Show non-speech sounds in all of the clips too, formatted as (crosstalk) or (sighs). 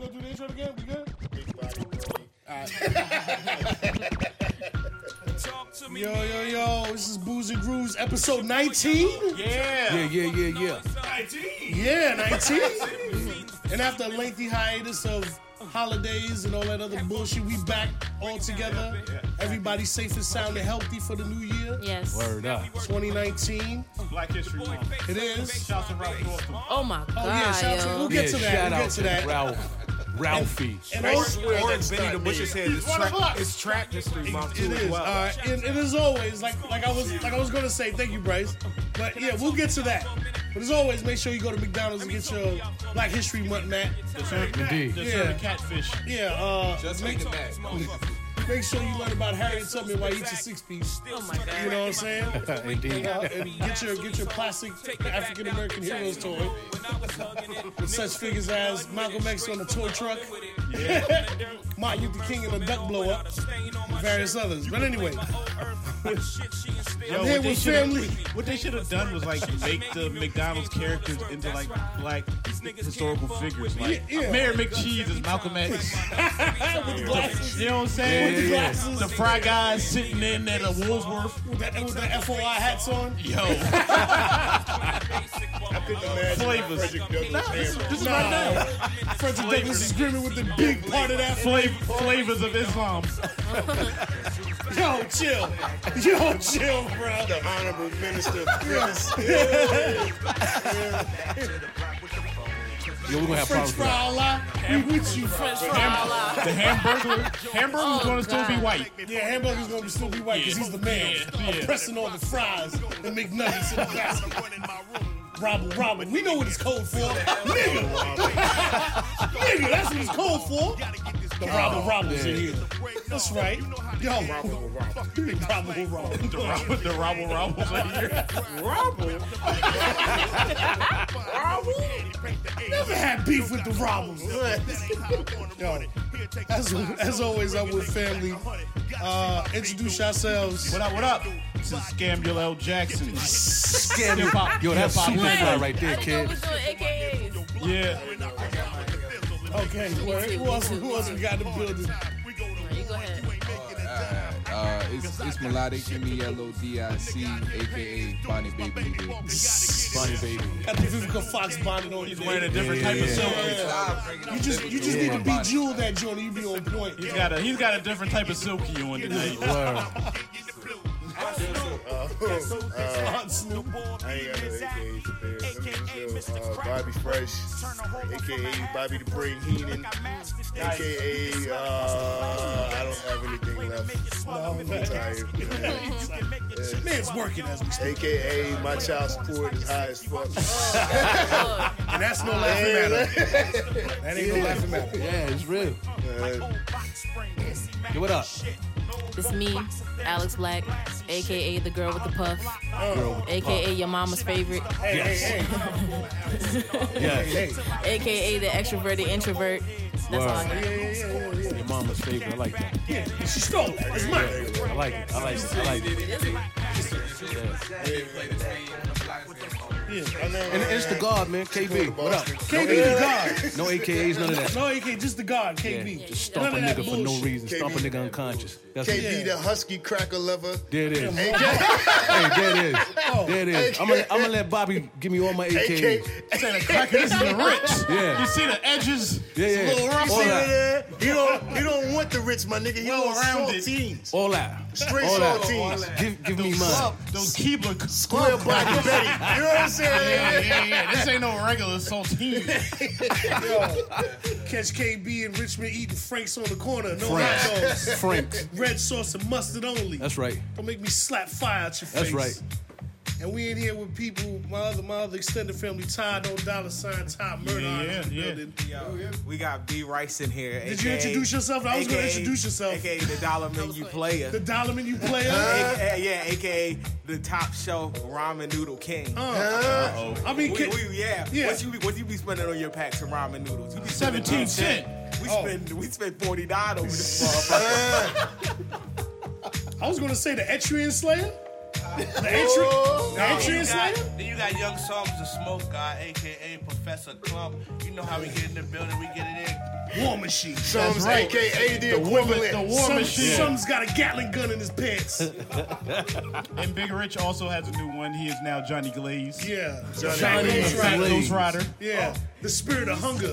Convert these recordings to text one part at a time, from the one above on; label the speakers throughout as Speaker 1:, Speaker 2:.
Speaker 1: we gonna do the intro again? We good?
Speaker 2: Yo, yo, yo, this is Booze and Grooves episode 19?
Speaker 1: Yeah.
Speaker 3: Yeah, yeah, yeah, yeah.
Speaker 2: Yeah, 19. and after a lengthy hiatus of holidays and all that other bullshit, we back all together. Everybody safe and sound and healthy for the new year,
Speaker 4: Yes.
Speaker 3: Word up.
Speaker 2: 2019.
Speaker 1: Black History Month.
Speaker 2: It is.
Speaker 1: Shout out to Ralph Northam.
Speaker 4: Oh my god.
Speaker 2: Oh, yeah, shout out to-
Speaker 4: yo.
Speaker 2: we'll get
Speaker 3: yeah,
Speaker 2: to that.
Speaker 3: Shout
Speaker 2: We'll
Speaker 3: out
Speaker 2: get to that.
Speaker 3: Ralph. Ralphie.
Speaker 2: And also,
Speaker 5: Orange Benny the Butcher said it's
Speaker 2: one of
Speaker 5: track,
Speaker 2: us.
Speaker 5: it's track history month
Speaker 2: It
Speaker 5: too as
Speaker 2: is.
Speaker 5: well.
Speaker 2: Uh, and, and as always, like like I was like I was gonna say, thank you, Bryce. But yeah, we'll get to that. But as always, make sure you go to McDonald's and get your Black History Month mat.
Speaker 3: Indeed.
Speaker 1: Just
Speaker 2: Yeah.
Speaker 1: yeah. catfish.
Speaker 2: Yeah, uh,
Speaker 5: Just make it back.
Speaker 2: make sure you learn about Harriet Tubman while you eat your six piece.
Speaker 4: Oh my god.
Speaker 2: You know what I'm saying?
Speaker 3: Indeed.
Speaker 2: Uh, and get your get your plastic African American heroes toy with such figures as Malcolm X on the toy truck, (laughs) Martin Luther King and the duck blow up, and various others. But anyway,
Speaker 1: Yo,
Speaker 2: I'm here
Speaker 1: what they
Speaker 2: with
Speaker 1: should've-
Speaker 2: family.
Speaker 1: What they should have done was like make the McDonald's characters into like black historical figures. Like
Speaker 2: Yeah, yeah.
Speaker 1: Mayor McCheese is Malcolm X.
Speaker 2: with the glasses,
Speaker 1: You know what I'm
Speaker 3: Yeah,
Speaker 1: saying?
Speaker 3: yeah, yeah.
Speaker 1: The fry guys sitting in at a Woolworth.
Speaker 2: with the, with the FOI hats on.
Speaker 1: Yo,
Speaker 6: Uh,
Speaker 2: This
Speaker 1: flavors.
Speaker 2: is, this is right now. Frederick Douglass is screaming with the big part of that.
Speaker 1: Flav- flavors of Islam.
Speaker 2: Yo, chill. Yo, chill, bro.
Speaker 7: The Honorable
Speaker 2: (laughs)
Speaker 7: Minister of Prince.
Speaker 3: Yo, we're going to have
Speaker 2: French
Speaker 3: problems with that.
Speaker 2: fry a lot. We with you, French fry a lot.
Speaker 1: The hamburger. Hamburger's gonna still be white.
Speaker 2: Yeah, hamburger's gonna be still be white because he's the man.
Speaker 1: Yeah, yeah.
Speaker 2: I'm pressing all the fries and McNuggets in the basket. Robert, Robert, we know what it's code for. Nigga! (laughs) Nigga, that's what it's code for. The Robert Roberts in here. That's right. Yo, Robert Robert. Robert.
Speaker 1: The rabble, the rabble, rabble's in here.
Speaker 2: Never had beef with the Roberts. Yo, as, as always, I'm with family. Uh, introduce yourselves.
Speaker 1: What up? What up? This is Samuel L. Jackson.
Speaker 3: Scam hip-hop. Yo, that's
Speaker 1: Hip-hop.
Speaker 3: super
Speaker 4: Wait,
Speaker 3: fly right there,
Speaker 4: I
Speaker 3: kid.
Speaker 4: didn't know we doing AKAs.
Speaker 1: Yeah.
Speaker 2: Okay, where, who else? Who else we got in the building?
Speaker 4: You go ahead.
Speaker 6: Uh, it's, it's melodic, E M-E-L-O-D-I-C, a.k.a. Bonnie Baby.
Speaker 3: Funny baby.
Speaker 2: Got the Vivica Fox bonnet on.
Speaker 1: He's
Speaker 2: today.
Speaker 1: wearing a different
Speaker 3: Yeah,
Speaker 1: type of
Speaker 3: yeah,
Speaker 1: silk.
Speaker 2: You just you just need to be jeweled that joint. You be on point.
Speaker 1: He's got a he's got a different type of silky on tonight.
Speaker 3: Word.
Speaker 2: Aunt
Speaker 7: Uh,
Speaker 2: Snoop.
Speaker 7: I ain't got no AKA prepared. Let me just, uh, Bobby Fresh, aka uh, Bobby the Brain Heenan, aka uh, I don't have anything left. I'm tired.
Speaker 2: Man's working as we speak.
Speaker 7: aka my child support is high as fuck.
Speaker 2: And that's no laughing matter. That ain't no laughing matter.
Speaker 3: Yeah, it's real.
Speaker 7: Uh,
Speaker 3: Yo, what up?
Speaker 4: It's me, Alex Black, aka the girl with the puff,
Speaker 3: Girl,
Speaker 4: aka your mama's favorite,
Speaker 2: Hey, hey, hey,
Speaker 3: yes.
Speaker 2: hey.
Speaker 4: aka the extroverted introvert. That's all I got.
Speaker 3: Your mama's favorite. I like that.
Speaker 2: Yeah, she stole that. It's mine.
Speaker 3: I like it. I like it. I like it.
Speaker 7: I know.
Speaker 3: And it's the guard, man. KB. What up?
Speaker 2: KB the God.
Speaker 3: No AKAs, none of that.
Speaker 2: No, AK, just the God, KB.
Speaker 4: Yeah,
Speaker 3: Just stomp a
Speaker 2: None of that
Speaker 3: nigga for no
Speaker 2: bullshit.
Speaker 3: reason. Stomp a nigga unconscious. That's it.
Speaker 7: KB the husky cracker lover.
Speaker 3: There it is. Hey, there it is. There it is. I'm gonna I'm gonna let Bobby give me all my
Speaker 7: AK,
Speaker 3: AKs.
Speaker 1: This is the
Speaker 7: (laughs)
Speaker 1: rich.
Speaker 3: Yeah.
Speaker 1: (laughs) You see the edges?
Speaker 3: Yeah, yeah.
Speaker 7: Little rough
Speaker 3: All
Speaker 7: in
Speaker 3: that.
Speaker 7: there. He don't, he don't want the rich, my nigga. He
Speaker 1: Well
Speaker 7: wants
Speaker 1: rounded.
Speaker 7: saltines.
Speaker 3: All that.
Speaker 7: Straight
Speaker 3: All that.
Speaker 7: saltines.
Speaker 3: Give give me mine.
Speaker 1: Those Keebler c-
Speaker 7: Square black Betty. You know what I'm
Speaker 1: Yeah,
Speaker 7: saying?
Speaker 1: yeah, yeah. This ain't no regular saltine.
Speaker 2: Catch KB in Richmond eating Franks on the corner. No
Speaker 3: Franks.
Speaker 2: hot dogs.
Speaker 3: (laughs) Frank.
Speaker 2: Red sauce and mustard only.
Speaker 3: That's right.
Speaker 2: Don't make me slap fire at your
Speaker 3: That's
Speaker 2: face.
Speaker 3: right.
Speaker 2: And we in here with people, my other, my other extended family, Todd, no dollar sign, Todd Murdoch
Speaker 1: Yeah,
Speaker 2: in the
Speaker 1: yeah.
Speaker 2: building.
Speaker 5: Yo,
Speaker 8: We got B Rice in here.
Speaker 2: Did you introduce yourself? I was gonna introduce yourself.
Speaker 8: AKA the Dollar Menu Player.
Speaker 2: The dollar menu player.
Speaker 8: AKA, yeah, AKA the top shelf ramen noodle king.
Speaker 2: I mean,
Speaker 8: we,
Speaker 2: Um, can,
Speaker 8: we, yeah.
Speaker 2: Yeah.
Speaker 8: What you be what you be spending on your packs of ramen noodles? You be spending
Speaker 1: 17
Speaker 8: 10
Speaker 1: cent.
Speaker 8: We
Speaker 2: Oh.
Speaker 8: spend we spend forty dollars over
Speaker 2: (laughs)
Speaker 8: this motherfucker.
Speaker 2: I was gonna say the Etrian Slayer. The Etrian, the Etrian Slayer.
Speaker 8: then you got Young Songs the Smoke Guy, aka Professor Clump. You know how we get in the building, we get it in.
Speaker 2: War machine.
Speaker 7: Sums, AKA the equivalent.
Speaker 2: The
Speaker 9: War Machine.
Speaker 2: Some's got a Gatling gun in his pants.
Speaker 1: And Big Rich also has a new one. He is now Johnny Glaze.
Speaker 2: Yeah.
Speaker 7: Johnny
Speaker 2: Ghost
Speaker 1: Fat
Speaker 2: Rider.
Speaker 1: Ghost Rider.
Speaker 2: Yeah. The spirit of (laughs) hunger.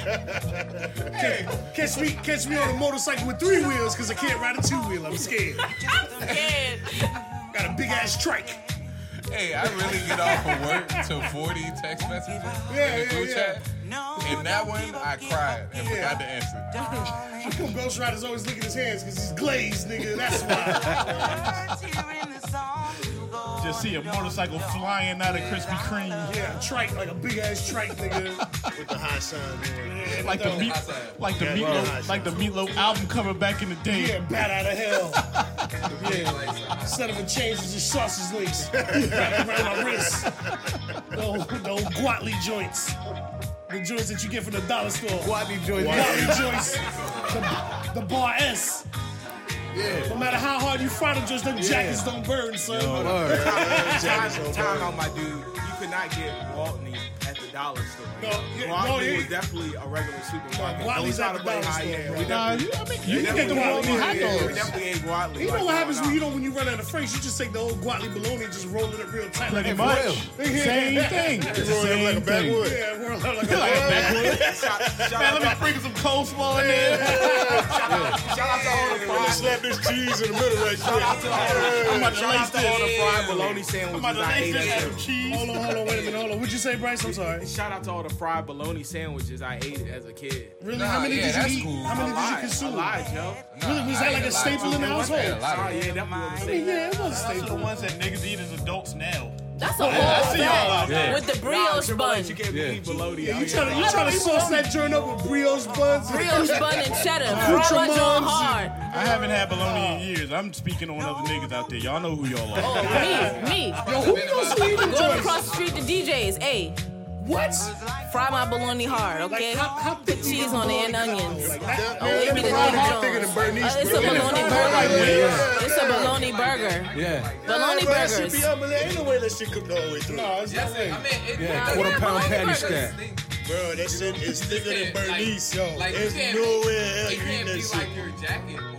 Speaker 2: (laughs) Catch- Catch me, catch me on a motorcycle with three wheels because I can't ride a two wheel. I'm scared.
Speaker 4: Yeah.
Speaker 2: Got a big ass trike.
Speaker 6: Hey, I really get off of work to 40 text messages
Speaker 2: Yeah,
Speaker 6: in
Speaker 2: yeah,
Speaker 6: the group
Speaker 2: yeah.
Speaker 6: chat. And that one, I cried and forgot to answer.
Speaker 2: How come Ghost Rider's always licking his hands because he's glazed, nigga? That's why.
Speaker 1: Just see a motorcycle flying out of Krispy Kreme.
Speaker 2: Yeah, trike, like a big ass trike, nigga.
Speaker 7: With the high sign on.
Speaker 1: Like the meat, like the meatloaf, like the meatloaf album cover back in the day.
Speaker 2: Yeah, bat out of hell. Yeah. Son of a change is just sausage links. Wrapped around my wrist. The old, the old guatly joints. The joints that you get from the dollar store.
Speaker 3: Guatney joint.
Speaker 2: Guatly joints. The, the bar S.
Speaker 3: Yeah.
Speaker 2: No matter how hard you fry them joints, them jackets don't burn, son.
Speaker 3: Word.
Speaker 8: Time, time out, my dude. You could not get Waltney at the dollar store.
Speaker 2: No, yeah, no,
Speaker 8: Waltney
Speaker 2: yeah.
Speaker 8: was definitely a regular supermarket.
Speaker 2: Waltney's
Speaker 8: Those
Speaker 2: at
Speaker 8: are
Speaker 2: the
Speaker 8: way
Speaker 2: dollar
Speaker 8: high
Speaker 2: store,
Speaker 8: end.
Speaker 2: bro.
Speaker 8: We
Speaker 1: Nah,
Speaker 8: definitely-
Speaker 1: you- I mean, you
Speaker 8: we
Speaker 1: can get the
Speaker 8: definitely
Speaker 1: one with
Speaker 8: ate Waltney. Yeah, We
Speaker 1: hot dogs.
Speaker 8: definitely ate Waltney.
Speaker 2: You know
Speaker 8: Like,
Speaker 2: what happens
Speaker 8: nah.
Speaker 2: when you don't when you run out of phrase? You just take the old guatly bologna and just roll it up real tight.
Speaker 1: Pretty
Speaker 2: like a
Speaker 1: much.
Speaker 2: roll.
Speaker 1: Same thing.
Speaker 7: Rolling up like a
Speaker 1: Same thing.
Speaker 7: backwood.
Speaker 2: Yeah, roll it up like a
Speaker 1: Like a
Speaker 2: roll.
Speaker 1: backwood.
Speaker 8: Shout, shout
Speaker 1: Man,
Speaker 8: out,
Speaker 1: let me sprinkle some coleslaw in there.
Speaker 8: shout out to all the
Speaker 7: Let me
Speaker 8: fries.
Speaker 7: slap this cheese in the middle right
Speaker 8: Shout out to
Speaker 7: quick.
Speaker 8: all
Speaker 1: I'm
Speaker 8: the
Speaker 1: about to
Speaker 8: shout out
Speaker 1: lace
Speaker 8: to all the
Speaker 1: this.
Speaker 8: fried bologna
Speaker 1: I'm
Speaker 8: sandwiches
Speaker 1: about to
Speaker 8: I
Speaker 1: lace
Speaker 8: ate.
Speaker 1: this
Speaker 8: at
Speaker 1: out
Speaker 8: the-
Speaker 1: of cheese.
Speaker 2: Hold on, hold on, wait a minute, hold on. What'd you say, Bryce? I'm sorry.
Speaker 8: Shout out to all the fried bologna sandwiches I ate as a kid.
Speaker 2: Really?
Speaker 6: Nah,
Speaker 2: how many
Speaker 6: yeah,
Speaker 2: did
Speaker 6: that's
Speaker 2: you eat?
Speaker 6: cool.
Speaker 2: How many
Speaker 8: A lot,
Speaker 2: did you consume?
Speaker 8: A lot, yo.
Speaker 2: Really, was
Speaker 6: I
Speaker 2: that like
Speaker 6: ate
Speaker 2: a
Speaker 6: a lot,
Speaker 2: staple
Speaker 6: too.
Speaker 2: in the
Speaker 6: I
Speaker 2: household?
Speaker 6: ate a lot.
Speaker 8: Oh, yeah, that was a
Speaker 2: I mean,
Speaker 8: staple.
Speaker 2: yeah, it was a
Speaker 1: Those are the
Speaker 2: staple.
Speaker 1: ones that niggas eat as adults now.
Speaker 4: That's a whole
Speaker 1: out
Speaker 4: bag
Speaker 1: there.
Speaker 4: with the
Speaker 8: Nah,
Speaker 4: brioche
Speaker 8: Triple H, You
Speaker 4: bun.
Speaker 8: can't
Speaker 3: Yeah.
Speaker 8: believe bologna.
Speaker 6: Oh,
Speaker 2: Yeah,
Speaker 8: out
Speaker 2: you
Speaker 8: here.
Speaker 2: trying to you trying to sauce that joint up with brioche buns?
Speaker 4: Brioche bun and cheddar.
Speaker 2: Accoutrements.
Speaker 4: Brahma John Hard.
Speaker 1: I haven't had bologna in years. I'm speaking on other niggas out there. Y'all know who y'all are.
Speaker 4: Me, me.
Speaker 2: Yo, who knows who eating
Speaker 4: Going
Speaker 2: joints?
Speaker 4: across the street to DJ's. Hey,
Speaker 2: What?
Speaker 4: fry my bologny hard, okay?
Speaker 2: Like how, how thick
Speaker 4: Put
Speaker 2: you
Speaker 4: cheese
Speaker 2: get
Speaker 4: on it
Speaker 2: bologna
Speaker 4: and
Speaker 2: cut?
Speaker 4: onions.
Speaker 2: Like that?
Speaker 4: Oh, it be the Jimmy
Speaker 7: Probably get thicker
Speaker 4: Jones.
Speaker 7: than Bernice.
Speaker 4: Uh, it's a
Speaker 7: bro.
Speaker 4: bologna burger. It's a bologna burger.
Speaker 3: Yeah.
Speaker 4: Bologna
Speaker 7: That shit
Speaker 4: burgers.
Speaker 7: be up in there. Ain't no way that shit cooked all the way through.
Speaker 2: No, it's not
Speaker 6: I mean, it,
Speaker 3: Yeah,
Speaker 6: nah,
Speaker 3: quarter
Speaker 6: yeah,
Speaker 3: pound
Speaker 6: bologna
Speaker 3: patty
Speaker 6: burgers
Speaker 3: stack.
Speaker 6: stink.
Speaker 7: Bro, that shit is thicker than
Speaker 6: Like,
Speaker 7: Bernice, yo.
Speaker 6: like, you
Speaker 7: There's
Speaker 6: can't-
Speaker 7: nowhere
Speaker 6: It
Speaker 7: else you eat
Speaker 6: can't be
Speaker 7: that shit.
Speaker 6: like your jacket before.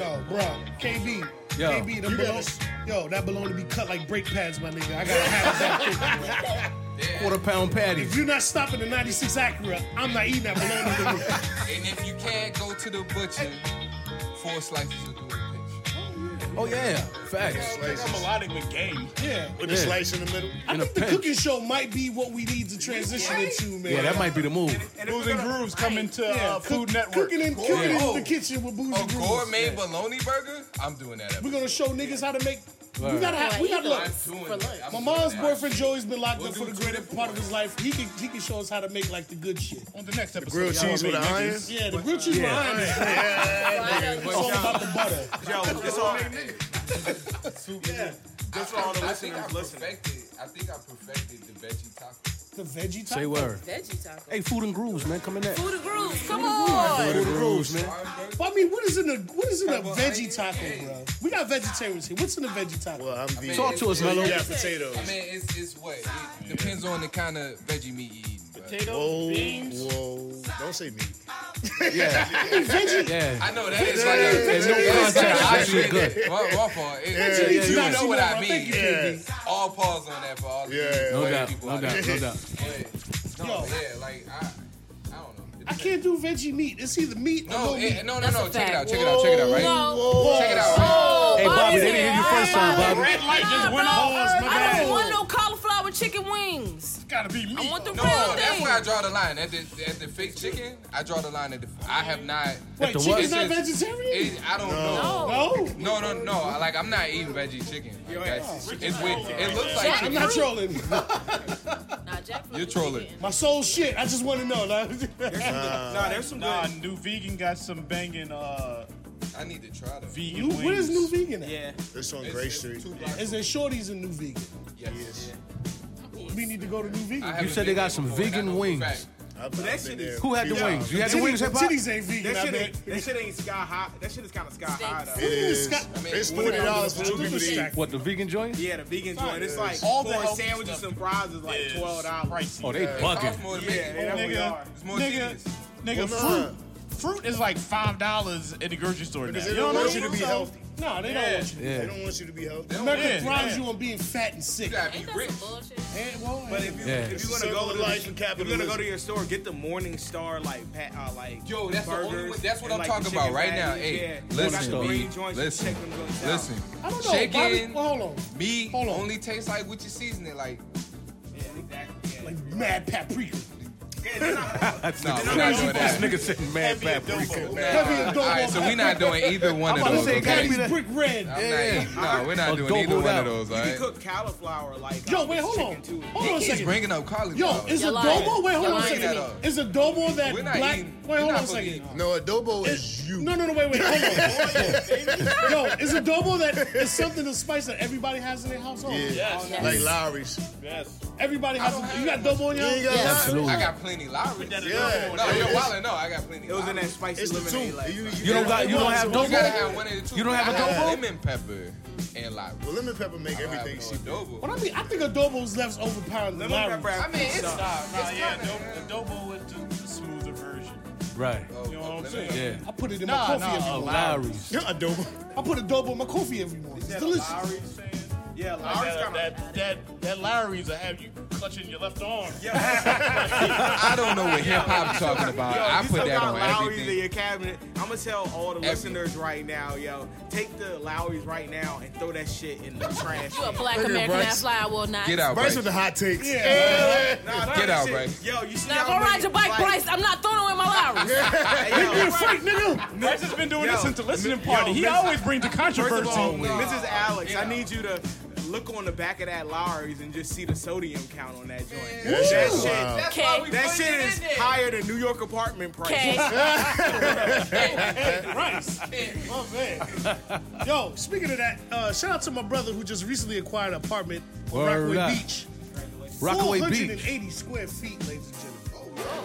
Speaker 2: No, bro. KB.
Speaker 3: Yo.
Speaker 2: KB, the
Speaker 7: You
Speaker 2: bologna.
Speaker 7: gotta-
Speaker 2: Yo, that bologna be cut like brake pads, my nigga. I gotta have
Speaker 6: (laughs)
Speaker 2: it that thick.
Speaker 3: Quarter pound patty.
Speaker 2: If you're not stopping the 96 Acura, I'm not eating that bologna. nigga.
Speaker 6: And if you can't go to the butcher, four slices of dough.
Speaker 3: Oh yeah. Facts.
Speaker 1: I'm melodic with game.
Speaker 2: yeah.
Speaker 7: With the
Speaker 3: Yeah.
Speaker 7: slice in the middle.
Speaker 2: I
Speaker 3: In a
Speaker 2: think the
Speaker 3: pinch.
Speaker 2: cooking show might be what we need to transition into, man.
Speaker 3: Yeah, that might be the move.
Speaker 8: And if
Speaker 1: Blues
Speaker 8: we're
Speaker 1: and
Speaker 8: gonna-
Speaker 1: Grooves coming to
Speaker 2: Yeah,
Speaker 1: uh,
Speaker 2: cook-
Speaker 1: Food Network.
Speaker 2: Cooking in,
Speaker 7: Gourmet.
Speaker 2: cooking in
Speaker 6: Oh.
Speaker 2: the kitchen with booze
Speaker 6: A
Speaker 2: and grooves.
Speaker 6: gourmet bologna burger? I'm doing that. At
Speaker 2: We're gonna show niggas how to make. We
Speaker 3: Word.
Speaker 2: gotta have. We gotta look.
Speaker 6: I'm doing
Speaker 4: for
Speaker 6: that.
Speaker 4: lunch.
Speaker 6: I'm
Speaker 2: My
Speaker 6: doing
Speaker 2: mom's
Speaker 6: that.
Speaker 2: boyfriend Joey's been locked
Speaker 6: We'll
Speaker 2: up for the
Speaker 6: do two
Speaker 2: greater
Speaker 6: different
Speaker 2: part of his life. He can he can show us how to make like the good shit.
Speaker 1: On the next episode,
Speaker 7: Grilled
Speaker 1: y'all
Speaker 7: cheese with
Speaker 1: made
Speaker 7: an
Speaker 1: niggas.
Speaker 7: iron.
Speaker 2: Yeah, the grilled cheese behind is great. It's all about the butter.
Speaker 8: Yo, it's all.
Speaker 6: That's all the listeners listening. I think I perfected the veggie taco.
Speaker 2: The veggie taco.
Speaker 3: Say word.
Speaker 4: Veggie taco.
Speaker 3: Hey, food and grooves, man. Coming next.
Speaker 4: Food and grooves. Come on.
Speaker 3: Food and grooves, man.
Speaker 2: Well, I mean, what is in a what is in a veggie taco, bro? We got vegetarians here. What's in a veggie taco?
Speaker 7: Well, I'm vegan.
Speaker 3: Talk to us,
Speaker 7: So
Speaker 3: Mello.
Speaker 7: you got potatoes.
Speaker 6: I mean, it's it's what it depends on the kind of veggie meat you eating. But
Speaker 1: Potatoes,
Speaker 7: Whoa,
Speaker 1: beans.
Speaker 7: whoa. Don't say meat.
Speaker 2: veggie.
Speaker 3: Yeah.
Speaker 6: I know that is like there's no
Speaker 3: Contact
Speaker 6: I
Speaker 3: actually good.
Speaker 6: my, my fault. It-
Speaker 2: Veggie
Speaker 6: you
Speaker 2: is an
Speaker 6: know what
Speaker 2: oxymoron.
Speaker 6: I
Speaker 2: Thank
Speaker 6: mean.
Speaker 2: you, KB.
Speaker 6: All pause on that for all the
Speaker 7: Yeah, yeah,
Speaker 6: no
Speaker 3: No
Speaker 6: white
Speaker 3: doubt.
Speaker 6: people.
Speaker 3: No
Speaker 6: out there.
Speaker 3: doubt. No doubt.
Speaker 6: But, no,
Speaker 2: Yo.
Speaker 6: yeah, like I, I don't know.
Speaker 2: I can't do veggie meat. It's either meat or
Speaker 6: No,
Speaker 2: no meat.
Speaker 6: it, no, no,
Speaker 4: That's
Speaker 6: no.
Speaker 4: a
Speaker 6: Check it
Speaker 4: fact.
Speaker 6: out. Check it out. Check it out. Right.
Speaker 4: No.
Speaker 6: Check it out. Right?
Speaker 4: Oh,
Speaker 3: Hey, Bobby,
Speaker 4: Bobby's
Speaker 3: they didn't
Speaker 4: here.
Speaker 3: hear you
Speaker 4: All
Speaker 3: first
Speaker 4: right,
Speaker 3: time,
Speaker 4: Bobby.
Speaker 3: Bobby.
Speaker 1: Red light
Speaker 4: Nah,
Speaker 1: just went
Speaker 4: bro.
Speaker 1: off.
Speaker 2: my
Speaker 4: I
Speaker 2: bad.
Speaker 4: don't want no cauliflower chicken wings.
Speaker 1: It's gotta be meat.
Speaker 4: I want the
Speaker 6: No,
Speaker 4: real
Speaker 6: that's
Speaker 4: thing.
Speaker 6: where I draw the line. At the at the fake chicken, I draw the line at the. I have not.
Speaker 2: Wait,
Speaker 3: the
Speaker 2: chicken's
Speaker 6: what?
Speaker 2: not vegetarian?
Speaker 6: It, I don't know.
Speaker 4: No.
Speaker 2: No.
Speaker 6: No, no, no. Like I'm not eating veggie chicken. Like, that's, it's weird. It looks like
Speaker 4: Jack-
Speaker 2: I'm
Speaker 6: chicken.
Speaker 2: not trolling.
Speaker 4: Nah, Jack Flick
Speaker 6: You're
Speaker 4: is
Speaker 6: trolling.
Speaker 4: vegan.
Speaker 2: My soul's shit. I just want to know. Like, (laughs)
Speaker 8: Nah, there's some
Speaker 1: Nah,
Speaker 8: good.
Speaker 1: new vegan got some banging uh,
Speaker 6: I need to try that.
Speaker 1: vegan
Speaker 2: you,
Speaker 1: wings.
Speaker 2: what is new vegan at?
Speaker 8: Yeah.
Speaker 7: This on Gray Street.
Speaker 6: Two blocks.
Speaker 2: Is there shorties in new vegan?
Speaker 6: Yes.
Speaker 2: We need to go to new
Speaker 6: I
Speaker 2: vegan.
Speaker 6: haven't
Speaker 3: said they
Speaker 6: been
Speaker 3: got
Speaker 6: there
Speaker 3: some
Speaker 6: before, and I
Speaker 3: vegan
Speaker 6: know for a
Speaker 3: wings.
Speaker 6: fact.
Speaker 7: I've,
Speaker 5: But that
Speaker 7: I've
Speaker 5: shit
Speaker 7: been there.
Speaker 5: is-
Speaker 3: Who had the
Speaker 7: Yeah.
Speaker 3: wings? You had the
Speaker 2: Titties-
Speaker 3: wings, hip hop.
Speaker 2: Titties ain't vegan.
Speaker 5: That
Speaker 2: I
Speaker 5: shit
Speaker 2: bet.
Speaker 5: ain't that shit ain't sky high. That shit is kind of sky high
Speaker 4: Steaks.
Speaker 5: though.
Speaker 7: It is.
Speaker 6: I mean,
Speaker 7: It's forty dollars for two people to eat.
Speaker 2: Disrespect.
Speaker 3: What the vegan joint?
Speaker 5: Yeah, the vegan joint. It's like
Speaker 2: All
Speaker 5: all
Speaker 2: the
Speaker 5: four
Speaker 2: healthy
Speaker 5: sandwiches and fries is like twelve dollars.
Speaker 3: Oh, they bugging.
Speaker 6: Cost more than
Speaker 5: Yeah,
Speaker 6: me.
Speaker 5: they definitely
Speaker 1: Nigga,
Speaker 5: are.
Speaker 6: It's more
Speaker 1: nigga,
Speaker 6: tedious.
Speaker 1: nigga,
Speaker 7: Well,
Speaker 1: fruit. Fruit is like five dollars at the grocery store now.
Speaker 7: Because
Speaker 1: You
Speaker 7: they
Speaker 1: know
Speaker 7: don't
Speaker 1: what I
Speaker 7: want you
Speaker 1: mean?
Speaker 7: to be healthy.
Speaker 2: No, they don't
Speaker 5: Yeah.
Speaker 2: want you.
Speaker 7: They
Speaker 3: Yeah.
Speaker 7: don't want you to be healthy.
Speaker 2: America
Speaker 1: Yeah.
Speaker 2: thrives you on being fat and
Speaker 6: You
Speaker 2: sick.
Speaker 6: gotta
Speaker 4: Ain't
Speaker 6: be
Speaker 4: that
Speaker 6: rich.
Speaker 4: some bullshit?
Speaker 2: And, well,
Speaker 5: If you
Speaker 3: Yeah.
Speaker 5: if you're gonna
Speaker 7: Circle
Speaker 5: go
Speaker 7: of
Speaker 5: to the,
Speaker 7: life and
Speaker 5: if you're gonna go
Speaker 7: capitalism.
Speaker 5: to your store, get the Morning Star like pat uh, like
Speaker 6: Yo, that's the only
Speaker 5: burgers
Speaker 6: way- that's what
Speaker 5: and,
Speaker 6: I'm
Speaker 5: like,
Speaker 6: talking
Speaker 5: the
Speaker 6: about
Speaker 5: chicken
Speaker 6: right now.
Speaker 5: patties.
Speaker 6: Hey,
Speaker 5: yeah.
Speaker 6: listen,
Speaker 5: Got the green
Speaker 6: B.
Speaker 5: joints,
Speaker 6: Listen.
Speaker 5: check them joints out.
Speaker 6: Listen,
Speaker 2: I don't know. Bobby,
Speaker 6: chicken,
Speaker 2: well, hold on.
Speaker 6: meat
Speaker 2: Hold on.
Speaker 6: only tastes like what you season it like.
Speaker 5: Yeah, exactly. Yeah.
Speaker 2: Like mad paprika.
Speaker 5: Yeah, they're not-
Speaker 6: Nah, we're not
Speaker 3: Crazy
Speaker 6: doing
Speaker 3: this
Speaker 6: that.
Speaker 3: nigga said mad paprika.
Speaker 6: Nah,
Speaker 2: Heavy and
Speaker 6: all
Speaker 2: dope
Speaker 6: right,
Speaker 2: on
Speaker 6: so
Speaker 2: that.
Speaker 6: we're not doing either one of
Speaker 3: about to
Speaker 6: those.
Speaker 3: say,
Speaker 6: okay?
Speaker 3: gotta be
Speaker 2: Patty's
Speaker 3: that-
Speaker 2: brick red.
Speaker 6: I'm
Speaker 3: Yeah, yeah.
Speaker 6: not eating, no, we're not doing
Speaker 3: Adobo
Speaker 6: either one
Speaker 3: out.
Speaker 6: of those. All
Speaker 5: You
Speaker 6: (laughs)
Speaker 5: can
Speaker 6: right?
Speaker 5: cook cauliflower like
Speaker 2: Yo,
Speaker 5: um,
Speaker 2: wait, hold
Speaker 5: chicken
Speaker 2: on.
Speaker 5: too.
Speaker 2: Hold on a
Speaker 6: He's
Speaker 2: second.
Speaker 6: bringing up cauliflower.
Speaker 2: Yo, is
Speaker 4: You're
Speaker 2: adobo?
Speaker 4: lying.
Speaker 2: Wait, hold
Speaker 4: You're
Speaker 2: on a
Speaker 4: lying.
Speaker 2: second.
Speaker 6: That, uh,
Speaker 2: Is adobo that
Speaker 6: We're not
Speaker 2: black?
Speaker 6: eating-
Speaker 2: Wait,
Speaker 6: we're
Speaker 2: hold on
Speaker 6: not
Speaker 2: a
Speaker 6: gonna eat.
Speaker 2: second.
Speaker 7: No, adobo is you.
Speaker 2: No, no, no, wait, wait, hold on. (laughs) Yo, is adobo that is something the spice that everybody has in their household?
Speaker 7: Yeah,
Speaker 4: Yes.
Speaker 7: like Lowry's.
Speaker 2: Everybody has.
Speaker 6: I don't
Speaker 2: you got
Speaker 6: have
Speaker 2: adobo in
Speaker 7: You
Speaker 2: your house?
Speaker 7: ain't got
Speaker 3: Yeah,
Speaker 7: Lowry's.
Speaker 3: absolutely.
Speaker 6: I got plenty Lowry's. No,
Speaker 7: Yeah,
Speaker 6: you're
Speaker 7: it's-
Speaker 6: wildin'. No, I got plenty.
Speaker 5: It was in that
Speaker 6: Lowry's.
Speaker 5: spicy
Speaker 7: It's the two.
Speaker 5: lemonade. Like,
Speaker 7: You-
Speaker 5: like,
Speaker 3: You don't got. You don't have
Speaker 6: You gotta
Speaker 3: adobo.
Speaker 6: have one of the two.
Speaker 3: You don't have
Speaker 6: I had
Speaker 3: adobo?
Speaker 6: Lemon pepper and Lowry's.
Speaker 7: Well, lemon pepper make
Speaker 6: I don't have
Speaker 7: everything.
Speaker 6: no
Speaker 7: cheap.
Speaker 6: adobo.
Speaker 2: What I mean, I think adobo's left over pound
Speaker 5: lemon pepper
Speaker 2: Larry's.
Speaker 6: I mean, it's,
Speaker 5: pizza.
Speaker 6: it's
Speaker 1: Yeah,
Speaker 6: kinda-
Speaker 1: adobo, adobo is the, the smoother version.
Speaker 3: Right.
Speaker 6: Oh,
Speaker 1: You know what I'm
Speaker 6: lemon-
Speaker 1: saying?
Speaker 3: Yeah.
Speaker 2: I put it in
Speaker 1: Nah,
Speaker 2: my coffee
Speaker 1: nah,
Speaker 2: every
Speaker 1: uh,
Speaker 2: morning.
Speaker 3: Lowry's.
Speaker 7: Yeah, adobo.
Speaker 2: I put adobo in my coffee every morning. It's
Speaker 5: That
Speaker 2: delicious.
Speaker 5: Lowry's thing. Yeah, Lowry's
Speaker 1: Like
Speaker 5: got
Speaker 1: that,
Speaker 5: a-
Speaker 1: that, that, that Lowry's will have you clutching your left arm.
Speaker 6: I don't know what hip hop talking about.
Speaker 5: Yo,
Speaker 6: I
Speaker 5: you
Speaker 6: put
Speaker 5: took
Speaker 6: that
Speaker 5: out
Speaker 6: on
Speaker 5: Lowry's in
Speaker 6: everything.
Speaker 5: your cabinet. I'm gonna tell all the listeners right now, yo, take the Lowry's right now and throw that shit in the trash.
Speaker 4: (laughs) You a
Speaker 5: can.
Speaker 4: black
Speaker 7: Look at
Speaker 4: American that
Speaker 7: Bryce.
Speaker 4: fly will not.
Speaker 6: Get out,
Speaker 7: Bryce
Speaker 6: Bryce.
Speaker 7: with the hot takes.
Speaker 5: Nah, nah,
Speaker 6: Get
Speaker 5: that
Speaker 6: out,
Speaker 5: shit-
Speaker 6: Bryce.
Speaker 5: Yo, you see
Speaker 4: Now
Speaker 5: how
Speaker 4: go
Speaker 5: many-
Speaker 4: ride your bike,
Speaker 5: like-
Speaker 4: Bryce. I'm not throwing away my Lowry's.
Speaker 5: Hey, yo,
Speaker 2: You're a freak, nigga.
Speaker 1: Bryce has been doing
Speaker 5: Yo,
Speaker 1: this since the listening
Speaker 5: yo,
Speaker 1: party. he
Speaker 5: Miss-
Speaker 1: always brings the
Speaker 5: First
Speaker 1: controversy.
Speaker 5: of all,
Speaker 1: with it.
Speaker 5: Mrs. Alex,
Speaker 6: Get
Speaker 5: I need you to look on the back of that Lowry's and just see the sodium count on that joint.
Speaker 7: That shit
Speaker 5: That
Speaker 7: is
Speaker 5: shit-
Speaker 7: wild.
Speaker 6: That's why
Speaker 4: Okay.
Speaker 6: we
Speaker 5: That
Speaker 6: put it
Speaker 5: shit
Speaker 6: in
Speaker 5: is
Speaker 6: there.
Speaker 5: higher than New York apartment price.
Speaker 4: Okay.
Speaker 5: (laughs)
Speaker 2: Rice. Oh, man. Yo, speaking of that, uh, shout out to my brother who just recently acquired an apartment on
Speaker 3: Word
Speaker 2: Rockaway
Speaker 3: up.
Speaker 2: Beach.
Speaker 3: Rockaway Beach.
Speaker 2: 480 square feet, ladies and gentlemen.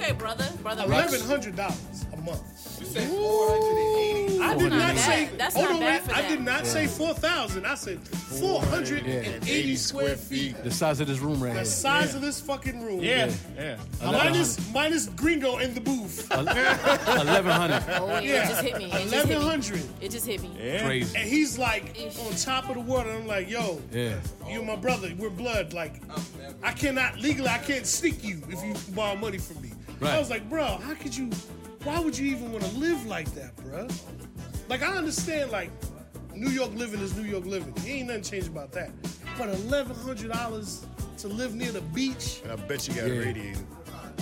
Speaker 4: Okay, brother. Brother
Speaker 2: Eleven
Speaker 4: Roach.
Speaker 2: hundred dollars a month.
Speaker 6: You said 480.
Speaker 2: I did
Speaker 3: That's
Speaker 2: not
Speaker 3: not
Speaker 2: say.
Speaker 4: bad. That's
Speaker 2: hold
Speaker 4: not
Speaker 2: on,
Speaker 4: bad
Speaker 2: wait,
Speaker 4: for
Speaker 2: I
Speaker 4: that.
Speaker 2: did not say four thousand. I said four hundred and eighty square feet.
Speaker 3: The size of this room right
Speaker 2: The
Speaker 3: here.
Speaker 2: size of this fucking room.
Speaker 1: yeah, yeah.
Speaker 2: Minus minus Gringo in the booth.
Speaker 3: Eleven hundred.
Speaker 7: (laughs)
Speaker 4: Oh, (laughs) yeah. It just hit me. It just
Speaker 2: Eleven
Speaker 4: hit me.
Speaker 2: hundred.
Speaker 4: It just hit me.
Speaker 3: Crazy.
Speaker 2: And he's like on top of the world. And I'm like, yo,
Speaker 3: Yeah.
Speaker 2: you my brother. We're blood. Like, I cannot legally. I can't sneak you if you borrow money from me.
Speaker 3: Right.
Speaker 2: I was like, bro, how could you? Why would you even want to live like that, bro? Like, I understand. Like, New York living is New York living. Ain't nothing changed about that. But eleven hundred dollars to live near the beach.
Speaker 7: And I bet you got
Speaker 3: Yeah.
Speaker 7: radiated.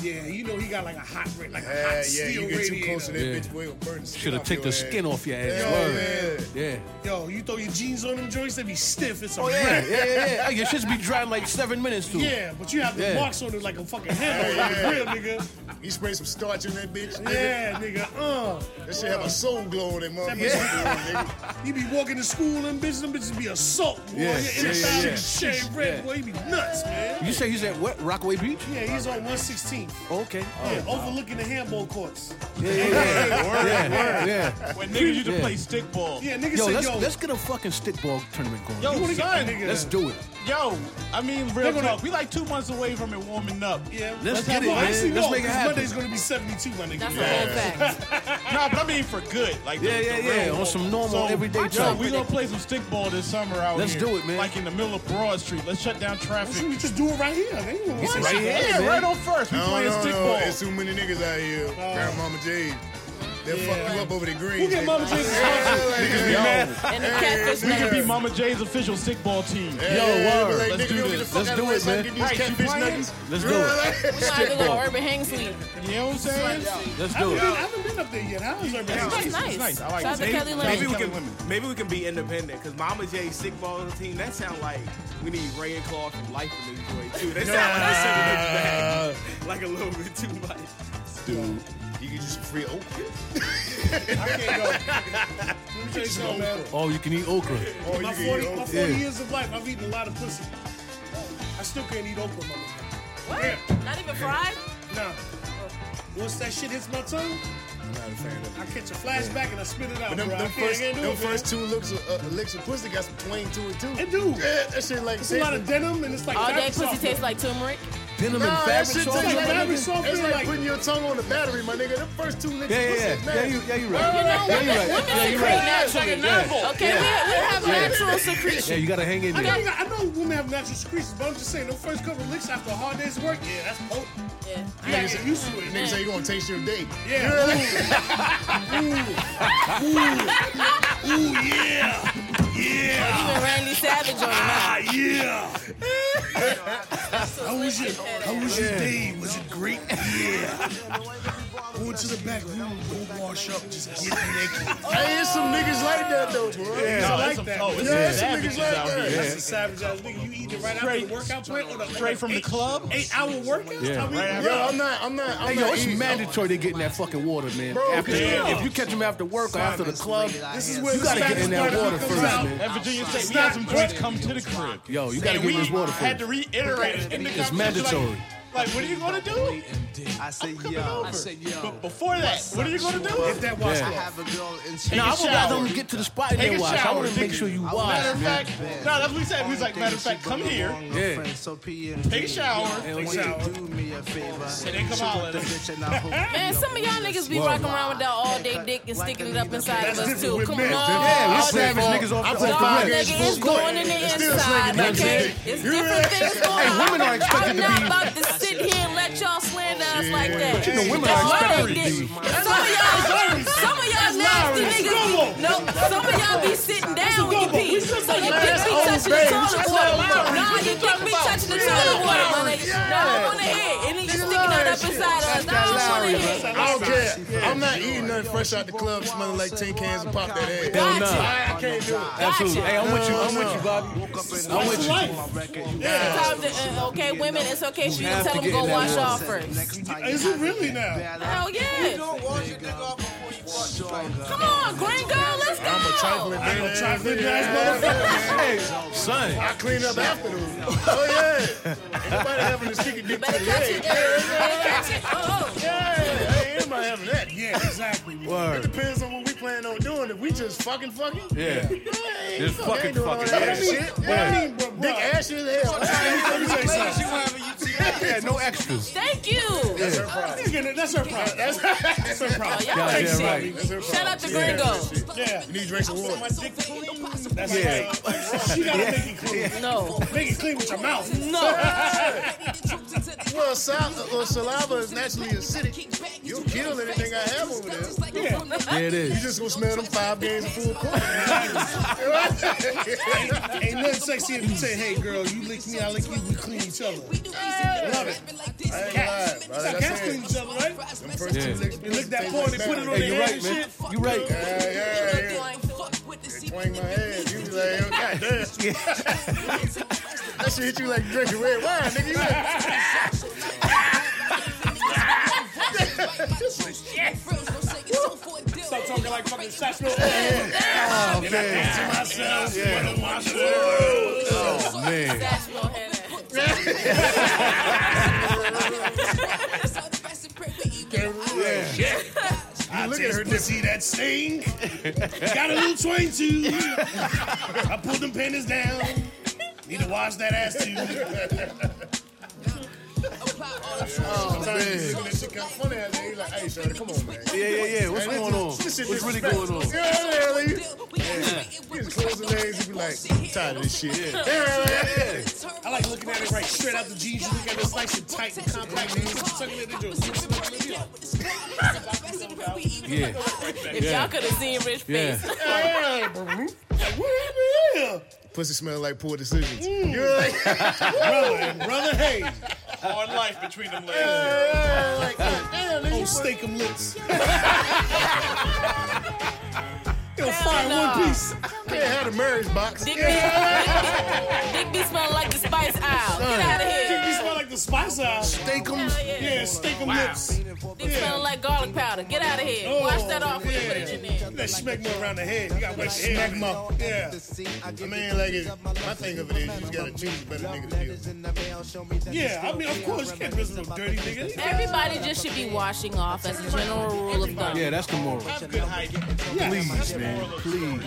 Speaker 2: Yeah, you know he got like a hot, ra- like a hot
Speaker 7: Yeah, yeah.
Speaker 2: steel
Speaker 7: You get too close to that
Speaker 3: radiator.
Speaker 7: bitch, boy, it'll burn the skin
Speaker 3: Should have
Speaker 7: off
Speaker 3: took
Speaker 7: your
Speaker 3: the skin
Speaker 7: ass.
Speaker 3: off your ass.
Speaker 7: Yeah,
Speaker 3: Word. Yeah.
Speaker 2: Yo, you throw your jeans on them joints, they be stiff.
Speaker 7: Oh,
Speaker 2: It's a
Speaker 3: Oh, Yeah,
Speaker 2: wrap.
Speaker 3: yeah, yeah. yeah. Your shit should be dry in like seven minutes too.
Speaker 2: Yeah, but you have the
Speaker 3: Yeah.
Speaker 2: marks on it like a fucking hammer, like a
Speaker 7: Yeah.
Speaker 2: real nigga.
Speaker 7: You spray some starch in that bitch. nigga.
Speaker 2: Yeah, nigga. Uh,
Speaker 7: That shit have a soul glow in it, motherfucker. Nigga.
Speaker 2: you be walking to school and bitches, them bitches be assault. Boy. Yeah,
Speaker 3: Yeah, yeah,
Speaker 2: yeah,
Speaker 3: yeah, yeah.
Speaker 2: Shade red, boy, you be nuts, man.
Speaker 3: You say you said what? Rockaway Beach?
Speaker 2: Yeah, he's on 116.
Speaker 3: Okay.
Speaker 7: Oh,
Speaker 2: Yeah, overlooking the handball courts.
Speaker 3: Yeah, yeah, yeah. yeah, yeah.
Speaker 1: When niggas used to
Speaker 3: Yeah.
Speaker 1: play stickball.
Speaker 2: Yeah, nigga
Speaker 3: Yo,
Speaker 2: said,
Speaker 3: let's
Speaker 2: yo,
Speaker 3: let's get a fucking stickball tournament going.
Speaker 1: Yo,
Speaker 2: you wanna get
Speaker 1: son,
Speaker 2: that nigga?
Speaker 3: let's do it.
Speaker 1: Yo, I mean, real
Speaker 2: They're gonna-
Speaker 1: talk. We like two months away from it warming up.
Speaker 2: Yeah,
Speaker 1: (laughs)
Speaker 3: let's get
Speaker 2: have
Speaker 3: it,
Speaker 2: fun.
Speaker 3: man.
Speaker 2: Actually,
Speaker 3: Let's
Speaker 2: no,
Speaker 3: make it
Speaker 2: 'cause
Speaker 3: happen.
Speaker 2: Monday's gonna be 72, my nigga.
Speaker 4: That's a whole fact.
Speaker 1: Nah, but I mean for good. Like
Speaker 3: Yeah,
Speaker 1: the,
Speaker 3: yeah,
Speaker 1: the
Speaker 3: yeah.
Speaker 1: real
Speaker 3: On some
Speaker 1: So,
Speaker 3: normal everyday
Speaker 1: Yo,
Speaker 3: type.
Speaker 1: we gonna play some stickball this summer out
Speaker 3: Let's
Speaker 1: here.
Speaker 3: do it, man.
Speaker 1: Like in the middle of Broad Street. Let's shut down
Speaker 2: Actually,
Speaker 1: traffic.
Speaker 2: we just do it right here. They ain't
Speaker 3: It's
Speaker 2: gonna
Speaker 3: right here,
Speaker 1: Yeah,
Speaker 3: man.
Speaker 1: right on first. We
Speaker 7: No,
Speaker 1: playing
Speaker 7: no, no. It's
Speaker 1: stickball.
Speaker 7: too many niggas out here. Grandmama Jade. They'll fuck you up over the green.
Speaker 2: Who get Mama J's sponsor?
Speaker 7: Niggas be mad.
Speaker 4: And the catfish
Speaker 1: We could be
Speaker 4: nuggets.
Speaker 1: Mama J's official stickball team.
Speaker 3: word.
Speaker 7: Like,
Speaker 1: Let's
Speaker 7: nigga,
Speaker 1: do
Speaker 7: we
Speaker 1: this.
Speaker 7: don't get the
Speaker 3: Let's
Speaker 7: fuck out of
Speaker 3: do
Speaker 7: the way
Speaker 3: it,
Speaker 7: so I
Speaker 3: man.
Speaker 7: can get these
Speaker 1: Right, you
Speaker 7: catfish
Speaker 1: playing?
Speaker 7: nuggets.
Speaker 3: Let's do it.
Speaker 4: We might be like Urban Hang Suite.
Speaker 1: You know what I'm saying?
Speaker 3: Let's
Speaker 2: I
Speaker 3: do it.
Speaker 2: haven't been up there yet. How is everybody?
Speaker 4: That's
Speaker 2: Nice.
Speaker 4: nice.
Speaker 1: nice. I like
Speaker 4: Shout out to
Speaker 1: it.
Speaker 4: Kelly
Speaker 5: Maybe we
Speaker 4: Lane.
Speaker 5: can maybe we can be independent because Mama J stickball team. That sound like we need Ray and Clark from Life in this joint too. They sound like they sending us back like a little bit too much.
Speaker 7: You get just free opium.
Speaker 2: I can't go. Let me tell you something, man.
Speaker 3: Oh, you can eat okra.
Speaker 7: Or you
Speaker 2: My
Speaker 7: can
Speaker 2: 40,
Speaker 7: eat
Speaker 2: my
Speaker 7: opium.
Speaker 2: 40
Speaker 3: Yeah.
Speaker 2: years of life, I've eaten a lot of pussy. I still can't eat okra, mama.
Speaker 4: What? Not even fried?
Speaker 2: Nah. Once that shit hits my tongue,
Speaker 7: I'm not a fan of
Speaker 2: I
Speaker 7: it.
Speaker 2: catch a flashback and I spit it out.
Speaker 7: But them,
Speaker 2: bro. I
Speaker 7: them
Speaker 2: can't-
Speaker 7: first,
Speaker 2: I can't do
Speaker 7: them
Speaker 2: it, man.
Speaker 7: first two looks of, uh, licks of pussy got some twang to it too.
Speaker 2: It do.
Speaker 7: Yeah, that shit like
Speaker 2: It's a lot of denim and it's like
Speaker 4: All day
Speaker 2: fabric
Speaker 4: pussy
Speaker 2: softener.
Speaker 4: tastes like turmeric.
Speaker 3: Denim and
Speaker 7: Nah,
Speaker 3: fabric
Speaker 7: that shit tastes
Speaker 3: softener?
Speaker 7: like,
Speaker 2: like fabric
Speaker 7: it's
Speaker 2: softener,
Speaker 7: like,
Speaker 2: like-
Speaker 7: putting your tongue on the battery, my nigga. The first two licks
Speaker 3: Yeah,
Speaker 7: of
Speaker 3: yeah,
Speaker 7: pussy is
Speaker 3: yeah. Yeah,
Speaker 7: nasty.
Speaker 3: you, yeah, you right. Yeah, you right. Yeah, you
Speaker 4: secrete
Speaker 3: right.
Speaker 4: naturally. Okay, we, we have natural
Speaker 3: Yeah,
Speaker 4: secretion.
Speaker 3: you gotta hang in
Speaker 2: I know, you
Speaker 3: there.
Speaker 2: got- I know women have natural secretions, but I'm just saying, the first couple licks after a hard day's work, yeah, that's potent.
Speaker 4: Yeah.
Speaker 2: You gotta get used to it.
Speaker 7: Niggas say you gonna taste your day.
Speaker 2: Yeah. Ooh, ooh, ooh, yeah,
Speaker 4: Even Randy Savage on
Speaker 2: ah,
Speaker 4: the
Speaker 2: yeah.
Speaker 4: How
Speaker 2: was it? How was your day? Was it great? Yeah. Go into the back room, go wash up, just get naked.
Speaker 7: Hey, there's some niggas like that though, bro. Yeah,
Speaker 1: No,
Speaker 2: like
Speaker 1: it's
Speaker 2: that.
Speaker 1: a, oh, it's
Speaker 7: Yeah,
Speaker 1: some
Speaker 7: some
Speaker 1: savages
Speaker 7: niggas like
Speaker 1: out
Speaker 7: that.
Speaker 1: here.
Speaker 2: That's a savage ass nigga. You eat it right after
Speaker 1: Straight-
Speaker 2: the workout plan on a
Speaker 1: straight from the
Speaker 2: eight-
Speaker 1: club?
Speaker 2: Eight hour workout?
Speaker 3: Yeah.
Speaker 2: I mean,
Speaker 1: Right
Speaker 2: yeah.
Speaker 1: after-
Speaker 7: Yo, I'm not, I'm not, I'm
Speaker 3: Hey,
Speaker 7: not.
Speaker 3: yo, it's
Speaker 7: eating-
Speaker 3: mandatory to get in that fucking water, man.
Speaker 7: Bro,
Speaker 3: After,
Speaker 2: yeah.
Speaker 3: If you catch them after work or after the club,
Speaker 2: This is where
Speaker 3: you
Speaker 2: the
Speaker 3: gotta get
Speaker 2: Spanish
Speaker 3: in that
Speaker 2: Garden
Speaker 3: water
Speaker 2: comes
Speaker 3: first,
Speaker 2: out.
Speaker 3: man.
Speaker 1: At Virginia State, we had some joints come to the crib.
Speaker 3: Yo, you gotta
Speaker 1: And
Speaker 3: get
Speaker 1: we
Speaker 3: in this water
Speaker 1: had
Speaker 3: first.
Speaker 1: to reiterate it in the
Speaker 3: It's
Speaker 1: conversation,
Speaker 3: mandatory.
Speaker 1: Like, like, what are you gonna do?
Speaker 9: I say yo.
Speaker 1: I said, But before that, what are you gonna do?
Speaker 2: Get that wash
Speaker 3: Yeah.
Speaker 9: I
Speaker 2: cloth.
Speaker 9: have a girl in
Speaker 3: No,
Speaker 1: Take
Speaker 3: I
Speaker 1: a
Speaker 3: would
Speaker 1: shower.
Speaker 3: rather them get to the spot and
Speaker 1: Take
Speaker 3: then
Speaker 1: a
Speaker 3: wash. I
Speaker 1: shower.
Speaker 3: want to
Speaker 1: Take
Speaker 3: make
Speaker 1: a-
Speaker 3: sure you
Speaker 1: Matter
Speaker 3: wash,
Speaker 1: of
Speaker 3: man.
Speaker 1: fact, no, that's what we said. We was like, matter of fact, come here,
Speaker 3: Yeah.
Speaker 9: So P and
Speaker 1: take a shower,
Speaker 3: And
Speaker 9: Will
Speaker 3: when
Speaker 9: you
Speaker 3: you-
Speaker 9: do me a favor?
Speaker 1: and then come out. later.
Speaker 4: Man, some of y'all niggas be rocking around with that all day dick and sticking it up inside of us too. Come on,
Speaker 3: Yeah,
Speaker 4: all
Speaker 3: we
Speaker 4: day.
Speaker 3: savage niggas off
Speaker 7: I
Speaker 3: the
Speaker 7: put
Speaker 3: off
Speaker 4: Dog
Speaker 7: five
Speaker 3: the
Speaker 4: nigga,
Speaker 3: rip.
Speaker 7: years
Speaker 4: it's going in the
Speaker 7: still
Speaker 4: inside,
Speaker 7: slinging
Speaker 4: okay?
Speaker 7: dick.
Speaker 4: It's different things going on.
Speaker 3: Hey, women are
Speaker 4: I'm
Speaker 3: expected to
Speaker 4: not
Speaker 3: be.
Speaker 4: about to sit here and let y'all slander us like that.
Speaker 3: You know, women
Speaker 4: That's
Speaker 3: are
Speaker 4: why
Speaker 3: expected
Speaker 4: they
Speaker 3: to
Speaker 4: did.
Speaker 3: be.
Speaker 4: Some of y'all, some of y'all nasty
Speaker 2: Lowry.
Speaker 4: niggas. No, some of y'all be sitting down when you
Speaker 2: Gumbo.
Speaker 4: pee.
Speaker 2: We
Speaker 4: So
Speaker 2: said
Speaker 4: your
Speaker 2: that
Speaker 4: dick
Speaker 2: last
Speaker 4: be
Speaker 2: old
Speaker 4: touching the
Speaker 2: babe.
Speaker 4: toilet
Speaker 2: That's
Speaker 4: water.
Speaker 2: not Lowry.
Speaker 4: Nah,
Speaker 2: What you
Speaker 4: your dick
Speaker 2: talking
Speaker 4: be
Speaker 2: about?
Speaker 4: touching the
Speaker 2: Yeah.
Speaker 4: toilet water, my nigga.
Speaker 7: Yeah.
Speaker 4: Nah, I'm on the head. And then you sticking it up inside of us. Nah, I'm on the head.
Speaker 7: I don't care. I'm not eating nothing fresh out the club, smelling like tin cans and pop that head.
Speaker 3: Hell no.
Speaker 4: Gotcha.
Speaker 7: I can't do it.
Speaker 3: Absolutely. Hey, I'm with you. I'm
Speaker 7: No,
Speaker 3: with you, Bobby. I'm with you.
Speaker 4: Sometimes, uh, okay, women, it's okay. She can
Speaker 3: have
Speaker 4: tell
Speaker 3: to
Speaker 4: them
Speaker 3: get
Speaker 4: go
Speaker 3: in that
Speaker 4: wash
Speaker 3: water.
Speaker 4: off first.
Speaker 2: Is it really now?
Speaker 4: Hell yeah. Come on, green girl, let's go.
Speaker 7: I'm
Speaker 4: (laughs)
Speaker 7: a
Speaker 3: (laughs)
Speaker 7: trifling
Speaker 2: I ain't no
Speaker 7: man.
Speaker 2: chocolate ass motherfucker.
Speaker 3: Hey, son.
Speaker 7: I clean up after them. Oh yeah. Anybody having a secret dick to
Speaker 4: Better
Speaker 7: the
Speaker 4: catch
Speaker 7: leg?
Speaker 4: it. Better catch it. Oh, oh.
Speaker 7: Yeah, ain't nobody having that.
Speaker 2: Yeah,
Speaker 1: (laughs)
Speaker 2: exactly.
Speaker 3: Word.
Speaker 7: Depends on what we plan on doing. If we just fucking fucking,
Speaker 3: Yeah.
Speaker 7: ain't
Speaker 3: Just
Speaker 7: fuck-
Speaker 3: fucking
Speaker 7: ain't doing all
Speaker 3: fucking
Speaker 7: that
Speaker 3: ass
Speaker 7: shit.
Speaker 3: shit.
Speaker 7: Yeah.
Speaker 3: Yeah.
Speaker 7: Dick ass shit as hell.
Speaker 2: Let me tell you something.
Speaker 3: Yeah, no extras.
Speaker 4: Thank you.
Speaker 2: That's her- That's her problem. That's that's her problem.
Speaker 4: Oh, Y'all ain't
Speaker 3: Yeah,
Speaker 4: shit.
Speaker 3: right.
Speaker 7: That's her
Speaker 4: Shout
Speaker 7: problem.
Speaker 4: out to Gringo.
Speaker 2: Yeah.
Speaker 7: You need drinks and water.
Speaker 2: That's yeah. She gotta make it clean.
Speaker 4: No.
Speaker 2: Make it clean with your mouth.
Speaker 4: No. (laughs)
Speaker 7: Well, saliva, well, uh, saliva is naturally acidic. You'll kill anything I have over there.
Speaker 3: Yeah, it
Speaker 7: You
Speaker 3: is.
Speaker 7: just gonna smell them five games of full court.
Speaker 2: Ain't nothing sexy if you say, hey girl, you lick me, I lick you, we clean each other. Love it. Cats. That's
Speaker 7: Right,
Speaker 2: how
Speaker 7: that's
Speaker 2: cats
Speaker 7: it.
Speaker 2: clean each other, right?
Speaker 7: Them first two
Speaker 3: Yeah.
Speaker 7: licks,
Speaker 2: You lick that porn, they put it on
Speaker 3: Hey,
Speaker 2: their
Speaker 3: you're
Speaker 2: head
Speaker 3: right,
Speaker 2: and
Speaker 3: man.
Speaker 2: shit.
Speaker 3: You're right.
Speaker 7: Yeah, yeah, yeah. Twang my head. You be like, oh, goddamn.
Speaker 4: (laughs)
Speaker 7: that shit hit you like drinking red wine, nigga. You like, (laughs)
Speaker 2: Stop talking like fucking Sasha. Oh, man. To myself, yeah. myself.
Speaker 3: Oh, man.
Speaker 4: That's no head.
Speaker 2: I look at her to see that sting. Got a little twang too.
Speaker 3: (laughs)
Speaker 2: I pulled them panties down. Need to wash that ass too.
Speaker 3: Oh,
Speaker 7: sometimes you see that shit kind of funny out there. You like, hey, shorty, come on, man.
Speaker 3: Yeah, yeah, yeah. What's
Speaker 7: Hey,
Speaker 3: going on?
Speaker 7: this- this shit
Speaker 3: What's really
Speaker 7: disrespectful.
Speaker 3: going on?
Speaker 7: Yeah, yeah, yeah. You just close the legs and be like, I'm tired of this shit. Yeah, yeah, yeah.
Speaker 2: I like looking at it right straight out the jeans. You look at it nice and tight and compact. And you suck it in the
Speaker 3: Yeah.
Speaker 4: If y'all could have seen Rich
Speaker 3: Yeah.
Speaker 4: face.
Speaker 7: Pussy smell like poor decisions. You're like,
Speaker 2: Brother and brother Hayes.
Speaker 1: Hard life between them legs.
Speaker 7: yeah, like, goddamn,
Speaker 2: Oh,
Speaker 7: nigga.
Speaker 2: steak them (laughs) lips. Yo,
Speaker 4: Hell
Speaker 2: fire
Speaker 4: no.
Speaker 2: one piece.
Speaker 7: You can't have the marriage box.
Speaker 4: Dick be, dick be smelling like the spice aisle. Get out of
Speaker 2: Kick
Speaker 4: here.
Speaker 2: me smell like the spice house.
Speaker 7: steak them.
Speaker 4: Hell yeah.
Speaker 2: Yeah, steak them lips.
Speaker 4: These smelling like garlic powder. Get out of here.
Speaker 2: Oh,
Speaker 4: Wash that off when you put
Speaker 2: yeah.
Speaker 4: it in your
Speaker 2: That smegma around the head. You got wet your head.
Speaker 7: Smegma.
Speaker 2: Yeah.
Speaker 7: I mean, like, it, my thing of it is, you just gotta choose a better nigga to deal with.
Speaker 2: Yeah, I mean, of course, you can't visit no dirty niggas.
Speaker 4: Everybody just should be washing off as a general rule of thumb.
Speaker 3: Yeah, that's the moral. Please, man. Please.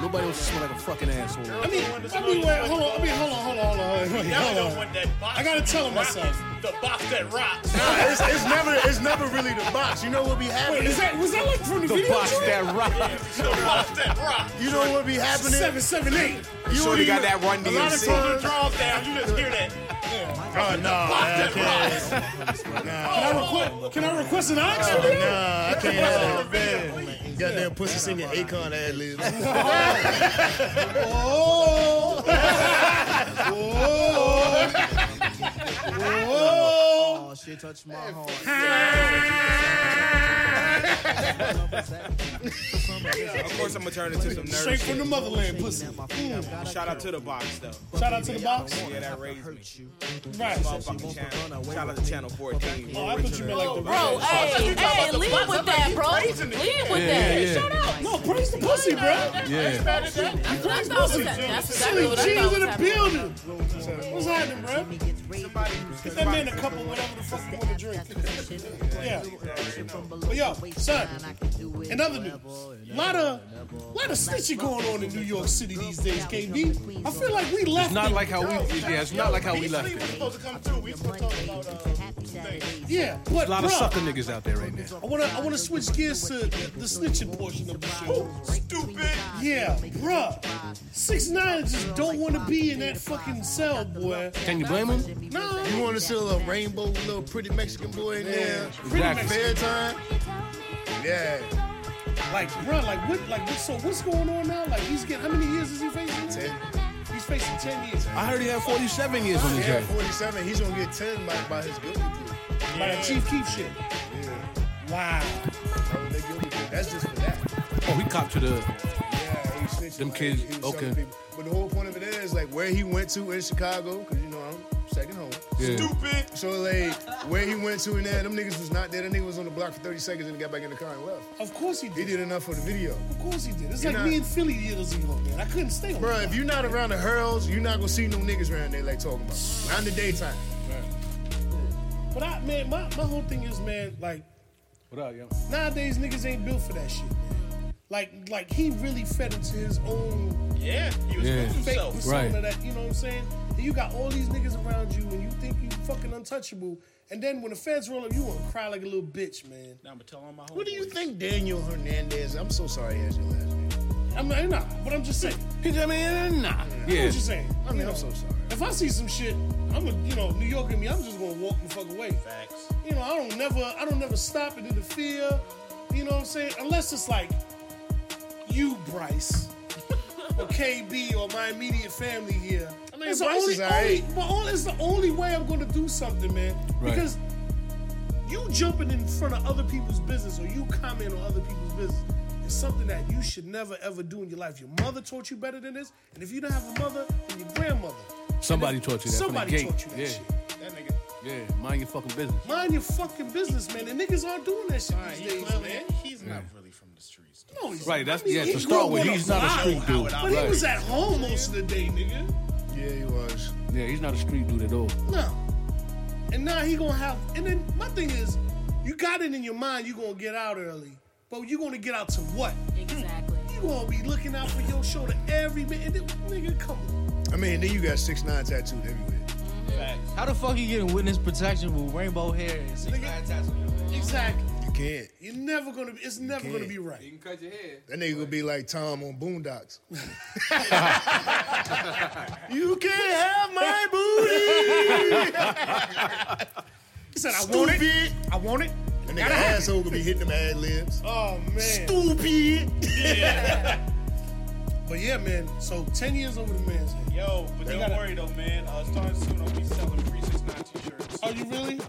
Speaker 3: Nobody else smell like a fucking asshole.
Speaker 2: I mean, I mean, wait, hold on, I mean, hold on, hold on, hold on, hold on.
Speaker 10: Y'all
Speaker 2: Hold
Speaker 10: don't
Speaker 2: on.
Speaker 10: want that box.
Speaker 2: I gotta tell him
Speaker 10: that rocks.
Speaker 2: myself.
Speaker 10: The box that rocks.
Speaker 7: Nah, it's, it's never, it's never really the box. You know what be
Speaker 2: Wait,
Speaker 7: happening?
Speaker 2: is that was that like from the,
Speaker 3: The
Speaker 2: video?
Speaker 3: box
Speaker 2: joint?
Speaker 3: that rock.
Speaker 10: the box that rocks.
Speaker 7: You know what be happening?
Speaker 2: seven seven eight.
Speaker 7: You
Speaker 5: Shorty
Speaker 7: wouldn't
Speaker 5: got
Speaker 7: even-
Speaker 5: that Run
Speaker 7: A lot of
Speaker 5: DMC.
Speaker 7: times-
Speaker 10: The draws down. You just hear that.
Speaker 2: Oh no, I
Speaker 10: that
Speaker 2: can't.
Speaker 10: rocks.
Speaker 2: Can I request? Can I request an ox for that?
Speaker 7: Nah, I can't have that. Goddamn pussy singing Akon ad libs.
Speaker 2: Oh,
Speaker 9: Oh, she touched my heart.
Speaker 5: Of course, I'm gonna turn it to some nerd
Speaker 2: straight
Speaker 5: shit.
Speaker 2: from the motherland, pussy.
Speaker 5: Shout out to the box though.
Speaker 2: Shout out to the box.
Speaker 5: Yeah, that raised me.
Speaker 2: Right.
Speaker 5: Motherfucking channel. Shout out to channel 14.
Speaker 2: Oh, I thought you meant like the
Speaker 4: Bro,
Speaker 2: real.
Speaker 4: hey, hey, leave with that, bro. Leave with
Speaker 3: Yeah,
Speaker 4: that.
Speaker 3: yeah,
Speaker 4: Shut up.
Speaker 2: No, praise the pussy, bro.
Speaker 3: Yeah.
Speaker 4: That's what I thought was
Speaker 2: Pussy.
Speaker 4: happening. That's exactly
Speaker 2: Silly
Speaker 4: what I
Speaker 2: G's
Speaker 4: thought
Speaker 2: in
Speaker 4: was
Speaker 2: the
Speaker 4: happening.
Speaker 2: building. What's happening, bro? Get that man a cup of whatever the fuck you want to drink.
Speaker 4: (laughs)
Speaker 2: Yeah. But yo, son, in other news, lot of, lot of snitching going on in New York City these days, KB. I feel like we left
Speaker 3: It's not
Speaker 2: it.
Speaker 3: like how we. Yeah, it's not like how we left
Speaker 10: Beasley
Speaker 3: it.
Speaker 10: was supposed to come through. We supposed to talk about. Uh,
Speaker 2: Yeah, but
Speaker 3: A lot of
Speaker 2: bruh,
Speaker 3: sucker niggas out there right now.
Speaker 2: I wanna, I wanna switch gears to the, the snitching portion of the show.
Speaker 10: stupid.
Speaker 2: Yeah, bruh, six nine just don't want to be in that fucking cell, boy.
Speaker 3: Can you blame them?
Speaker 2: No,
Speaker 7: You want to see a little rainbow, little pretty Mexican boy in there?
Speaker 3: Exactly.
Speaker 7: Fair time? Yeah.
Speaker 2: Like, bruh, like what, like what? So what's going on now? Like he's getting how many years is he facing?
Speaker 7: Ten.
Speaker 2: He's facing ten years.
Speaker 3: I heard he had 47 years on his
Speaker 7: Yeah,
Speaker 3: head.
Speaker 7: 47. He's going to get 10 by, by his guilty plea.
Speaker 2: By that Chief Keef shit.
Speaker 7: Yeah.
Speaker 2: Wow.
Speaker 7: Oh, they guilty plea. That's just for that.
Speaker 3: Oh, he copped to the.
Speaker 7: Yeah, he was snitching.
Speaker 3: Them
Speaker 7: like,
Speaker 3: kids,
Speaker 7: he was telling
Speaker 3: okay.
Speaker 7: people. But the whole point of it is, like, where he went to in Chicago, because, you know, I'm second home.
Speaker 3: Yeah.
Speaker 10: Stupid.
Speaker 7: So, like, where he went to in there, them niggas was not there. Them niggas was on the block for 30 seconds and got back in the car and left.
Speaker 2: Of course he
Speaker 7: He
Speaker 2: did.
Speaker 7: did enough for the video.
Speaker 2: Of course he did. It's
Speaker 7: You
Speaker 2: like
Speaker 7: know-
Speaker 2: me and Philly years ago, man. I couldn't stay on.
Speaker 7: Bro, if you're not around the hurls, you're not gonna see no niggas around there like talking about. Not in the daytime.
Speaker 2: But I, man, my, my whole thing is, man, like
Speaker 3: What up, yo?
Speaker 2: nowadays niggas ain't built for that shit, man. Like, like he really fed into his own
Speaker 10: Yeah, he was
Speaker 3: Yeah.
Speaker 10: yeah.
Speaker 2: fake
Speaker 10: himself.
Speaker 2: persona
Speaker 3: Right.
Speaker 2: that you know what I'm saying. And you got all these niggas around you, and you think you fucking untouchable. And then when the feds roll up, you want to cry like a little bitch, man.
Speaker 10: Now I'm gonna tell all my homeboys.
Speaker 7: What do you think Daniel Hernandez? I'm so sorry he has your last name.
Speaker 2: I mean, nah, but I'm just saying.
Speaker 3: He just- (laughs) I mean, nah.
Speaker 2: You know
Speaker 3: Yeah.
Speaker 2: what you saying?
Speaker 7: I mean, I'm so sorry.
Speaker 2: If I see some shit, I'm a you know New York in me. I'm just gonna walk the fuck away.
Speaker 10: Facts.
Speaker 2: You know, I don't never, I don't never stop and interfere. You know what I'm saying? Unless it's like you, Bryce,
Speaker 7: (laughs)
Speaker 2: or KB, or my immediate family here. I
Speaker 7: mean,
Speaker 2: it's the
Speaker 7: Bryce
Speaker 2: only,
Speaker 7: is alright.
Speaker 2: only- but only, it's the only way I'm gonna do something, man.
Speaker 3: Right.
Speaker 2: Because you jumping in front of other people's business or you comment on other people's business is something that you should never ever do in your life. Your mother taught you better than this, and if you don't have a mother, then your grandmother.
Speaker 3: Somebody taught you that. from the
Speaker 2: Somebody
Speaker 3: gate.
Speaker 2: taught you that
Speaker 3: yeah.
Speaker 2: shit.
Speaker 7: That nigga.
Speaker 3: Yeah. Mind your fucking business.
Speaker 2: Mind your fucking business, man. The niggas aren't doing that shit
Speaker 10: He
Speaker 2: these days,
Speaker 10: clearly-
Speaker 2: man.
Speaker 10: he's not really from the streets. though.
Speaker 2: No, he's-
Speaker 3: Right, that's-
Speaker 2: I mean,
Speaker 3: yeah,
Speaker 2: he
Speaker 3: to
Speaker 2: grew
Speaker 3: start
Speaker 2: up
Speaker 3: with,
Speaker 2: on
Speaker 3: he's
Speaker 2: a
Speaker 3: not a
Speaker 2: block,
Speaker 3: street dude.
Speaker 2: But he
Speaker 3: Right.
Speaker 2: was at home most of the day, nigga.
Speaker 7: Yeah, he was.
Speaker 3: Yeah, he's not a street dude at all.
Speaker 2: No. And now he gonna have. And then my thing is, you got it in your mind. You gonna get out early, but you gonna get out to what?
Speaker 4: Exactly.
Speaker 2: You gonna be looking out for your shoulder every minute, nigga. Come on.
Speaker 7: I mean, then you got six nine tattooed everywhere.
Speaker 9: How the fuck you getting witness protection with rainbow hair? and six nine tats on your face?
Speaker 2: Exactly.
Speaker 7: You can't.
Speaker 2: You're never gonna be. It's never
Speaker 7: can't.
Speaker 2: gonna be right.
Speaker 6: You can cut your hair.
Speaker 7: That nigga gonna be like Tom on Boondocks. you can't have my booty.
Speaker 2: He said, "I want it.
Speaker 7: Stupid.
Speaker 2: I want it."
Speaker 7: That nigga asshole gonna be hitting them ad libs.
Speaker 2: Oh man.
Speaker 7: Stupid.
Speaker 2: but yeah, man. So ten years over the man's head.
Speaker 10: Yo, but
Speaker 2: They
Speaker 10: don't
Speaker 2: gotta-
Speaker 10: worry though, man. Uh, starting soon, I'll be selling three six nine t-shirts.
Speaker 2: Are Oh, you really,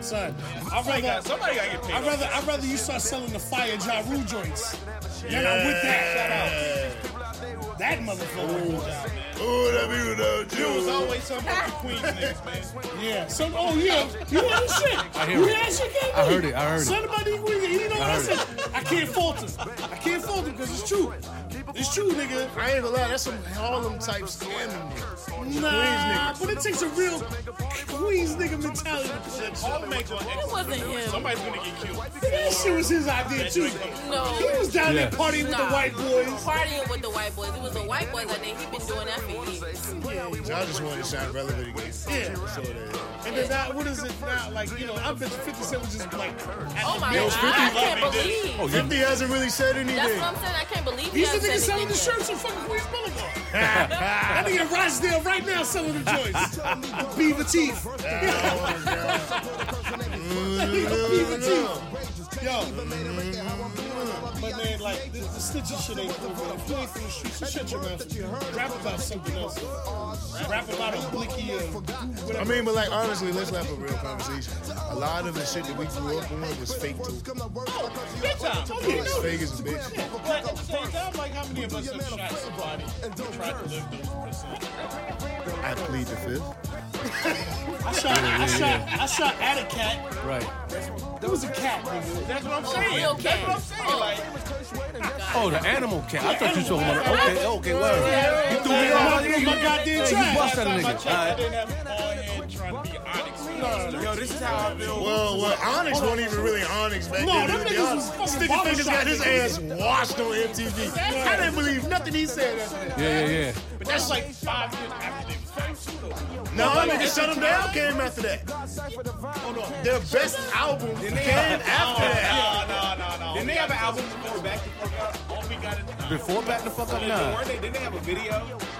Speaker 2: son? I'd
Speaker 10: Somebody got,
Speaker 2: rather.
Speaker 10: somebody got to get paid.
Speaker 2: I'd
Speaker 10: off
Speaker 2: rather.
Speaker 10: that.
Speaker 2: I'd rather you start selling the fire Ja Rule joints. You're not with that. Shout out. That motherfucker.
Speaker 7: Oh, that be without you.
Speaker 10: It was always
Speaker 1: something about the Queens niggas, man.
Speaker 2: Yeah. So, oh yeah, you heard that shit.
Speaker 3: I hear
Speaker 2: you
Speaker 3: it.
Speaker 2: hear that shit, KB?
Speaker 3: I heard it, I heard it.
Speaker 2: Something about these women, you know what I
Speaker 3: heard
Speaker 2: said? I can't fault him. I can't fault him because it's true. It's true, nigga.
Speaker 7: I ain't gonna lie, that's some Harlem type scamming.
Speaker 2: Nah, but it takes a real Queens nigga mentality. to pull that shit.
Speaker 1: Homemaker on
Speaker 4: It
Speaker 1: X.
Speaker 4: wasn't him.
Speaker 1: Somebody's gonna get killed.
Speaker 2: That shit was his idea too. He
Speaker 4: No.
Speaker 2: was down there
Speaker 3: Yeah.
Speaker 2: partying with the
Speaker 4: Nah.
Speaker 2: white boys.
Speaker 4: Partying with the white boys. It was the white boys that they he been doing that for years.
Speaker 7: So I just wanted to sound relevant again.
Speaker 2: Yeah.
Speaker 7: So that,
Speaker 2: And then now, what is it now? Like, you know, I bet you 50 Cent was just like, at
Speaker 4: Oh
Speaker 2: the
Speaker 4: my
Speaker 2: bill.
Speaker 4: god, I can't believe.
Speaker 3: Oh, you,
Speaker 7: 50 hasn't really said
Speaker 4: That's
Speaker 7: anything.
Speaker 4: what I'm saying. I can't believe he
Speaker 2: He's the
Speaker 4: hasn't
Speaker 2: nigga
Speaker 4: said
Speaker 2: selling the
Speaker 4: anything.
Speaker 2: shirts in fucking Queens Boulevard. (laughs) that nigga in Rochdale right now selling the joints. Beaver (laughs) teeth. Beaver teeth. Yo. But man, like, this, the snitching shit ain't cool, man. If you ain't from the streets, you shut your mouth. Rap about something else. Rap about a blicky uh, or whatever.
Speaker 7: I mean, but like honestly, let's have a real conversation. A lot of the shit that we grew up on was fake too.
Speaker 2: Big time. Oh, you know
Speaker 7: Fake as a bitch.
Speaker 2: But at the same time, like, how many of us have shot somebody and tried to live those percent?
Speaker 7: I plead the fifth.
Speaker 2: I shot, I shot, I shot at a cat.
Speaker 3: right.
Speaker 2: There was a cat. nigga. That's what I'm saying.
Speaker 4: Real cat.
Speaker 3: Oh, the animal cat. I thought you were talking about it. Okay, okay, word. You threw me off.
Speaker 2: Marking my goddamn
Speaker 3: Hey,
Speaker 2: track.
Speaker 3: you bust that
Speaker 2: That's
Speaker 3: nigga. All right.
Speaker 5: Yo, this is how I feel.
Speaker 7: Well, well, Onyx wasn't even really Onyx back
Speaker 2: No,
Speaker 7: then.
Speaker 2: them
Speaker 7: to be
Speaker 2: niggas was
Speaker 7: honest.
Speaker 2: fucking
Speaker 7: Sticky Fingers
Speaker 2: barbershop
Speaker 7: got his
Speaker 2: niggas.
Speaker 7: ass washed on MTV. I didn't believe nothing he said. after that.
Speaker 3: Yeah, yeah, yeah.
Speaker 2: But that's like five years after they was famous.
Speaker 7: No, niggas shut him down. Came after that. Their best album came after that.
Speaker 2: Oh,
Speaker 5: Didn't they have an album before Back to Fuck Up?
Speaker 3: Before back the fuck up, nah.
Speaker 5: Weren't they, didn't they have a video?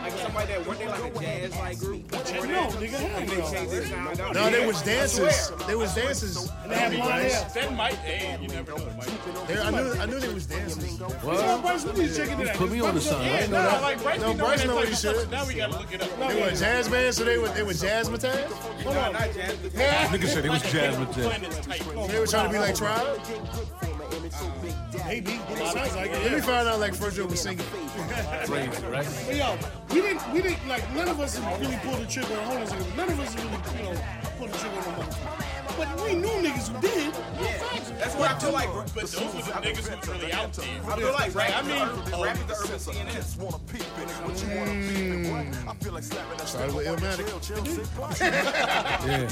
Speaker 5: Like somebody that, weren't they like a jazz like group? No,
Speaker 2: nigga,
Speaker 5: And they changed their sound. That was-
Speaker 7: No, they was
Speaker 5: I
Speaker 7: dancers.
Speaker 5: swear.
Speaker 7: They was dancers.
Speaker 2: They had blonde hair.
Speaker 10: That might, hey, you never know. Mike.
Speaker 7: They- I knew, I knew they was dancers.
Speaker 2: So,
Speaker 3: What?
Speaker 2: Bryce, we need to check into that.
Speaker 3: Put me on the sun. I didn't know
Speaker 2: Yeah, nah,
Speaker 3: that.
Speaker 2: like, Bryce,
Speaker 7: No,
Speaker 2: we know
Speaker 7: Bryce
Speaker 2: that
Speaker 7: know what
Speaker 2: type
Speaker 7: he
Speaker 2: of
Speaker 7: said.
Speaker 2: stuff. Now we gotta look it up.
Speaker 7: They were a jazz band, so they were they were jazz matazz.
Speaker 5: No, not jazz. but-
Speaker 3: Nigga said it was Jasmine Jet.
Speaker 7: They were trying to be like tribe.
Speaker 2: Maybe. Sounds like
Speaker 7: Let me find out like Virgil was singing.
Speaker 3: Crazy, right?
Speaker 2: But yo, we didn't, we didn't, like, none of us really pulled the trigger on, hold on a second, none of us really, you know, pulled the trigger on no motherfucker. But we knew niggas who did.
Speaker 5: That's what I feel like. But
Speaker 10: But those were the niggas who was really out there.
Speaker 5: I feel like rap. I mean, rap is the urban scene.
Speaker 7: Started with Illmatic.
Speaker 3: Yeah.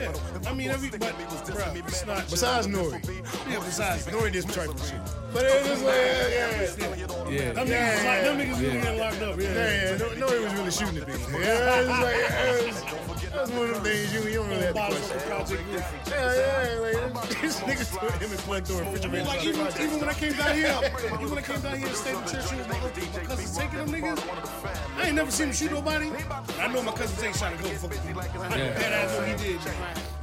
Speaker 7: Illmatic.
Speaker 2: I mean, every, but, bruh, it's not just,
Speaker 7: Besides Nori.
Speaker 2: yeah, besides that.
Speaker 7: Nori did some trifling shit. But it was like, yeah, yeah.
Speaker 3: Yeah.
Speaker 2: Them niggas,
Speaker 7: Yeah,
Speaker 2: was
Speaker 7: yeah,
Speaker 2: like, them niggas really got locked up, yeah.
Speaker 7: Yeah, yeah, no, nobody was really shooting at people. Yeah, it was like, yeah, it was, that was one of them things you, you don't really have to
Speaker 2: Bottles
Speaker 7: question.
Speaker 2: of Project Blue.
Speaker 7: Yeah, yeah, like, (laughs) this niggas put him and Flint through a refrigerator.
Speaker 2: Like even, even when I came down here, even when I came down here and stayed in church with my, my cousins taking them niggas, I ain't never seen him shoot nobody. I know my cousin Tay shot a gun for me. I know that ass what he did.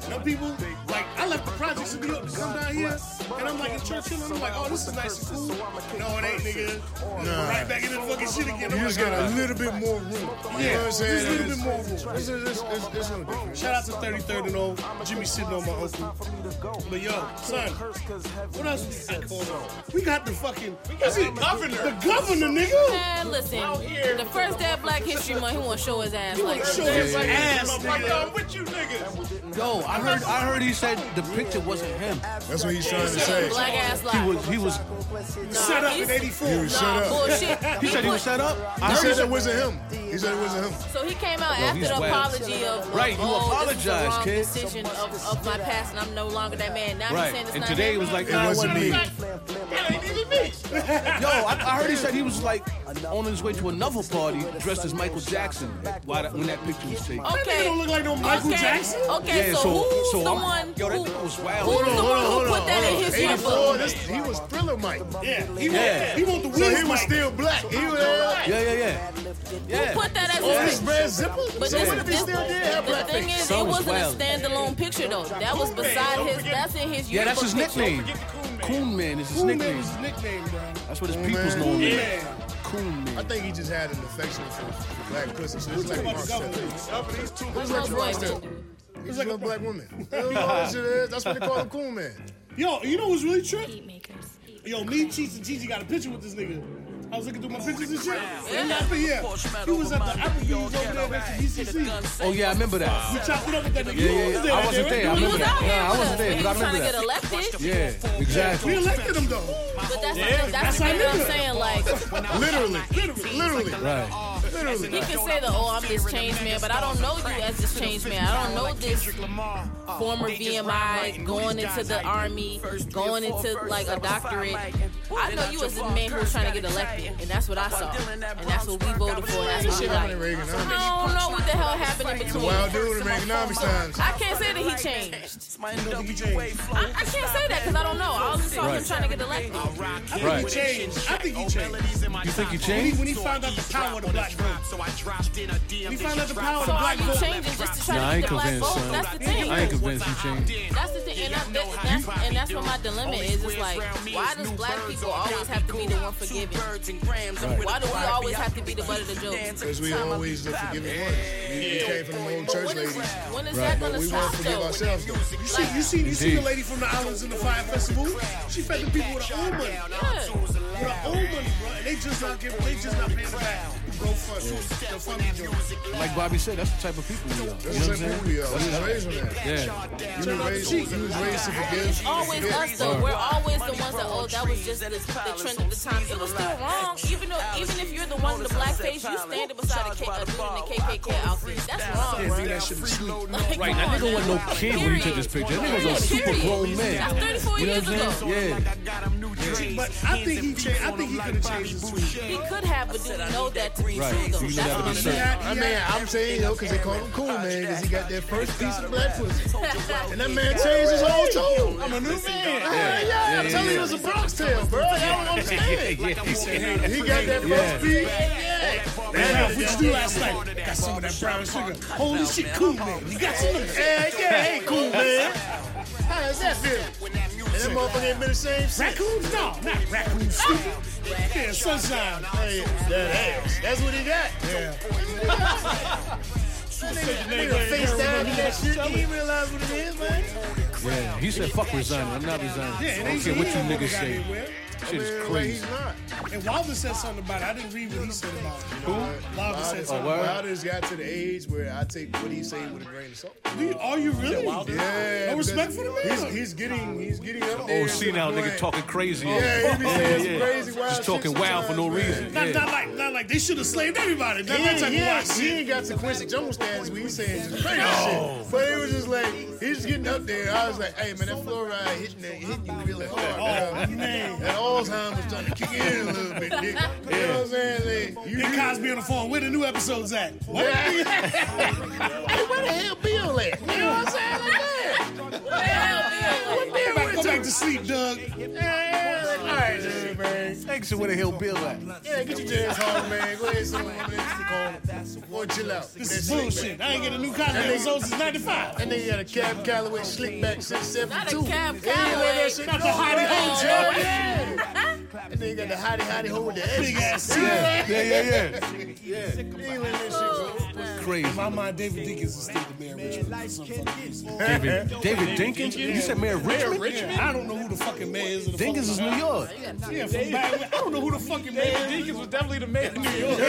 Speaker 2: Them people, like I left the projects in New York to come down here, and I'm like in church and I'm like, oh, this is nice and cool. No, it ain't, nigga.
Speaker 7: Nah.
Speaker 2: Right back into the fucking shit again.
Speaker 7: You
Speaker 2: I'm
Speaker 7: just
Speaker 2: like,
Speaker 7: got a little bit more room. You know what I'm
Speaker 2: just a
Speaker 7: saying?
Speaker 2: little bit
Speaker 7: It's-
Speaker 2: more room.
Speaker 7: It's, it's, it's, it's a little different.
Speaker 2: Shout out to 33rd and old Jimmy sitting on my uncle. But yo, son, what else we got going on? We got the fucking we got the governor. The governor, nigga.
Speaker 4: Man, listen. The first day of Black History Month, he want to show his ass like
Speaker 2: Show
Speaker 4: that.
Speaker 2: his ass, nigga.
Speaker 3: Yo, I heard. I heard he said the picture wasn't him.
Speaker 7: That's what he's trying to say.
Speaker 4: Black ass
Speaker 3: He
Speaker 4: lie.
Speaker 3: was. He was.
Speaker 2: Set up in
Speaker 7: He
Speaker 2: 84.
Speaker 7: was set
Speaker 4: Nah,
Speaker 7: up.
Speaker 4: bullshit.
Speaker 3: You said he was set up. I
Speaker 7: He
Speaker 3: heard he
Speaker 7: said
Speaker 3: said.
Speaker 7: it wasn't him. He said it wasn't him.
Speaker 4: So he came out
Speaker 3: Yo,
Speaker 4: after
Speaker 3: he's
Speaker 4: the
Speaker 3: whack.
Speaker 4: apology of
Speaker 3: Right, you
Speaker 4: oh, this is the
Speaker 3: apologize,
Speaker 4: wrong
Speaker 3: kid.
Speaker 4: Decision of, of my past, and I'm no longer that man. Now he's
Speaker 3: Right.
Speaker 4: saying it's
Speaker 3: And
Speaker 4: not
Speaker 3: today
Speaker 4: him.
Speaker 3: it was like,
Speaker 7: It
Speaker 3: nah, it
Speaker 7: wasn't me.
Speaker 3: (laughs) Yo, I, I heard he said he was like on his way to another party dressed as Michael Jackson while that, when that picture was taken.
Speaker 2: Nigga
Speaker 4: okay.
Speaker 2: don't look like no Michael
Speaker 4: okay.
Speaker 2: Jackson.
Speaker 4: Okay, so, who's the
Speaker 3: I'm-
Speaker 4: one?
Speaker 3: Yo, that
Speaker 4: who,
Speaker 3: nigga was
Speaker 4: who's
Speaker 3: wild.
Speaker 4: the one who put that in his yearbook?
Speaker 7: 84, this, he was Thriller Mike.
Speaker 2: Yeah, he
Speaker 3: Yeah.
Speaker 2: want, he want the
Speaker 7: So
Speaker 2: wheels.
Speaker 7: he was
Speaker 2: Mike.
Speaker 7: still black. He was uh,
Speaker 3: Yeah, yeah, yeah. Yeah.
Speaker 4: Put that as
Speaker 7: on
Speaker 4: his
Speaker 7: his red zipper.
Speaker 4: But
Speaker 7: So
Speaker 4: this,
Speaker 7: what if he
Speaker 4: this-
Speaker 7: still did have
Speaker 4: the thing
Speaker 7: blackface?
Speaker 4: is,
Speaker 3: Son
Speaker 4: it
Speaker 3: was
Speaker 4: wasn't
Speaker 3: wild.
Speaker 4: a standalone picture though. That was beside his. That's in his.
Speaker 3: Yeah, that's his
Speaker 4: yearbook picture.
Speaker 3: nickname. Coon Man is his
Speaker 2: Cool man
Speaker 3: nickname.
Speaker 2: was his nickname, bro.
Speaker 3: That's what his people's know him as.
Speaker 2: Yeah.
Speaker 3: Coon
Speaker 7: I
Speaker 3: Man.
Speaker 7: think he just had an affection for, for black pussy. So it's like
Speaker 2: About
Speaker 7: Mark
Speaker 2: the
Speaker 7: said.
Speaker 2: governor.
Speaker 7: It's
Speaker 4: Those
Speaker 7: like Mark
Speaker 4: white
Speaker 7: said.
Speaker 4: people.
Speaker 7: He's like a black woman. You know what shit is? That's what they call a cool man.
Speaker 2: Yo, you know what's really true? Yo, me, Cheats, and Gigi got a picture with this nigga. I I was looking through my pictures and shit. And after here, he was at the Apple. You was over there at the UCC.
Speaker 3: Oh yeah, I remember that.
Speaker 2: You chopped it up with that nigga.
Speaker 3: Yeah, yeah,
Speaker 2: You was
Speaker 3: yeah. I
Speaker 2: right?
Speaker 3: wasn't there. I
Speaker 2: You
Speaker 3: remember
Speaker 2: was
Speaker 3: that.
Speaker 2: out here
Speaker 3: Nah, I
Speaker 2: with
Speaker 3: wasn't
Speaker 2: us.
Speaker 3: there, but I
Speaker 4: trying to
Speaker 3: remember
Speaker 4: get
Speaker 3: that.
Speaker 4: elected.
Speaker 3: Yeah, exactly.
Speaker 2: We elected him though.
Speaker 4: But that's not, that's,
Speaker 2: That's
Speaker 4: the
Speaker 2: how
Speaker 4: thing
Speaker 2: I
Speaker 4: I'm
Speaker 2: knew.
Speaker 4: saying. Like
Speaker 2: Literally, literally, literally.
Speaker 3: Right.
Speaker 2: literally.
Speaker 4: he can say that, oh, I'm this change man, but I don't know you as this change man. I don't know this former VMI going into the army, going into like a doctorate. I know you as the man who was trying to get elected, and that's what I saw, and that's what we voted for. And that's what we like. I don't know what the hell happened in
Speaker 7: Wild
Speaker 4: between.
Speaker 7: dude in economics times.
Speaker 4: I can't say that he changed. I, I can't say that because I don't know. I only saw him
Speaker 3: Right.
Speaker 4: trying to get elected.
Speaker 2: He
Speaker 3: Right.
Speaker 2: changed. I think he changed.
Speaker 3: You think
Speaker 2: When he,
Speaker 3: you changed?
Speaker 2: when he found out the power of the black vote. When he found out the power of the
Speaker 4: So are
Speaker 2: black
Speaker 4: you
Speaker 2: vote.
Speaker 4: changing just to try
Speaker 3: Nah, I
Speaker 4: to
Speaker 3: ain't
Speaker 4: get the black
Speaker 3: convinced,
Speaker 4: vote?
Speaker 3: son.
Speaker 4: That's the thing.
Speaker 3: I ain't convinced you changed.
Speaker 4: That's the thing, and, I, that, that's, and that's where my dilemma is. It's like, why does black people always have to be the one forgiving? Why do we always have to be the butt of the joke?
Speaker 7: Because we always the forgiving ones. We we came from the old church ladies.
Speaker 4: When is
Speaker 3: Right.
Speaker 4: that gonna
Speaker 7: We
Speaker 4: stop
Speaker 7: want to forgive
Speaker 4: though?
Speaker 7: ourselves though.
Speaker 2: You see, you see, you see
Speaker 3: Indeed.
Speaker 2: the lady from the Islands in the Fire Festival. She fed the people with her own money.
Speaker 4: Yeah.
Speaker 2: With her own money, bro. And they just not giving. They just not paying it back. Go fund the funding joint.
Speaker 3: Like Bobby said, that's the type of people we are. You know what
Speaker 7: That's the
Speaker 3: I'm
Speaker 7: type of
Speaker 3: saying?
Speaker 7: who we are. We was raised on that.
Speaker 3: Yeah.
Speaker 7: You was raised, you was raised to forgive.
Speaker 4: Always
Speaker 7: forget.
Speaker 4: us though. We're always the ones that oh that was just the, the trend of the time. It was still wrong. Even though even if you're the one in the blackface, you standing beside a, K, a dude in a KKK outfit. That's wrong, bro.
Speaker 2: Do that shit in sleep.
Speaker 3: Right.
Speaker 4: Like, come
Speaker 3: That
Speaker 4: on
Speaker 3: nigga wasn't no
Speaker 4: now.
Speaker 3: kid when he took
Speaker 4: Period.
Speaker 3: this picture. That nigga was a
Speaker 4: Yeah,
Speaker 3: super
Speaker 4: period.
Speaker 3: grown man.
Speaker 4: That's 34
Speaker 3: You know what
Speaker 4: years
Speaker 3: I'm
Speaker 4: ago.
Speaker 3: saying? Yeah.
Speaker 2: But I think he changed. I think he could have changed his tweet.
Speaker 4: He could have, but do we know that to be
Speaker 3: Right.
Speaker 4: true though?
Speaker 3: You know
Speaker 4: That's
Speaker 3: that to
Speaker 4: what
Speaker 3: be
Speaker 4: I'm
Speaker 3: true.
Speaker 4: saying.
Speaker 2: (laughs)
Speaker 7: I mean, I'm saying though, because they call him cool, man, because he got that first piece of black pussy. And that man changed his whole tone. I'm a new man. Yeah, yeah, I'm telling you, it's a Bronx tale, bro. Y'all don't (laughs) understand. He got that first piece.
Speaker 2: Now, what you do last night? Got some of that brown sugar. Holy shit, cool man. You got some of that.
Speaker 7: Yeah, yeah, hey, cool, man. How does that feel? And that motherfucker ain't been the same since.
Speaker 2: Raccoons? No, not raccoons. Stupid. Yeah, sunshine.
Speaker 7: Hey, that ass. That's what he got.
Speaker 2: Yeah.
Speaker 7: Nigga face down in that shit. He ain't realize what it is, man.
Speaker 3: Yeah. He said, fuck resigning. I'm not resigning.
Speaker 2: Yeah,
Speaker 3: I
Speaker 2: it
Speaker 3: don't
Speaker 2: ain't
Speaker 3: care
Speaker 2: he
Speaker 3: what
Speaker 2: don't
Speaker 3: you
Speaker 2: wanna
Speaker 3: niggas
Speaker 2: go
Speaker 3: say.
Speaker 2: anywhere.
Speaker 3: Shit is
Speaker 7: Man,
Speaker 3: crazy.
Speaker 7: He's not.
Speaker 2: And Wilder said something about it. I didn't read what he said about it. Who? Wilder
Speaker 7: Oh.
Speaker 2: said something
Speaker 3: word?
Speaker 2: about
Speaker 7: Wilder's got to the age where I take what he's saying with a grain of salt.
Speaker 2: it. Do you- Are you really?
Speaker 7: Yeah,
Speaker 2: No respect
Speaker 7: because
Speaker 2: for the man.
Speaker 7: He's, he's getting, he's getting up there.
Speaker 3: Oh, see now, nigga talking crazy.
Speaker 7: Yeah, he be saying some
Speaker 3: Yeah.
Speaker 7: crazy wild
Speaker 3: Just
Speaker 7: shit
Speaker 3: talking wild for no
Speaker 7: sometimes, man.
Speaker 3: reason.
Speaker 2: Not, not
Speaker 3: Yeah.
Speaker 2: like, not like they should have slaved everybody. Not
Speaker 7: Yeah,
Speaker 2: that type
Speaker 7: yeah,
Speaker 2: of wild
Speaker 7: he
Speaker 2: shit.
Speaker 7: ain't got to Quincy Jones stands. We saying just crazy shit, but it was just like he's getting up there. I was like, hey man, that fluoride hitting that hitting you really hard.
Speaker 2: Oh, man.
Speaker 7: That Alzheimer's trying to kick in a little bit, nigga. You know what I'm saying? Like, you,
Speaker 2: Then Cosby on the phone. Where the new episodes at? What?
Speaker 7: hey, where the hell Bill at? You know what I'm saying? Like, man, what Bill
Speaker 2: Go back,
Speaker 7: went
Speaker 2: go
Speaker 7: to?
Speaker 2: back to sleep, Doug.
Speaker 7: Yeah, like, all right, dude, man.
Speaker 3: Thanks to where the hell Bill at.
Speaker 7: Yeah, get your James Harden, man. Go ahead, sit on over there in the corner. Or chill out.
Speaker 2: This is
Speaker 7: That's it, man.
Speaker 2: bullshit. I ain't get a new Cosby episode since 95.
Speaker 7: That nigga got a Cab Calloway slick back 672.
Speaker 4: Not a Cab
Speaker 7: Yeah, he wear
Speaker 4: Calloway.
Speaker 7: that shit.
Speaker 2: Not the hottie ho, Joe.
Speaker 7: That nigga got the hottie hottie ho with the edges.
Speaker 2: Big ass
Speaker 3: Yeah, yeah, yeah.
Speaker 7: He ain't wearing that shit, bro.
Speaker 3: Crazy.
Speaker 2: In my mind, David Dinkins is still the mayor of Richmond. for some fucking reason.
Speaker 3: David, David Dinkins? You said Mayor Richmond?
Speaker 2: I don't know who the fucking mayor is. of the
Speaker 3: Dinkins is
Speaker 2: fucking-
Speaker 3: New York.
Speaker 2: Yeah, from back. I don't know who the fucking mayor is.
Speaker 10: Dinkins was definitely the mayor of New York.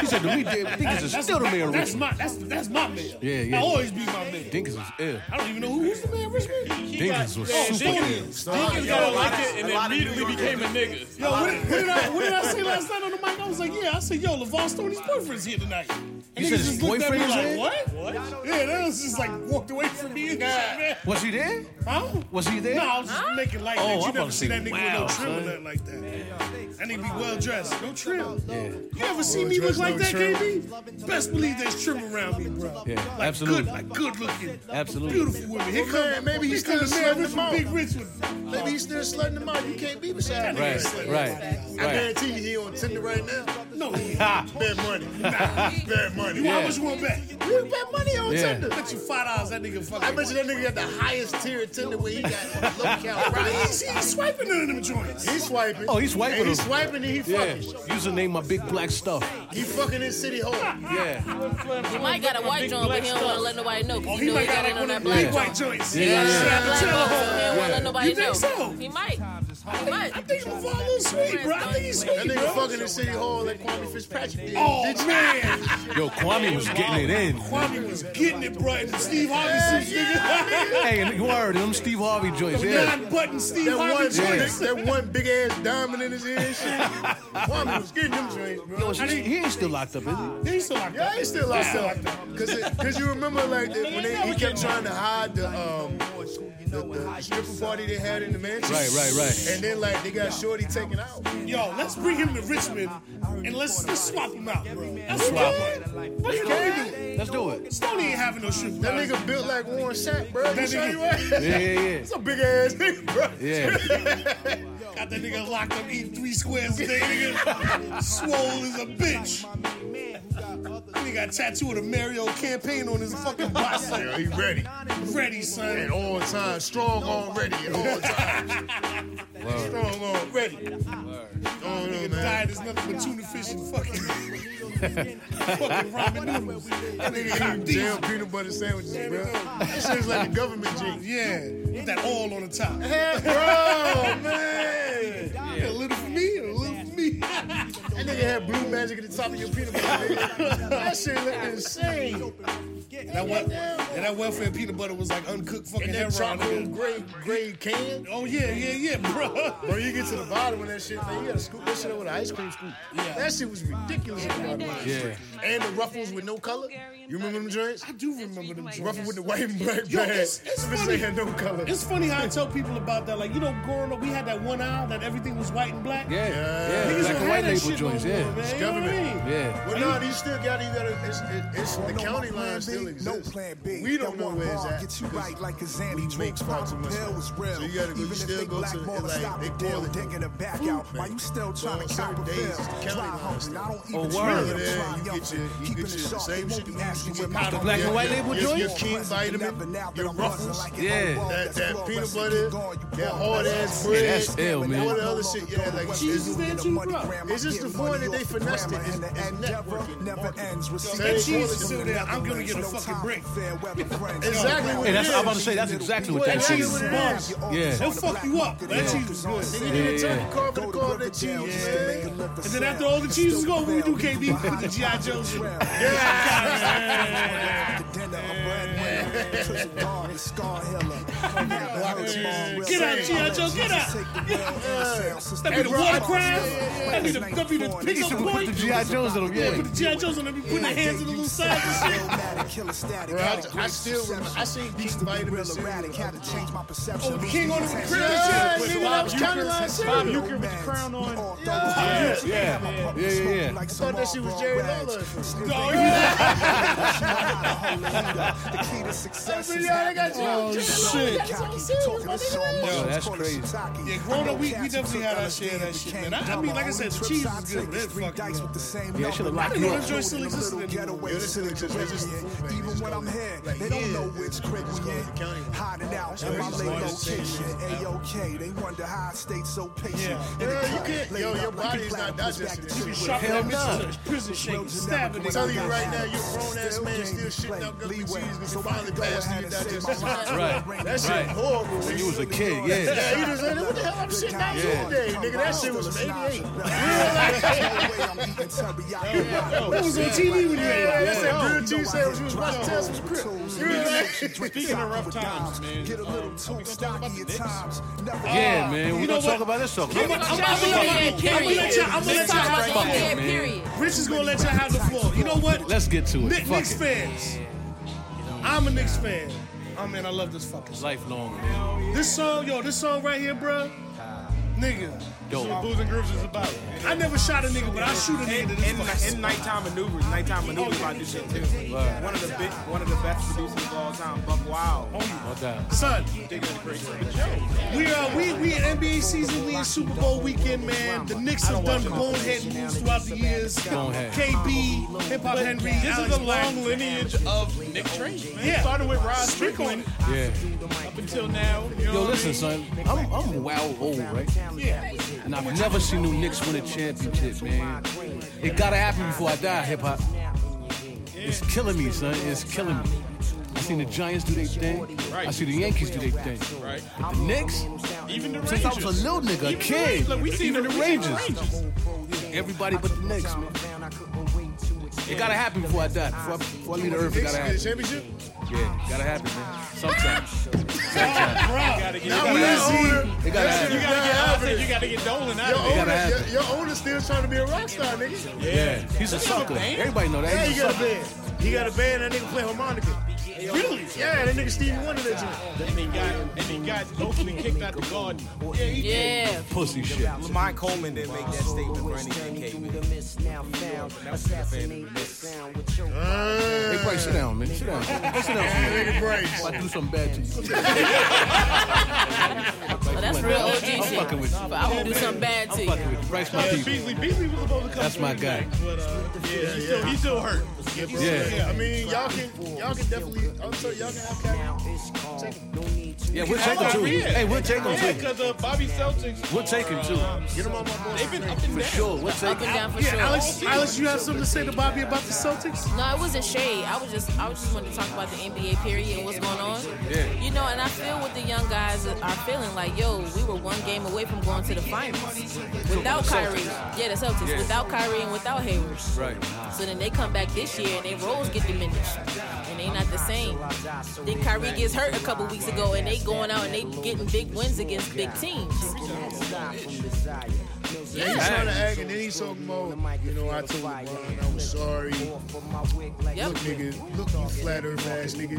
Speaker 3: He said to me, David Dinkins is
Speaker 2: That's-
Speaker 3: still the mayor of
Speaker 2: That's
Speaker 3: Richmond.
Speaker 2: my that's that's my mayor.
Speaker 3: Yeah, yeah.
Speaker 2: I always be my mayor.
Speaker 3: Dinkins is ill.
Speaker 2: I don't even know who- who's the mayor of Richmond.
Speaker 3: Dinkins was super ill.
Speaker 10: Dinkins got elected and immediately became a nigga.
Speaker 2: Yo, what did, what did I what did I say last night on the mic? I was like, yeah, I said, yo, LeVar Stoney's boyfriend's here tonight. And
Speaker 3: You
Speaker 2: niggas
Speaker 3: said his
Speaker 2: just looked at me
Speaker 3: boyfriend is
Speaker 2: like,
Speaker 3: here?
Speaker 2: what? What? Yeah, that was just like walked away from me and shit, man.
Speaker 3: Was he there?
Speaker 2: Huh?
Speaker 3: Was he there?
Speaker 2: No, I was just making light.
Speaker 3: Oh,
Speaker 2: that.
Speaker 3: I'm
Speaker 2: you
Speaker 3: about
Speaker 2: never
Speaker 3: to
Speaker 2: see
Speaker 3: say,
Speaker 2: that nigga
Speaker 3: wow,
Speaker 2: with no trim or
Speaker 3: son.
Speaker 2: nothing like that. That nigga be well dressed, no trim. You ever see
Speaker 7: Well
Speaker 2: me look
Speaker 7: dressed,
Speaker 2: like
Speaker 7: no
Speaker 2: that,
Speaker 7: trim.
Speaker 2: KB? Best believe there's trim around me, bro.
Speaker 3: Yeah,
Speaker 2: like
Speaker 3: absolutely.
Speaker 2: Good, like good looking,
Speaker 3: Absolutely.
Speaker 2: beautiful women. Here come,
Speaker 7: man, maybe he's
Speaker 2: here come
Speaker 7: still
Speaker 2: the man rich
Speaker 7: slutting them out.
Speaker 2: with big rich with.
Speaker 7: Maybe he's still slutting him out. You can't be beside him.
Speaker 3: Right, right,
Speaker 7: I
Speaker 3: right.
Speaker 7: guarantee you he on Tinder right now.
Speaker 2: No, yeah. (laughs)
Speaker 7: Bad money. Bad money.
Speaker 2: you how much you want back?
Speaker 7: You bet money on
Speaker 3: Yeah.
Speaker 7: Tinder.
Speaker 2: Bet you five dollars that nigga fucking.
Speaker 7: I bet you that nigga got the highest tier of Tinder where he got low count (laughs)
Speaker 2: He's,
Speaker 7: rides.
Speaker 2: he's swiping none of them joints.
Speaker 7: He's swiping.
Speaker 3: Oh, he's swiping
Speaker 7: And he's
Speaker 3: him.
Speaker 7: swiping and he
Speaker 3: Yeah.
Speaker 7: fucking.
Speaker 3: Username my big black stuff.
Speaker 7: He fucking in City Hall.
Speaker 3: Yeah.
Speaker 4: He might got a white joint, but he don't want to let nobody know.
Speaker 2: Oh,
Speaker 4: because
Speaker 2: he
Speaker 4: you know
Speaker 2: might
Speaker 4: he got
Speaker 2: got
Speaker 4: it
Speaker 2: like
Speaker 4: on
Speaker 2: one
Speaker 4: that
Speaker 2: of them
Speaker 4: black
Speaker 2: big
Speaker 4: joint.
Speaker 2: white joints.
Speaker 3: Yeah, yeah,
Speaker 4: He got
Speaker 2: Shout
Speaker 4: black
Speaker 2: out to
Speaker 4: joint,
Speaker 2: him.
Speaker 4: so he don't want to let nobody
Speaker 2: You think
Speaker 4: know.
Speaker 2: so?
Speaker 4: He might. What?
Speaker 2: I think LeVar a little sweet, bro. I think he's
Speaker 7: That
Speaker 2: sweet, bro.
Speaker 7: nigga fucking in City Hall like Kwame Fitzpatrick did.
Speaker 2: Oh,
Speaker 7: Did you-
Speaker 2: man.
Speaker 3: Yo, Kwame was getting it in.
Speaker 2: Kwame was getting it, bro. And the Steve Harvey suits,
Speaker 7: (laughs)
Speaker 2: nigga.
Speaker 3: Hey, and you heard them Steve Harvey joints, yeah.
Speaker 2: Nine button Steve
Speaker 7: That one,
Speaker 2: Harvey
Speaker 7: joint,
Speaker 2: joints.
Speaker 7: that one big ass diamond in his ear and shit. Kwame was getting them joints, bro.
Speaker 3: Yo, she- he ain't still locked up, is he?
Speaker 2: They still like
Speaker 7: Yeah,
Speaker 2: that.
Speaker 7: he still locked up. Cause, it, Cause you remember like that, when they, he kept trying to hide the um the, the stripper party they had in the mansion.
Speaker 3: Right, right, right.
Speaker 7: And then like they got Shorty taken out.
Speaker 2: Yo, let's bring him to Richmond and let's, let's swap him out, bro. That's what I want. What you gonna do?
Speaker 3: Let's do it.
Speaker 2: Stoney ain't having no shit.
Speaker 7: That nigga built like Warren Sapp, bro.
Speaker 2: That
Speaker 7: That
Speaker 2: nigga-
Speaker 7: nigga, you what?
Speaker 3: Yeah, yeah,
Speaker 7: That's a big ass nigga, bro.
Speaker 3: yeah. Yeah.
Speaker 2: Got that nigga locked up eating three squares a day, nigga. Swole as a bitch. Nigga got tattooed a Mario campaign on his fucking
Speaker 7: Yo,
Speaker 2: bicep.
Speaker 7: he ready.
Speaker 2: Ready,
Speaker 7: At
Speaker 2: son.
Speaker 7: all times. Strong on ready at all times. Strong on ready. Oh, no, man.
Speaker 2: Diet is nothing but tuna fish and fucking, fucking ramen noodles. That nigga
Speaker 7: Nigga
Speaker 2: eat
Speaker 7: eat damn
Speaker 2: diesel.
Speaker 7: peanut butter sandwiches, bro. That shit's like a government G.
Speaker 2: Yeah, with that oil on the top.
Speaker 7: Bro, man.
Speaker 2: A little for me, a little for me.
Speaker 7: That nigga had blue magic at the top of your peanut butter. nigga. that shit looked insane.
Speaker 2: That, wel- and that welfare peanut butter was like uncooked fucking
Speaker 7: And that
Speaker 2: heroin.
Speaker 7: charcoal
Speaker 2: nigga.
Speaker 7: gray gray can.
Speaker 2: Oh yeah, yeah, yeah, bro.
Speaker 7: Bro, you get to the bottom of that shit, man. You gotta scoop that shit up with an ice cream scoop. That shit was ridiculous. Yeah. And the ruffles with no color. You remember them joints?
Speaker 2: I do remember them. joints.
Speaker 7: Ruffle with the white and black
Speaker 2: Yo,
Speaker 7: bag.
Speaker 2: it's- it's
Speaker 7: This
Speaker 2: funny.
Speaker 7: ain't had no color.
Speaker 2: It's funny how I tell people about that. Like, you know, growing up, we had that one aisle that everything was white and black.
Speaker 3: Yeah.
Speaker 2: Niggas
Speaker 3: Black
Speaker 2: don't
Speaker 3: and
Speaker 2: have
Speaker 3: white
Speaker 2: that
Speaker 3: label
Speaker 2: shit
Speaker 3: joints,
Speaker 2: no more,
Speaker 3: yeah.
Speaker 2: man.
Speaker 7: It's
Speaker 2: You know what I
Speaker 7: government.
Speaker 2: mean?
Speaker 3: Yeah.
Speaker 7: Well, no, these still got these. that are- It's, it, it's the county line still
Speaker 11: No
Speaker 7: exists.
Speaker 11: plan B.
Speaker 7: We don't
Speaker 11: That
Speaker 7: know
Speaker 11: one
Speaker 7: where it's
Speaker 11: wrong
Speaker 7: at.
Speaker 11: Get you
Speaker 7: 'cause
Speaker 11: right like a
Speaker 7: we
Speaker 11: Xanny
Speaker 7: make
Speaker 11: drink.
Speaker 7: far too much
Speaker 11: Hell
Speaker 7: money.
Speaker 11: was real.
Speaker 7: So you gotta go- you
Speaker 11: Even if
Speaker 7: still
Speaker 11: they
Speaker 7: go to-
Speaker 11: blackball
Speaker 7: like,
Speaker 11: us, stop
Speaker 7: they
Speaker 11: the
Speaker 7: call
Speaker 11: deal,
Speaker 7: it
Speaker 11: digging it back
Speaker 7: food
Speaker 11: out. Why
Speaker 7: bank.
Speaker 11: you still
Speaker 7: So on
Speaker 11: trying to cop
Speaker 7: certain
Speaker 11: a
Speaker 7: days, it's
Speaker 11: bill?
Speaker 7: counted
Speaker 11: Dry
Speaker 7: on
Speaker 11: homes,
Speaker 7: still.
Speaker 11: I
Speaker 3: Oh,
Speaker 11: don't even
Speaker 3: word.
Speaker 11: try
Speaker 7: Over there,
Speaker 11: to
Speaker 7: you
Speaker 11: try
Speaker 7: get your- you
Speaker 11: nothing. Keeping
Speaker 7: get
Speaker 11: it
Speaker 7: your
Speaker 11: sharp. They
Speaker 7: same
Speaker 11: won't
Speaker 7: shit
Speaker 11: be
Speaker 7: you get
Speaker 11: asking
Speaker 7: your
Speaker 11: where
Speaker 7: powder
Speaker 11: my
Speaker 3: black and white label
Speaker 11: Your-
Speaker 7: joint?
Speaker 11: Your King Vitamin, your Ruffles,
Speaker 3: Yeah.
Speaker 7: That, that peanut butter, that hard ass bread,
Speaker 3: that's ill, man.
Speaker 7: all the other shit, yeah, like
Speaker 11: Cheese
Speaker 7: it's,
Speaker 11: is there too, bro.
Speaker 7: it's just the point that they finessed it. It's, it's networking.
Speaker 11: Never ends.
Speaker 2: That
Speaker 7: Hey,
Speaker 2: cheese
Speaker 7: well,
Speaker 2: is still there. I'm gonna get a fucking break.
Speaker 7: Exactly what
Speaker 3: Hey,
Speaker 7: it
Speaker 3: that's,
Speaker 7: is.
Speaker 3: I'm about to say, that's exactly what
Speaker 7: Well,
Speaker 3: that
Speaker 7: that
Speaker 3: cheese
Speaker 7: is
Speaker 3: is.
Speaker 7: what it is.
Speaker 3: Yeah.
Speaker 2: They'll fuck you up. but That cheese is good.
Speaker 7: They need to
Speaker 3: Yeah,
Speaker 7: turn the car for the car that cheese, man.
Speaker 11: And
Speaker 2: And then after all the cheese is gone, what we do KB put the GI Joes in.
Speaker 11: Get
Speaker 2: Get out, G.I. Joe, get out. That be the water crab. That be the, that be the
Speaker 3: He
Speaker 2: pickup
Speaker 3: should put
Speaker 2: point.
Speaker 3: the G.I. Joes in them,
Speaker 2: Yeah, put
Speaker 3: yeah.
Speaker 2: the G.I. Joes on them. Put the hands in the little sides and shit.
Speaker 7: Bro, I, I still remember. I seen these vitamins.
Speaker 11: Oh,
Speaker 2: the king on the crib.
Speaker 7: Yeah,
Speaker 2: With
Speaker 7: nigga, I
Speaker 2: Bob
Speaker 7: was counting like shit.
Speaker 2: Bob
Speaker 7: I
Speaker 2: Euchre with the crown on. No,
Speaker 11: Yeah,
Speaker 3: yeah, yeah, yeah, yeah. I
Speaker 7: thought that shit was Jerry Lawler.
Speaker 2: you not.
Speaker 11: The key to success
Speaker 7: But
Speaker 11: is
Speaker 7: yeah, they got
Speaker 11: having
Speaker 7: you.
Speaker 2: Oh, shit.
Speaker 3: Yo,
Speaker 11: Yo,
Speaker 3: Oh, that's crazy.
Speaker 2: Yeah, growing up, we- we definitely had our share of that shit, man. I- I mean, like I said, the cheese is good, but that fucking up, man.
Speaker 11: Yeah,
Speaker 3: should've
Speaker 11: I
Speaker 3: locked
Speaker 11: didn't
Speaker 3: you
Speaker 11: know
Speaker 3: up.
Speaker 11: that joint still existed
Speaker 2: Yeah,
Speaker 11: anymore.
Speaker 7: this still exists. It's just a food bank. They
Speaker 11: Even
Speaker 7: just
Speaker 11: when
Speaker 7: call
Speaker 11: I'm
Speaker 7: it-
Speaker 11: here,
Speaker 7: like,
Speaker 11: they don't
Speaker 7: yeah,
Speaker 11: know
Speaker 7: they
Speaker 11: which
Speaker 7: just
Speaker 11: crib
Speaker 7: call
Speaker 11: we
Speaker 7: it
Speaker 11: in.
Speaker 7: the county one.
Speaker 11: Hiding out
Speaker 7: Yeah,
Speaker 11: in my
Speaker 7: it's
Speaker 11: late
Speaker 7: one
Speaker 11: location.
Speaker 7: station.
Speaker 11: A-OK, they wonder how I stayed so patient.
Speaker 2: Yeah.
Speaker 11: In the
Speaker 7: Yeah, you
Speaker 11: cut,
Speaker 7: can't-
Speaker 11: laid
Speaker 7: yo,
Speaker 11: up
Speaker 7: your
Speaker 11: like a
Speaker 7: body's
Speaker 11: black
Speaker 7: not
Speaker 11: bitch back
Speaker 7: digesting
Speaker 11: in
Speaker 7: that shit.
Speaker 11: Cuba.
Speaker 2: Shot
Speaker 3: Hell
Speaker 2: that bitch to the prison shaking, stabbing
Speaker 7: I'm
Speaker 2: it.
Speaker 7: telling you right now, your grown ass man still shitting out government cheese
Speaker 11: Leeway.
Speaker 7: because
Speaker 11: So
Speaker 7: you
Speaker 11: I
Speaker 7: finally
Speaker 11: can go
Speaker 7: passed
Speaker 11: ahead
Speaker 7: through your
Speaker 11: and say my
Speaker 7: digestion.
Speaker 11: mind.
Speaker 3: Right.
Speaker 7: That shit
Speaker 3: Right.
Speaker 7: horrible.
Speaker 3: When
Speaker 7: nigga.
Speaker 3: you was a kid,
Speaker 2: (laughs)
Speaker 3: yeah.
Speaker 7: Yeah, he just like, what the hell? I'm shitting out
Speaker 3: Yeah.
Speaker 7: your day, nigga. That shit was from 88.
Speaker 11: It
Speaker 2: That was on TV when you
Speaker 7: Yeah,
Speaker 2: ate
Speaker 7: yeah,
Speaker 2: it.
Speaker 7: that's that real cheese sandwich you was watching Tales from the Crypt. You know what I'm saying?
Speaker 11: Speaking of rough times, man. um, Get a little too stocky at times.
Speaker 3: Yeah, man. We're
Speaker 2: know
Speaker 3: going to talk
Speaker 2: what?
Speaker 3: about this stuff.
Speaker 2: I'm gonna let y'all. I'm gonna let y'all have the floor.
Speaker 3: it, man.
Speaker 4: period.
Speaker 2: Rich is gonna let y'all have the floor. You know what?
Speaker 3: Let's get to it.
Speaker 2: Nick,
Speaker 3: Fuck
Speaker 2: Knicks
Speaker 3: it.
Speaker 2: fans. I'm a Knicks fan. Oh man, I love this fucking song.
Speaker 3: Lifelong, man.
Speaker 2: This song, yo, this song right here, bruh. Nigga,
Speaker 3: Dope.
Speaker 1: Blues and grooves is about it.
Speaker 2: I never shot a nigga, but I shoot a nigga to this
Speaker 5: In,
Speaker 2: fucking
Speaker 5: in nighttime maneuvers, nighttime maneuvers about this shit too. One of the big, one of the best producers of all time, Buck Wild.
Speaker 3: No doubt.
Speaker 2: Son, we are we we in NBA season, we in Super Bowl weekend, man. The Knicks have done bonehead moves throughout the years.
Speaker 3: Bonehead.
Speaker 2: KB, Hip Hop Henry,
Speaker 1: This
Speaker 2: Alex
Speaker 1: is a
Speaker 2: Black.
Speaker 1: long lineage of Nick Trace, man.
Speaker 2: Yeah.
Speaker 1: Started with Rod
Speaker 2: Strickland.
Speaker 1: Strickland
Speaker 3: Yeah.
Speaker 1: up until now. You know
Speaker 3: Yo,
Speaker 1: what I
Speaker 3: listen,
Speaker 1: mean?
Speaker 3: son. I'm, I'm wow old, right?
Speaker 2: Yeah.
Speaker 3: And I've never seen the Knicks win a championship, man. It gotta happen before I die, hip hop. It's killing me, son. It's killing me. I seen the Giants do their thing. I see the Yankees do their thing.
Speaker 6: Right.
Speaker 3: But the Knicks,
Speaker 1: even the
Speaker 3: since I
Speaker 1: Rangers.
Speaker 3: was a little nigga, a
Speaker 1: Even the
Speaker 3: kid,
Speaker 1: Rangers. Look, we seen
Speaker 3: even
Speaker 1: the-
Speaker 3: the
Speaker 1: we seen the
Speaker 3: Rangers. Everybody but the Knicks, man. It gotta happen before I die. Before I, before I leave the earth, it
Speaker 7: Knicks
Speaker 3: gotta
Speaker 7: win the
Speaker 3: happen.
Speaker 7: championship?
Speaker 3: Yeah, gotta happen, man. Sometimes.
Speaker 7: Sometimes. Now
Speaker 3: It
Speaker 7: we
Speaker 3: gotta
Speaker 7: see.
Speaker 3: happen. It gotta happen.
Speaker 1: You gotta get out of it. You gotta get Dolan out
Speaker 7: Your
Speaker 1: of it.
Speaker 7: owner,
Speaker 3: happen.
Speaker 7: your, your owner's still trying to be a rock star, nigga.
Speaker 3: Yeah, he's a sucker. Everybody know
Speaker 7: Yeah,
Speaker 3: that.
Speaker 7: he
Speaker 3: He's a
Speaker 7: got a
Speaker 3: sucker.
Speaker 7: band. He got a band. That nigga play harmonica.
Speaker 2: Really?
Speaker 7: Yeah, that nigga Stevie Wonder that
Speaker 1: And he got and he got locally kicked out the garden.
Speaker 4: Yeah.
Speaker 3: Pussy shit.
Speaker 5: Lamont Coleman didn't make that statement for anything, K.
Speaker 3: Hey, Bryce, sit down, man. Sit down. Sit down.
Speaker 7: Nigga Bryce.
Speaker 3: If I do something bad to you.
Speaker 4: Oh, that's real OG shit.
Speaker 3: I'm fucking with you.
Speaker 4: But I'm gonna do something bad to
Speaker 3: I'm
Speaker 4: you.
Speaker 3: fucking with you. Bryce, my
Speaker 1: Yeah,
Speaker 3: people.
Speaker 1: Beasley, Beasley was supposed to come.
Speaker 3: That's my guy.
Speaker 1: But uh, yeah, he's still, he's still hurt.
Speaker 7: Yeah, bro.
Speaker 3: Yeah.
Speaker 7: yeah. I mean, y'all can, y'all can definitely. I'm sorry, y'all can have Cap. Check him.
Speaker 3: Yeah, we'll take him too. Hey, we'll take him
Speaker 1: Yeah,
Speaker 3: too.
Speaker 1: because uh, Bobby Celtics.
Speaker 3: We'll take him too.
Speaker 7: Get him on my board.
Speaker 1: They've been up and down.
Speaker 3: Sure, we'll take
Speaker 4: Up and
Speaker 3: him.
Speaker 4: down for sure.
Speaker 7: Alex, you have something to say to Bobby about the Celtics?
Speaker 4: No, it wasn't shade. I was just I was just wanted to talk about the NBA period and what's going on.
Speaker 3: Yeah.
Speaker 4: You know, and I feel what the young guys are feeling like, yo, we were one game away from going to the finals. Without Kyrie. Yeah, the Celtics. Without Kyrie and without Hayward.
Speaker 3: Right.
Speaker 4: So then they come back this year and their roles get diminished. And they not the same. Then Kyrie gets hurt a couple weeks ago and they going out and they getting big wins against big teams.
Speaker 7: He's
Speaker 4: Yeah.
Speaker 7: trying to act, and then he's talking about, you know, I told LeBron I was sorry.
Speaker 4: Yep.
Speaker 7: Look, nigga, look, you flat earth ass nigga.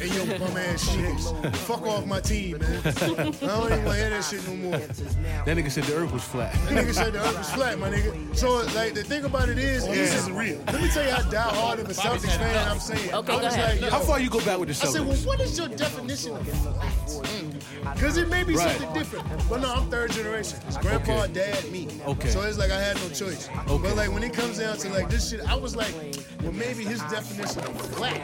Speaker 7: And your bum ass shit. Fuck off my team, man. I don't even want to hear that shit no more.
Speaker 3: That nigga said the earth was flat.
Speaker 7: That nigga said the earth is flat, my nigga. So, like, the thing about it is,
Speaker 2: This
Speaker 7: is
Speaker 2: is real.
Speaker 7: let me tell you how die hard of a Celtics fan I'm saying.
Speaker 4: Okay,
Speaker 7: I
Speaker 4: go
Speaker 7: was
Speaker 4: ahead.
Speaker 7: like, yo,
Speaker 3: How far you go back with the
Speaker 7: I said, well,
Speaker 3: Celtics?
Speaker 7: what is your definition of flat? Because it may be
Speaker 3: Right.
Speaker 7: something different. But no, I'm third generation. It's grandpa,
Speaker 3: Okay.
Speaker 7: dad, me.
Speaker 3: Okay.
Speaker 7: So it's like I had no choice.
Speaker 3: Okay.
Speaker 7: But like when it comes down to like this shit, I was like, well, maybe his definition of flat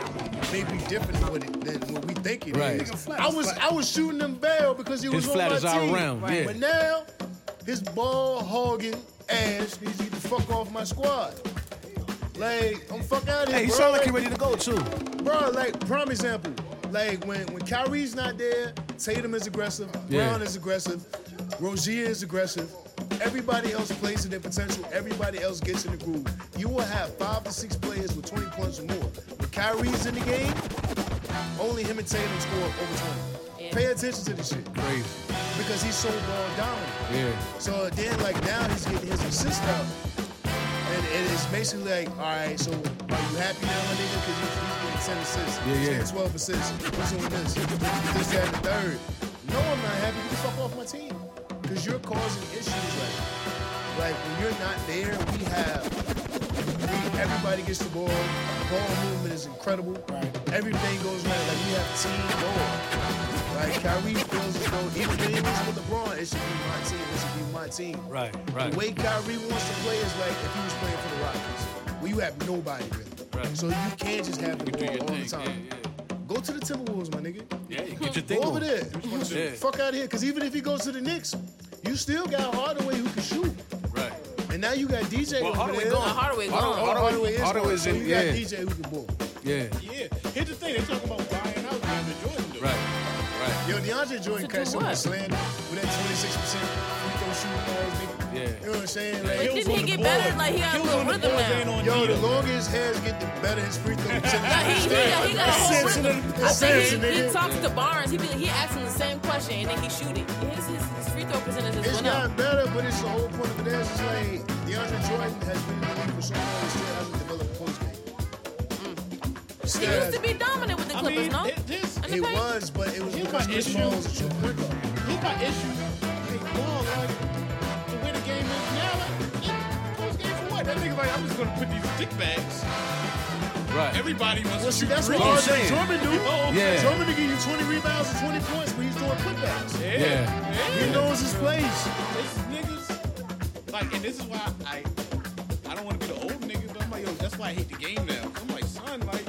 Speaker 7: may be different than what, it, than what we think it is.
Speaker 3: Right.
Speaker 7: I was I was shooting him bail because he was
Speaker 3: His
Speaker 7: on
Speaker 3: flat
Speaker 7: my
Speaker 3: is all
Speaker 7: team.
Speaker 3: around, yeah.
Speaker 7: But now his ball hogging ass needs to get the fuck off my squad. Like, I'm fuck out of here.
Speaker 3: Hey, he
Speaker 7: bro.
Speaker 3: sound like he ready to go too.
Speaker 7: Bro, like prime example, like when when Kyrie's not there, Tatum is aggressive,
Speaker 3: Yeah.
Speaker 7: Brown is aggressive, Rozier is aggressive. Everybody else plays to their potential. Everybody else gets in the groove. You will have five to six players with 20 points or more. When Kyrie's in the game, only him and Tatum score over 20.
Speaker 4: Yeah.
Speaker 7: Pay attention to this shit
Speaker 3: Crazy.
Speaker 7: because he's so ball dominant.
Speaker 3: Yeah.
Speaker 7: So then, like now, he's getting his assist out, and it is basically like, all right, so are you happy now, my nigga? Because he's, he's getting ten assists,
Speaker 3: Yeah, yeah.
Speaker 7: 10, 12 assists. He's doing this, this, that, and the third. No, I'm not happy. Get the fuck off my team, because you're causing issues. Like, like when you're not there, we have. we- Everybody gets the ball. Ball movement is incredible. Right. Everything goes right. Like we have team ball. Like Kyrie feels as though even if it was with LeBron, it should be my team. It should be my team.
Speaker 3: Right, right.
Speaker 7: The way Kyrie wants to play is like if he was playing for the Rockets, where you have nobody really.
Speaker 3: Right.
Speaker 7: So you can't just have the
Speaker 3: Do
Speaker 7: ball
Speaker 3: your
Speaker 7: all
Speaker 3: thing.
Speaker 7: the time.
Speaker 3: Yeah,
Speaker 7: Go to the Timberwolves, my nigga.
Speaker 3: yeah. Yeah, get your
Speaker 7: Go
Speaker 3: thing
Speaker 7: over
Speaker 3: on.
Speaker 7: there.
Speaker 3: Yeah.
Speaker 7: Fuck out of here. Because even if he goes to the Knicks, you still got Hardaway who can shoot.
Speaker 3: Right.
Speaker 7: And now you got DJ
Speaker 3: Well,
Speaker 7: over
Speaker 3: Hardaway
Speaker 7: there.
Speaker 4: Uh, Hardaway
Speaker 7: Oh,
Speaker 4: gone.
Speaker 7: Hardaway, is
Speaker 3: Hardaway's
Speaker 7: gone.
Speaker 3: in-
Speaker 7: So you got
Speaker 3: yeah.
Speaker 7: DJ who can ball.
Speaker 3: Yeah.
Speaker 1: Yeah. Here's the thing. They talking about buying out DeAndre Jordan. Though.
Speaker 3: Right. Right.
Speaker 7: Yo, DeAndre Jordan
Speaker 4: To do
Speaker 7: catch some
Speaker 4: what?
Speaker 7: slander with that 26 percent free throw shooting all nigga.
Speaker 3: Yeah.
Speaker 7: You know what I'm saying? Like,
Speaker 4: But
Speaker 7: yo,
Speaker 4: didn't he get better? Like he got a little rhythm now.
Speaker 7: yo, the longer his hair's get, the better his free throw
Speaker 4: Nah, he, he,
Speaker 7: percentage.
Speaker 4: got, he got a whole
Speaker 7: Sense
Speaker 4: rhythm.
Speaker 7: of the-
Speaker 4: I
Speaker 7: sense of
Speaker 4: think he,
Speaker 7: it.
Speaker 4: he talks to Barnes. He be, he asks him the same question and then he shoot it. His, his, his free throw percentage has
Speaker 7: It's
Speaker 4: went up.
Speaker 7: not better, but it's the whole point of it is it's like DeAndre Jordan has been in the league for so long and still hasn't developed post game.
Speaker 4: He
Speaker 7: Still
Speaker 4: used to
Speaker 7: hasn't.
Speaker 4: be dominant with the
Speaker 1: I
Speaker 4: Clippers,
Speaker 1: mean,
Speaker 4: no?
Speaker 1: it- this
Speaker 4: In the
Speaker 7: He
Speaker 4: paint?
Speaker 7: was, but it was
Speaker 1: Here's
Speaker 7: because
Speaker 1: my
Speaker 7: Chris
Speaker 1: issue.
Speaker 7: Paul was a true point guard.
Speaker 1: Here's my issue. They ball like the way the game is now. Like, it- post game for what? That nigga like I'm just gonna put these dick bags.
Speaker 3: Right.
Speaker 1: Everybody wants
Speaker 7: Well,
Speaker 1: to
Speaker 7: see,
Speaker 1: shoot
Speaker 7: that's
Speaker 1: threes.
Speaker 7: what
Speaker 3: I'm
Speaker 7: Hard-
Speaker 3: saying.
Speaker 7: Drummond do.
Speaker 3: Yeah.
Speaker 7: Drummond to give you 20 rebounds and 20 points, but he's doing putbacks.
Speaker 1: Yeah.
Speaker 3: Yeah.
Speaker 1: yeah.
Speaker 7: He knows his place.
Speaker 1: This is niggas. Like, and this is why I I don't want to be the old nigga, but I'm like, yo, that's why I hate the game now. I'm like, son, like,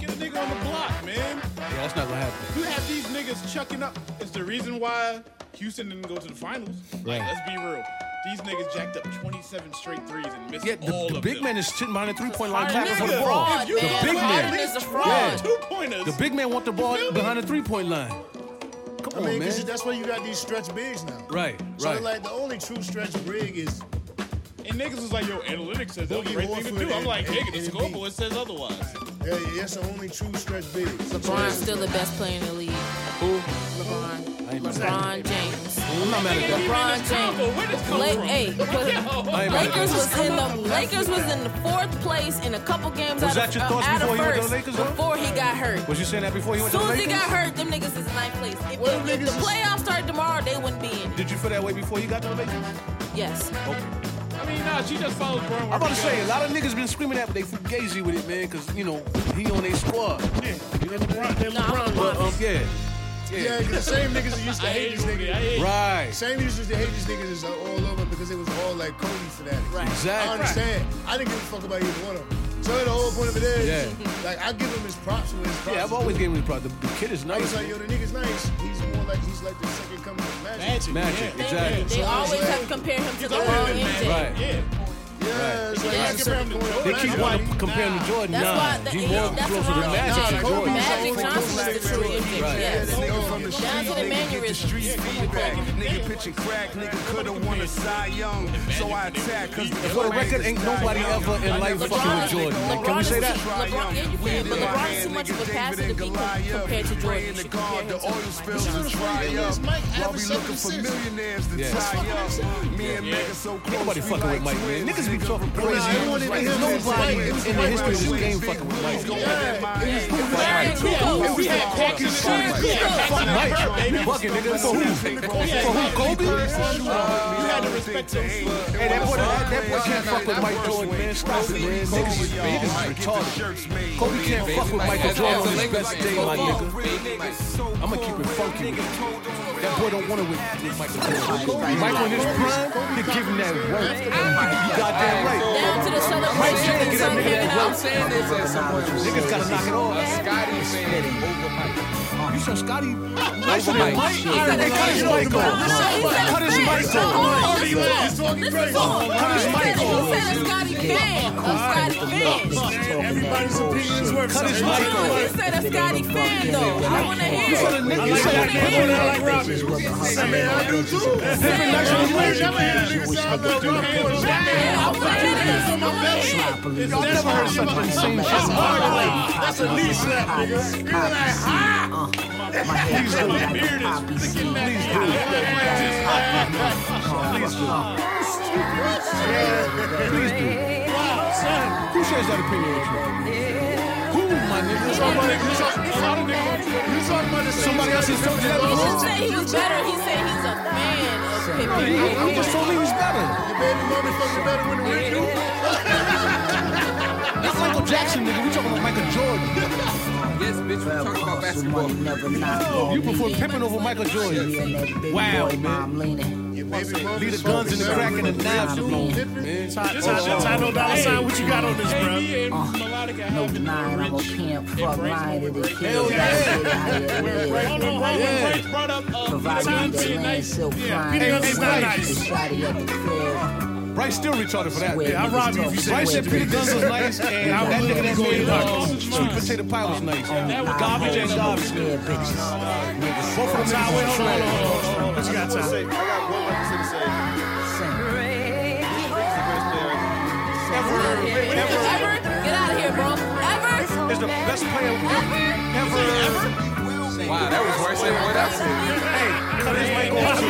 Speaker 1: get a nigga on the block, man.
Speaker 3: Yeah, that's not gonna happen.
Speaker 1: You have these niggas chucking up. It's the reason why Houston didn't go to the finals. Like,
Speaker 3: Right.
Speaker 1: let's be real. These niggas jacked up 27 straight threes and missed
Speaker 3: Yeah, the,
Speaker 1: all
Speaker 3: the
Speaker 1: of
Speaker 3: big
Speaker 1: them.
Speaker 3: man is sitting behind the three-point line
Speaker 1: Nigga,
Speaker 3: clapping for the
Speaker 1: fraud,
Speaker 3: ball.
Speaker 1: man.
Speaker 3: the big
Speaker 1: Harden
Speaker 3: man.
Speaker 1: is a fraud. Two-pointers.
Speaker 3: The big man want the ball behind the three-point line.
Speaker 7: I
Speaker 3: Come on,
Speaker 7: mean,
Speaker 3: man.
Speaker 7: because that's why you got these stretch bigs now.
Speaker 3: Right,
Speaker 7: So
Speaker 3: right.
Speaker 7: like the only true stretch big is
Speaker 1: And niggas was like, yo, analytics says that's a great thing to do. I'm like, nigga, the scoreboard says otherwise.
Speaker 7: yeah, yeah, it's the only true stretch big.
Speaker 4: LeBron's still the best player in the league.
Speaker 3: Who?
Speaker 4: LeBron.
Speaker 3: LeBron
Speaker 4: James.
Speaker 3: I'm not mad at
Speaker 4: LeBron
Speaker 3: that.
Speaker 4: James. La-
Speaker 3: I
Speaker 4: hey,
Speaker 3: ain't mad at
Speaker 4: Lakers
Speaker 3: that.
Speaker 4: was in the Lakers was in the fourth place in a couple games
Speaker 3: Was
Speaker 4: out of,
Speaker 3: that your
Speaker 4: uh,
Speaker 3: thoughts
Speaker 4: out of
Speaker 3: before he went to the
Speaker 4: first
Speaker 3: Lakers, though?
Speaker 4: before he got hurt.
Speaker 3: Was you saying that before he
Speaker 4: As
Speaker 3: went to
Speaker 4: soon
Speaker 3: the
Speaker 4: as he
Speaker 3: Lakers?
Speaker 4: got hurt, them niggas is ninth place. If,
Speaker 3: Well,
Speaker 4: if the
Speaker 3: niggas is-
Speaker 4: playoffs started tomorrow, they wouldn't be in.
Speaker 3: Did you feel that way before you got to the Lakers?
Speaker 4: Yes.
Speaker 1: I mean, nah, she just follows Brown.
Speaker 3: I'm about to say, a lot of niggas been screaming at, but they fugazi with it, man, because, you know, he on their squad. Yeah. You know what I'm saying? But, um, yeah.
Speaker 7: Yeah, 'cause the same niggas
Speaker 1: (laughs)
Speaker 7: that used to
Speaker 3: I
Speaker 7: hate these
Speaker 3: hate you,
Speaker 7: niggas.
Speaker 3: I hate you. Right.
Speaker 7: Same niggas used to hate these niggas is all over because it was all like Kobe fanatics.
Speaker 3: Right. Exactly.
Speaker 7: I understand. I didn't give a fuck about either one of them. So the whole point of it is,
Speaker 3: Yeah.
Speaker 7: like, I give him his props when his props.
Speaker 3: Yeah, I've always given him the pride. The, the kid is
Speaker 7: I was
Speaker 3: nice.
Speaker 7: like, yo, the nigga's nice. He's more like he's like the second coming of Magic.
Speaker 3: Magic, Magic, yeah. exactly.
Speaker 4: They always have compared him to
Speaker 7: He's
Speaker 4: the
Speaker 7: always
Speaker 4: wrong
Speaker 7: been
Speaker 4: MJ.
Speaker 3: Right.
Speaker 1: Yeah.
Speaker 7: Yeah, it's like
Speaker 4: Yeah.
Speaker 7: he's a second coming of
Speaker 3: They keep
Speaker 7: Magic.
Speaker 3: wanting to compare him to Jordan.
Speaker 7: That's
Speaker 3: nah,
Speaker 7: why the-
Speaker 3: he
Speaker 7: yeah,
Speaker 3: more
Speaker 7: that's
Speaker 3: closer to
Speaker 7: wrong.
Speaker 3: Magic
Speaker 7: Nah,
Speaker 3: than
Speaker 7: Kobe's
Speaker 3: Jordan.
Speaker 7: Magic
Speaker 4: Magic Johnson was the true
Speaker 3: Right.
Speaker 4: MJ. Yes. Down to the
Speaker 12: Nigga
Speaker 4: mannerisms.
Speaker 12: street feedback. Nigga pitching crack. Nigga coulda won a Cy Young. So I attack. Cause the
Speaker 3: For the
Speaker 12: Lakers
Speaker 3: record, ain't
Speaker 12: is
Speaker 3: nobody
Speaker 12: not
Speaker 3: ever in
Speaker 12: young.
Speaker 3: life fucking with Jordan. Like, can we say that?
Speaker 4: LeBron, yeah, you can, but LeBron's too much of a passer to be com- compared to Jordan. You should compare him to
Speaker 12: Bills
Speaker 4: LeBron.
Speaker 12: to dry up. While we looking for millionaires to
Speaker 3: Yeah.
Speaker 12: tie up. Me and Mega so
Speaker 3: Ain't
Speaker 12: close.
Speaker 3: Nobody
Speaker 12: we
Speaker 3: fucking with
Speaker 12: like
Speaker 3: Mike, man.
Speaker 12: twins. Nah, everyone in the history is white. It's white
Speaker 3: Niggas be talking crazy. There's nobody in in the history of this
Speaker 12: right
Speaker 3: game
Speaker 12: now.
Speaker 3: fucking with Mike.
Speaker 12: If we had Kobe,
Speaker 3: Fuck Mike. Fucking nigga. For who? For who? Kobe? Hey, that boy, that, that boy can't fuck with Mike Jordan, man. Stop it, man. Niggas is, niggas is retarded. Kobe can't fuck with Michael Jordan on his best day, my nigga. I'ma keep it funky with you. That boy don't want to win with Michael Jordan. Michael in his prime, he give him that work. You goddamn right.
Speaker 4: Down to the
Speaker 3: Mike trying to
Speaker 4: celebration.
Speaker 3: get that nigga that work.
Speaker 6: I'm saying this at some point.
Speaker 3: Niggas gotta knock it off.
Speaker 6: Scotty fan over Mike.
Speaker 3: You saw Scotty?
Speaker 6: Over Mike.
Speaker 3: They cut his mic off. Cut his mic off. Cut his mic off.
Speaker 7: Everybody's opinions were
Speaker 3: Cut his mic
Speaker 4: No, you
Speaker 3: off.
Speaker 4: said a Scotty fan though. I want to hear.
Speaker 3: You said a
Speaker 4: it.
Speaker 3: nigga.
Speaker 4: I
Speaker 3: You
Speaker 4: wanna
Speaker 3: said a
Speaker 4: hear
Speaker 3: nigga.
Speaker 4: it.
Speaker 3: I like Robin. I mean, I do too. Pippen actually played. Never had a nigga sound like Robin. Y'all never heard such insane shit. That's a knee slap, nigga. You're like, ha! Please do. Please do. Please do. Please do. Wow, son. Who shares that opinion with you? Who, my nigga? Somebody, you talking you talking about this- somebody else has told you that
Speaker 4: He
Speaker 3: before?
Speaker 4: didn't say he was better. He said he's a fan of Pippen.
Speaker 3: You just told me he was better. Your baby mommy fucking better when the ring you. That's Michael Jackson, nigga. We talking about Michael Jordan.
Speaker 6: Yes, bitch, we talking about basketball.
Speaker 3: You prefer Pippin over Michael Jordan. Wow, man. Leave the guns and the crack and the knives alone, man.
Speaker 2: Just Tino Dollar Sign, what you got on this, bro?
Speaker 11: No mind, I'm a pimp, fuck lying to the kids.
Speaker 2: Hell yeah.
Speaker 11: Hold on,
Speaker 2: Right, yeah.
Speaker 11: Frank brought up
Speaker 3: time being nice.
Speaker 11: silk
Speaker 3: Yeah,
Speaker 11: flying.
Speaker 3: being nice is not
Speaker 11: Keep
Speaker 3: nice.
Speaker 11: the shoddy up the field.
Speaker 3: Bryce still retarded for that.
Speaker 11: Swear niggas talk
Speaker 3: Bryce said
Speaker 11: swear
Speaker 3: Peter
Speaker 11: niggas.
Speaker 3: Guns was nice, and
Speaker 11: Yeah.
Speaker 3: that nigga that
Speaker 11: Go
Speaker 3: made
Speaker 11: in
Speaker 3: uh,
Speaker 11: pockets.
Speaker 3: sweet potato pie was nice. Garbage
Speaker 11: Garbage
Speaker 3: and garbage. Both of them niggas was trash. What you got, Ty?
Speaker 13: I got one record to say.
Speaker 4: Ever? Get out of here, bro. Ever?
Speaker 3: Is the best player
Speaker 4: ever.
Speaker 6: Wow, that was worse than what I said.
Speaker 3: Cut his mic off.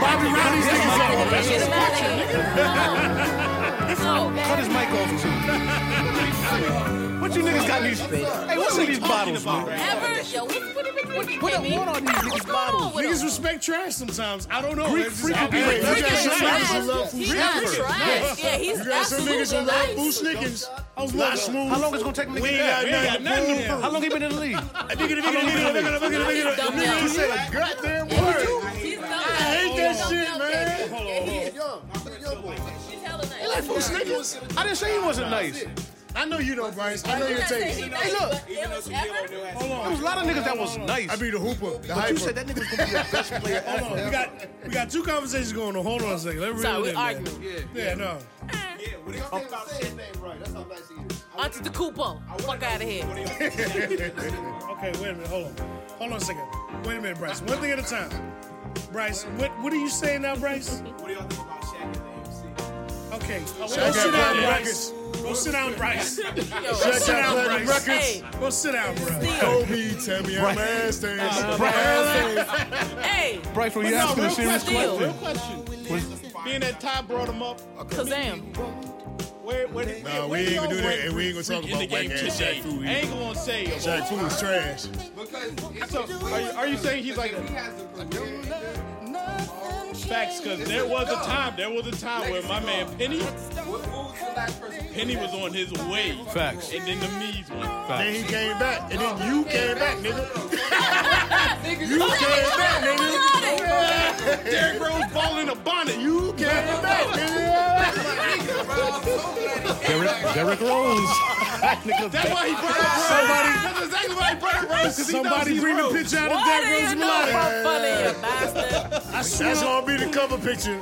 Speaker 3: Bobby Brown, these niggas are all
Speaker 4: Get him out of here. No. No.
Speaker 3: Cut his mic off, too. What you niggas got in these? Hey, what's in these bottles, man?
Speaker 4: Ever? Yo, what, what, what, what,
Speaker 2: What up, what on these
Speaker 4: What's
Speaker 2: niggas'
Speaker 4: going on
Speaker 2: bottles?
Speaker 4: with
Speaker 2: Niggas
Speaker 4: him?
Speaker 2: respect trash sometimes. I don't know.
Speaker 7: Greek
Speaker 2: It's-
Speaker 7: freak
Speaker 2: I'll
Speaker 7: would be
Speaker 2: be
Speaker 7: like,
Speaker 2: real.
Speaker 7: you got some
Speaker 2: Freak
Speaker 7: niggas who
Speaker 2: is-
Speaker 7: love food
Speaker 2: He not
Speaker 7: snickers.
Speaker 2: trash.
Speaker 4: Yeah, he's
Speaker 7: You got some
Speaker 4: absolutely
Speaker 7: niggas who love
Speaker 4: nice.
Speaker 7: food snickers. I was
Speaker 3: Look,
Speaker 7: watching
Speaker 3: How long is it gonna take him to
Speaker 7: We
Speaker 3: get
Speaker 7: ain't
Speaker 3: back?
Speaker 7: got nothing to prove.
Speaker 3: How long he been in the league?
Speaker 7: Nigga, you said a goddamn word. I hate that shit, man.
Speaker 4: Hold on, hold on.
Speaker 7: You like food snickers?
Speaker 3: I didn't say he wasn't nice.
Speaker 7: I
Speaker 2: I know you don't, Bryce. I know your taste. Hey, look. Hold on.
Speaker 3: There was a lot of niggas that was nice.
Speaker 2: I mean, the hooper. The
Speaker 3: But you said that nigga was gonna be the best player ever.
Speaker 2: Hold on. We got, we got two conversations going on. Hold on a second. Let me
Speaker 4: Sorry,
Speaker 2: reel
Speaker 4: we
Speaker 2: it in, man.
Speaker 4: arguing.
Speaker 2: Yeah,
Speaker 4: Yeah.
Speaker 2: no.
Speaker 4: Auntie the Kupo. Fuck out of here.
Speaker 2: okay, wait a minute. Hold on. Hold on a second. Wait a minute, Bryce. One thing at a time. Bryce, what what are you saying now, Bryce? What do y'all think about Shaq and the AMC? Okay. Go
Speaker 14: Shaq
Speaker 2: sit
Speaker 14: got
Speaker 2: down,
Speaker 14: platinum
Speaker 2: Bryce. Go sit down, Bryce.
Speaker 14: Yo.
Speaker 2: Go
Speaker 14: Shaq got
Speaker 2: sit down,
Speaker 14: platinum
Speaker 2: Bryce.
Speaker 14: records.
Speaker 2: Hey. Go sit down, bro.
Speaker 14: Kobe, tell me I'm ass things. I'm ass things.
Speaker 4: Hey.
Speaker 3: Bryce, were you
Speaker 14: But no,
Speaker 3: asking a
Speaker 14: real
Speaker 3: serious
Speaker 14: question,
Speaker 3: question?
Speaker 14: real
Speaker 1: question. Being that Ty brought him up.
Speaker 4: Kazam.
Speaker 1: Where, where, did-
Speaker 14: Nah, we
Speaker 1: where
Speaker 14: ain't
Speaker 1: y'all
Speaker 14: gonna do
Speaker 1: rank
Speaker 14: that, and we ain't gonna talk
Speaker 1: Freak in
Speaker 14: about
Speaker 1: the game
Speaker 14: whack ass
Speaker 1: today?
Speaker 14: Shaq food
Speaker 1: I
Speaker 14: either.
Speaker 1: ain't gonna say it.
Speaker 14: Shaq food is trash.
Speaker 1: So, are you, are you saying he's like facts? Because there was a time, there was a time where my man Penny, Penny was on his way.
Speaker 3: Facts.
Speaker 1: And then the Mees one.
Speaker 14: Then he came back, and then you came back, nigga.
Speaker 4: Niggas-
Speaker 14: You came back, nigga.
Speaker 1: Derrick Rose ball in a bonnet.
Speaker 14: You came back, nigga.
Speaker 3: Derrick, Derrick Rose.
Speaker 1: That's why he brought up Rose.
Speaker 14: Somebody-
Speaker 1: That's exactly why he brought up Rose. 'cause he knows
Speaker 14: Somebody
Speaker 1: he's
Speaker 14: bring the
Speaker 1: Rose.
Speaker 14: picture out of
Speaker 4: Why do
Speaker 14: Derrick
Speaker 4: you
Speaker 14: Rose
Speaker 4: know about funny, you
Speaker 14: Malata.
Speaker 4: bastard?
Speaker 14: That's gonna be the cover picture.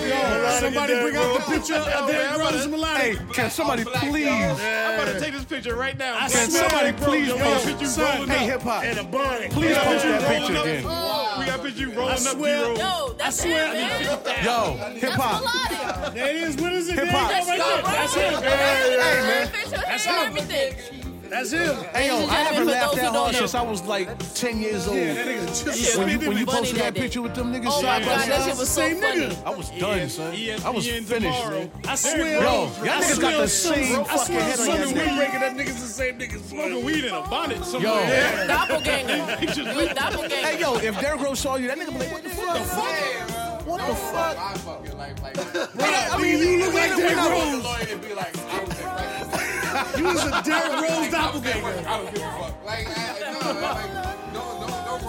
Speaker 14: Yo,
Speaker 2: somebody bring out the picture of Derrick Rose and
Speaker 3: Hey, can somebody please,
Speaker 1: I'm about to take this picture right now.
Speaker 2: I
Speaker 3: can
Speaker 2: swear,
Speaker 3: somebody
Speaker 2: bro,
Speaker 3: please
Speaker 2: yo,
Speaker 3: post,
Speaker 2: rolling
Speaker 3: hey
Speaker 2: up
Speaker 3: hip hop,
Speaker 2: and a bonnet.
Speaker 3: please
Speaker 2: Yo,
Speaker 3: post that
Speaker 2: rolling
Speaker 3: picture
Speaker 2: up.
Speaker 3: again.
Speaker 1: We got picture you
Speaker 2: I
Speaker 1: rolling up
Speaker 2: swear,
Speaker 1: D-roll.
Speaker 4: Yo,
Speaker 2: I
Speaker 4: that's
Speaker 2: swear,
Speaker 4: him, man.
Speaker 3: Yo, hip
Speaker 4: That's
Speaker 3: hop.
Speaker 4: Melania.
Speaker 2: there it is. What is it?
Speaker 3: Hip
Speaker 2: There you
Speaker 3: hop.
Speaker 2: go right there. That's him.
Speaker 4: Hey,
Speaker 3: man.
Speaker 4: That's him. Everything.
Speaker 2: That's him.
Speaker 3: Hey yo,
Speaker 4: Ladies and
Speaker 3: I haven't
Speaker 4: gentlemen, for
Speaker 3: laughed
Speaker 4: those
Speaker 3: that
Speaker 4: who
Speaker 3: hard
Speaker 4: don't
Speaker 3: since
Speaker 4: know.
Speaker 3: I was like 10 years old.
Speaker 2: Yeah, that nigga just
Speaker 3: When you, when you
Speaker 4: Funny
Speaker 3: posted
Speaker 4: that
Speaker 3: that
Speaker 4: day.
Speaker 3: picture with them niggas
Speaker 4: Oh my
Speaker 3: side by
Speaker 4: god, that
Speaker 3: side,
Speaker 4: shit was so
Speaker 2: Same
Speaker 4: funny.
Speaker 2: nigga.
Speaker 3: I was done, son. I was
Speaker 1: ESPN
Speaker 3: finished,
Speaker 1: tomorrow.
Speaker 3: man.
Speaker 2: I swear.
Speaker 3: Yo, y'all niggas got the same
Speaker 2: I
Speaker 3: fucking
Speaker 2: swear,
Speaker 3: head on
Speaker 2: son,
Speaker 3: your
Speaker 2: we
Speaker 3: neck.
Speaker 2: breaking that nigga's the same nigga's
Speaker 1: Smoking weed in a bonnet somewhere.
Speaker 3: Yo.
Speaker 4: Doppelganger. You a doppelganger.
Speaker 3: Hey yo, if Derrick Rose saw you, that nigga be like, what the fuck? What the fuck?
Speaker 2: Bro, I mean, you look like Derrick Rose. You was a Derrick Rose doppelganger.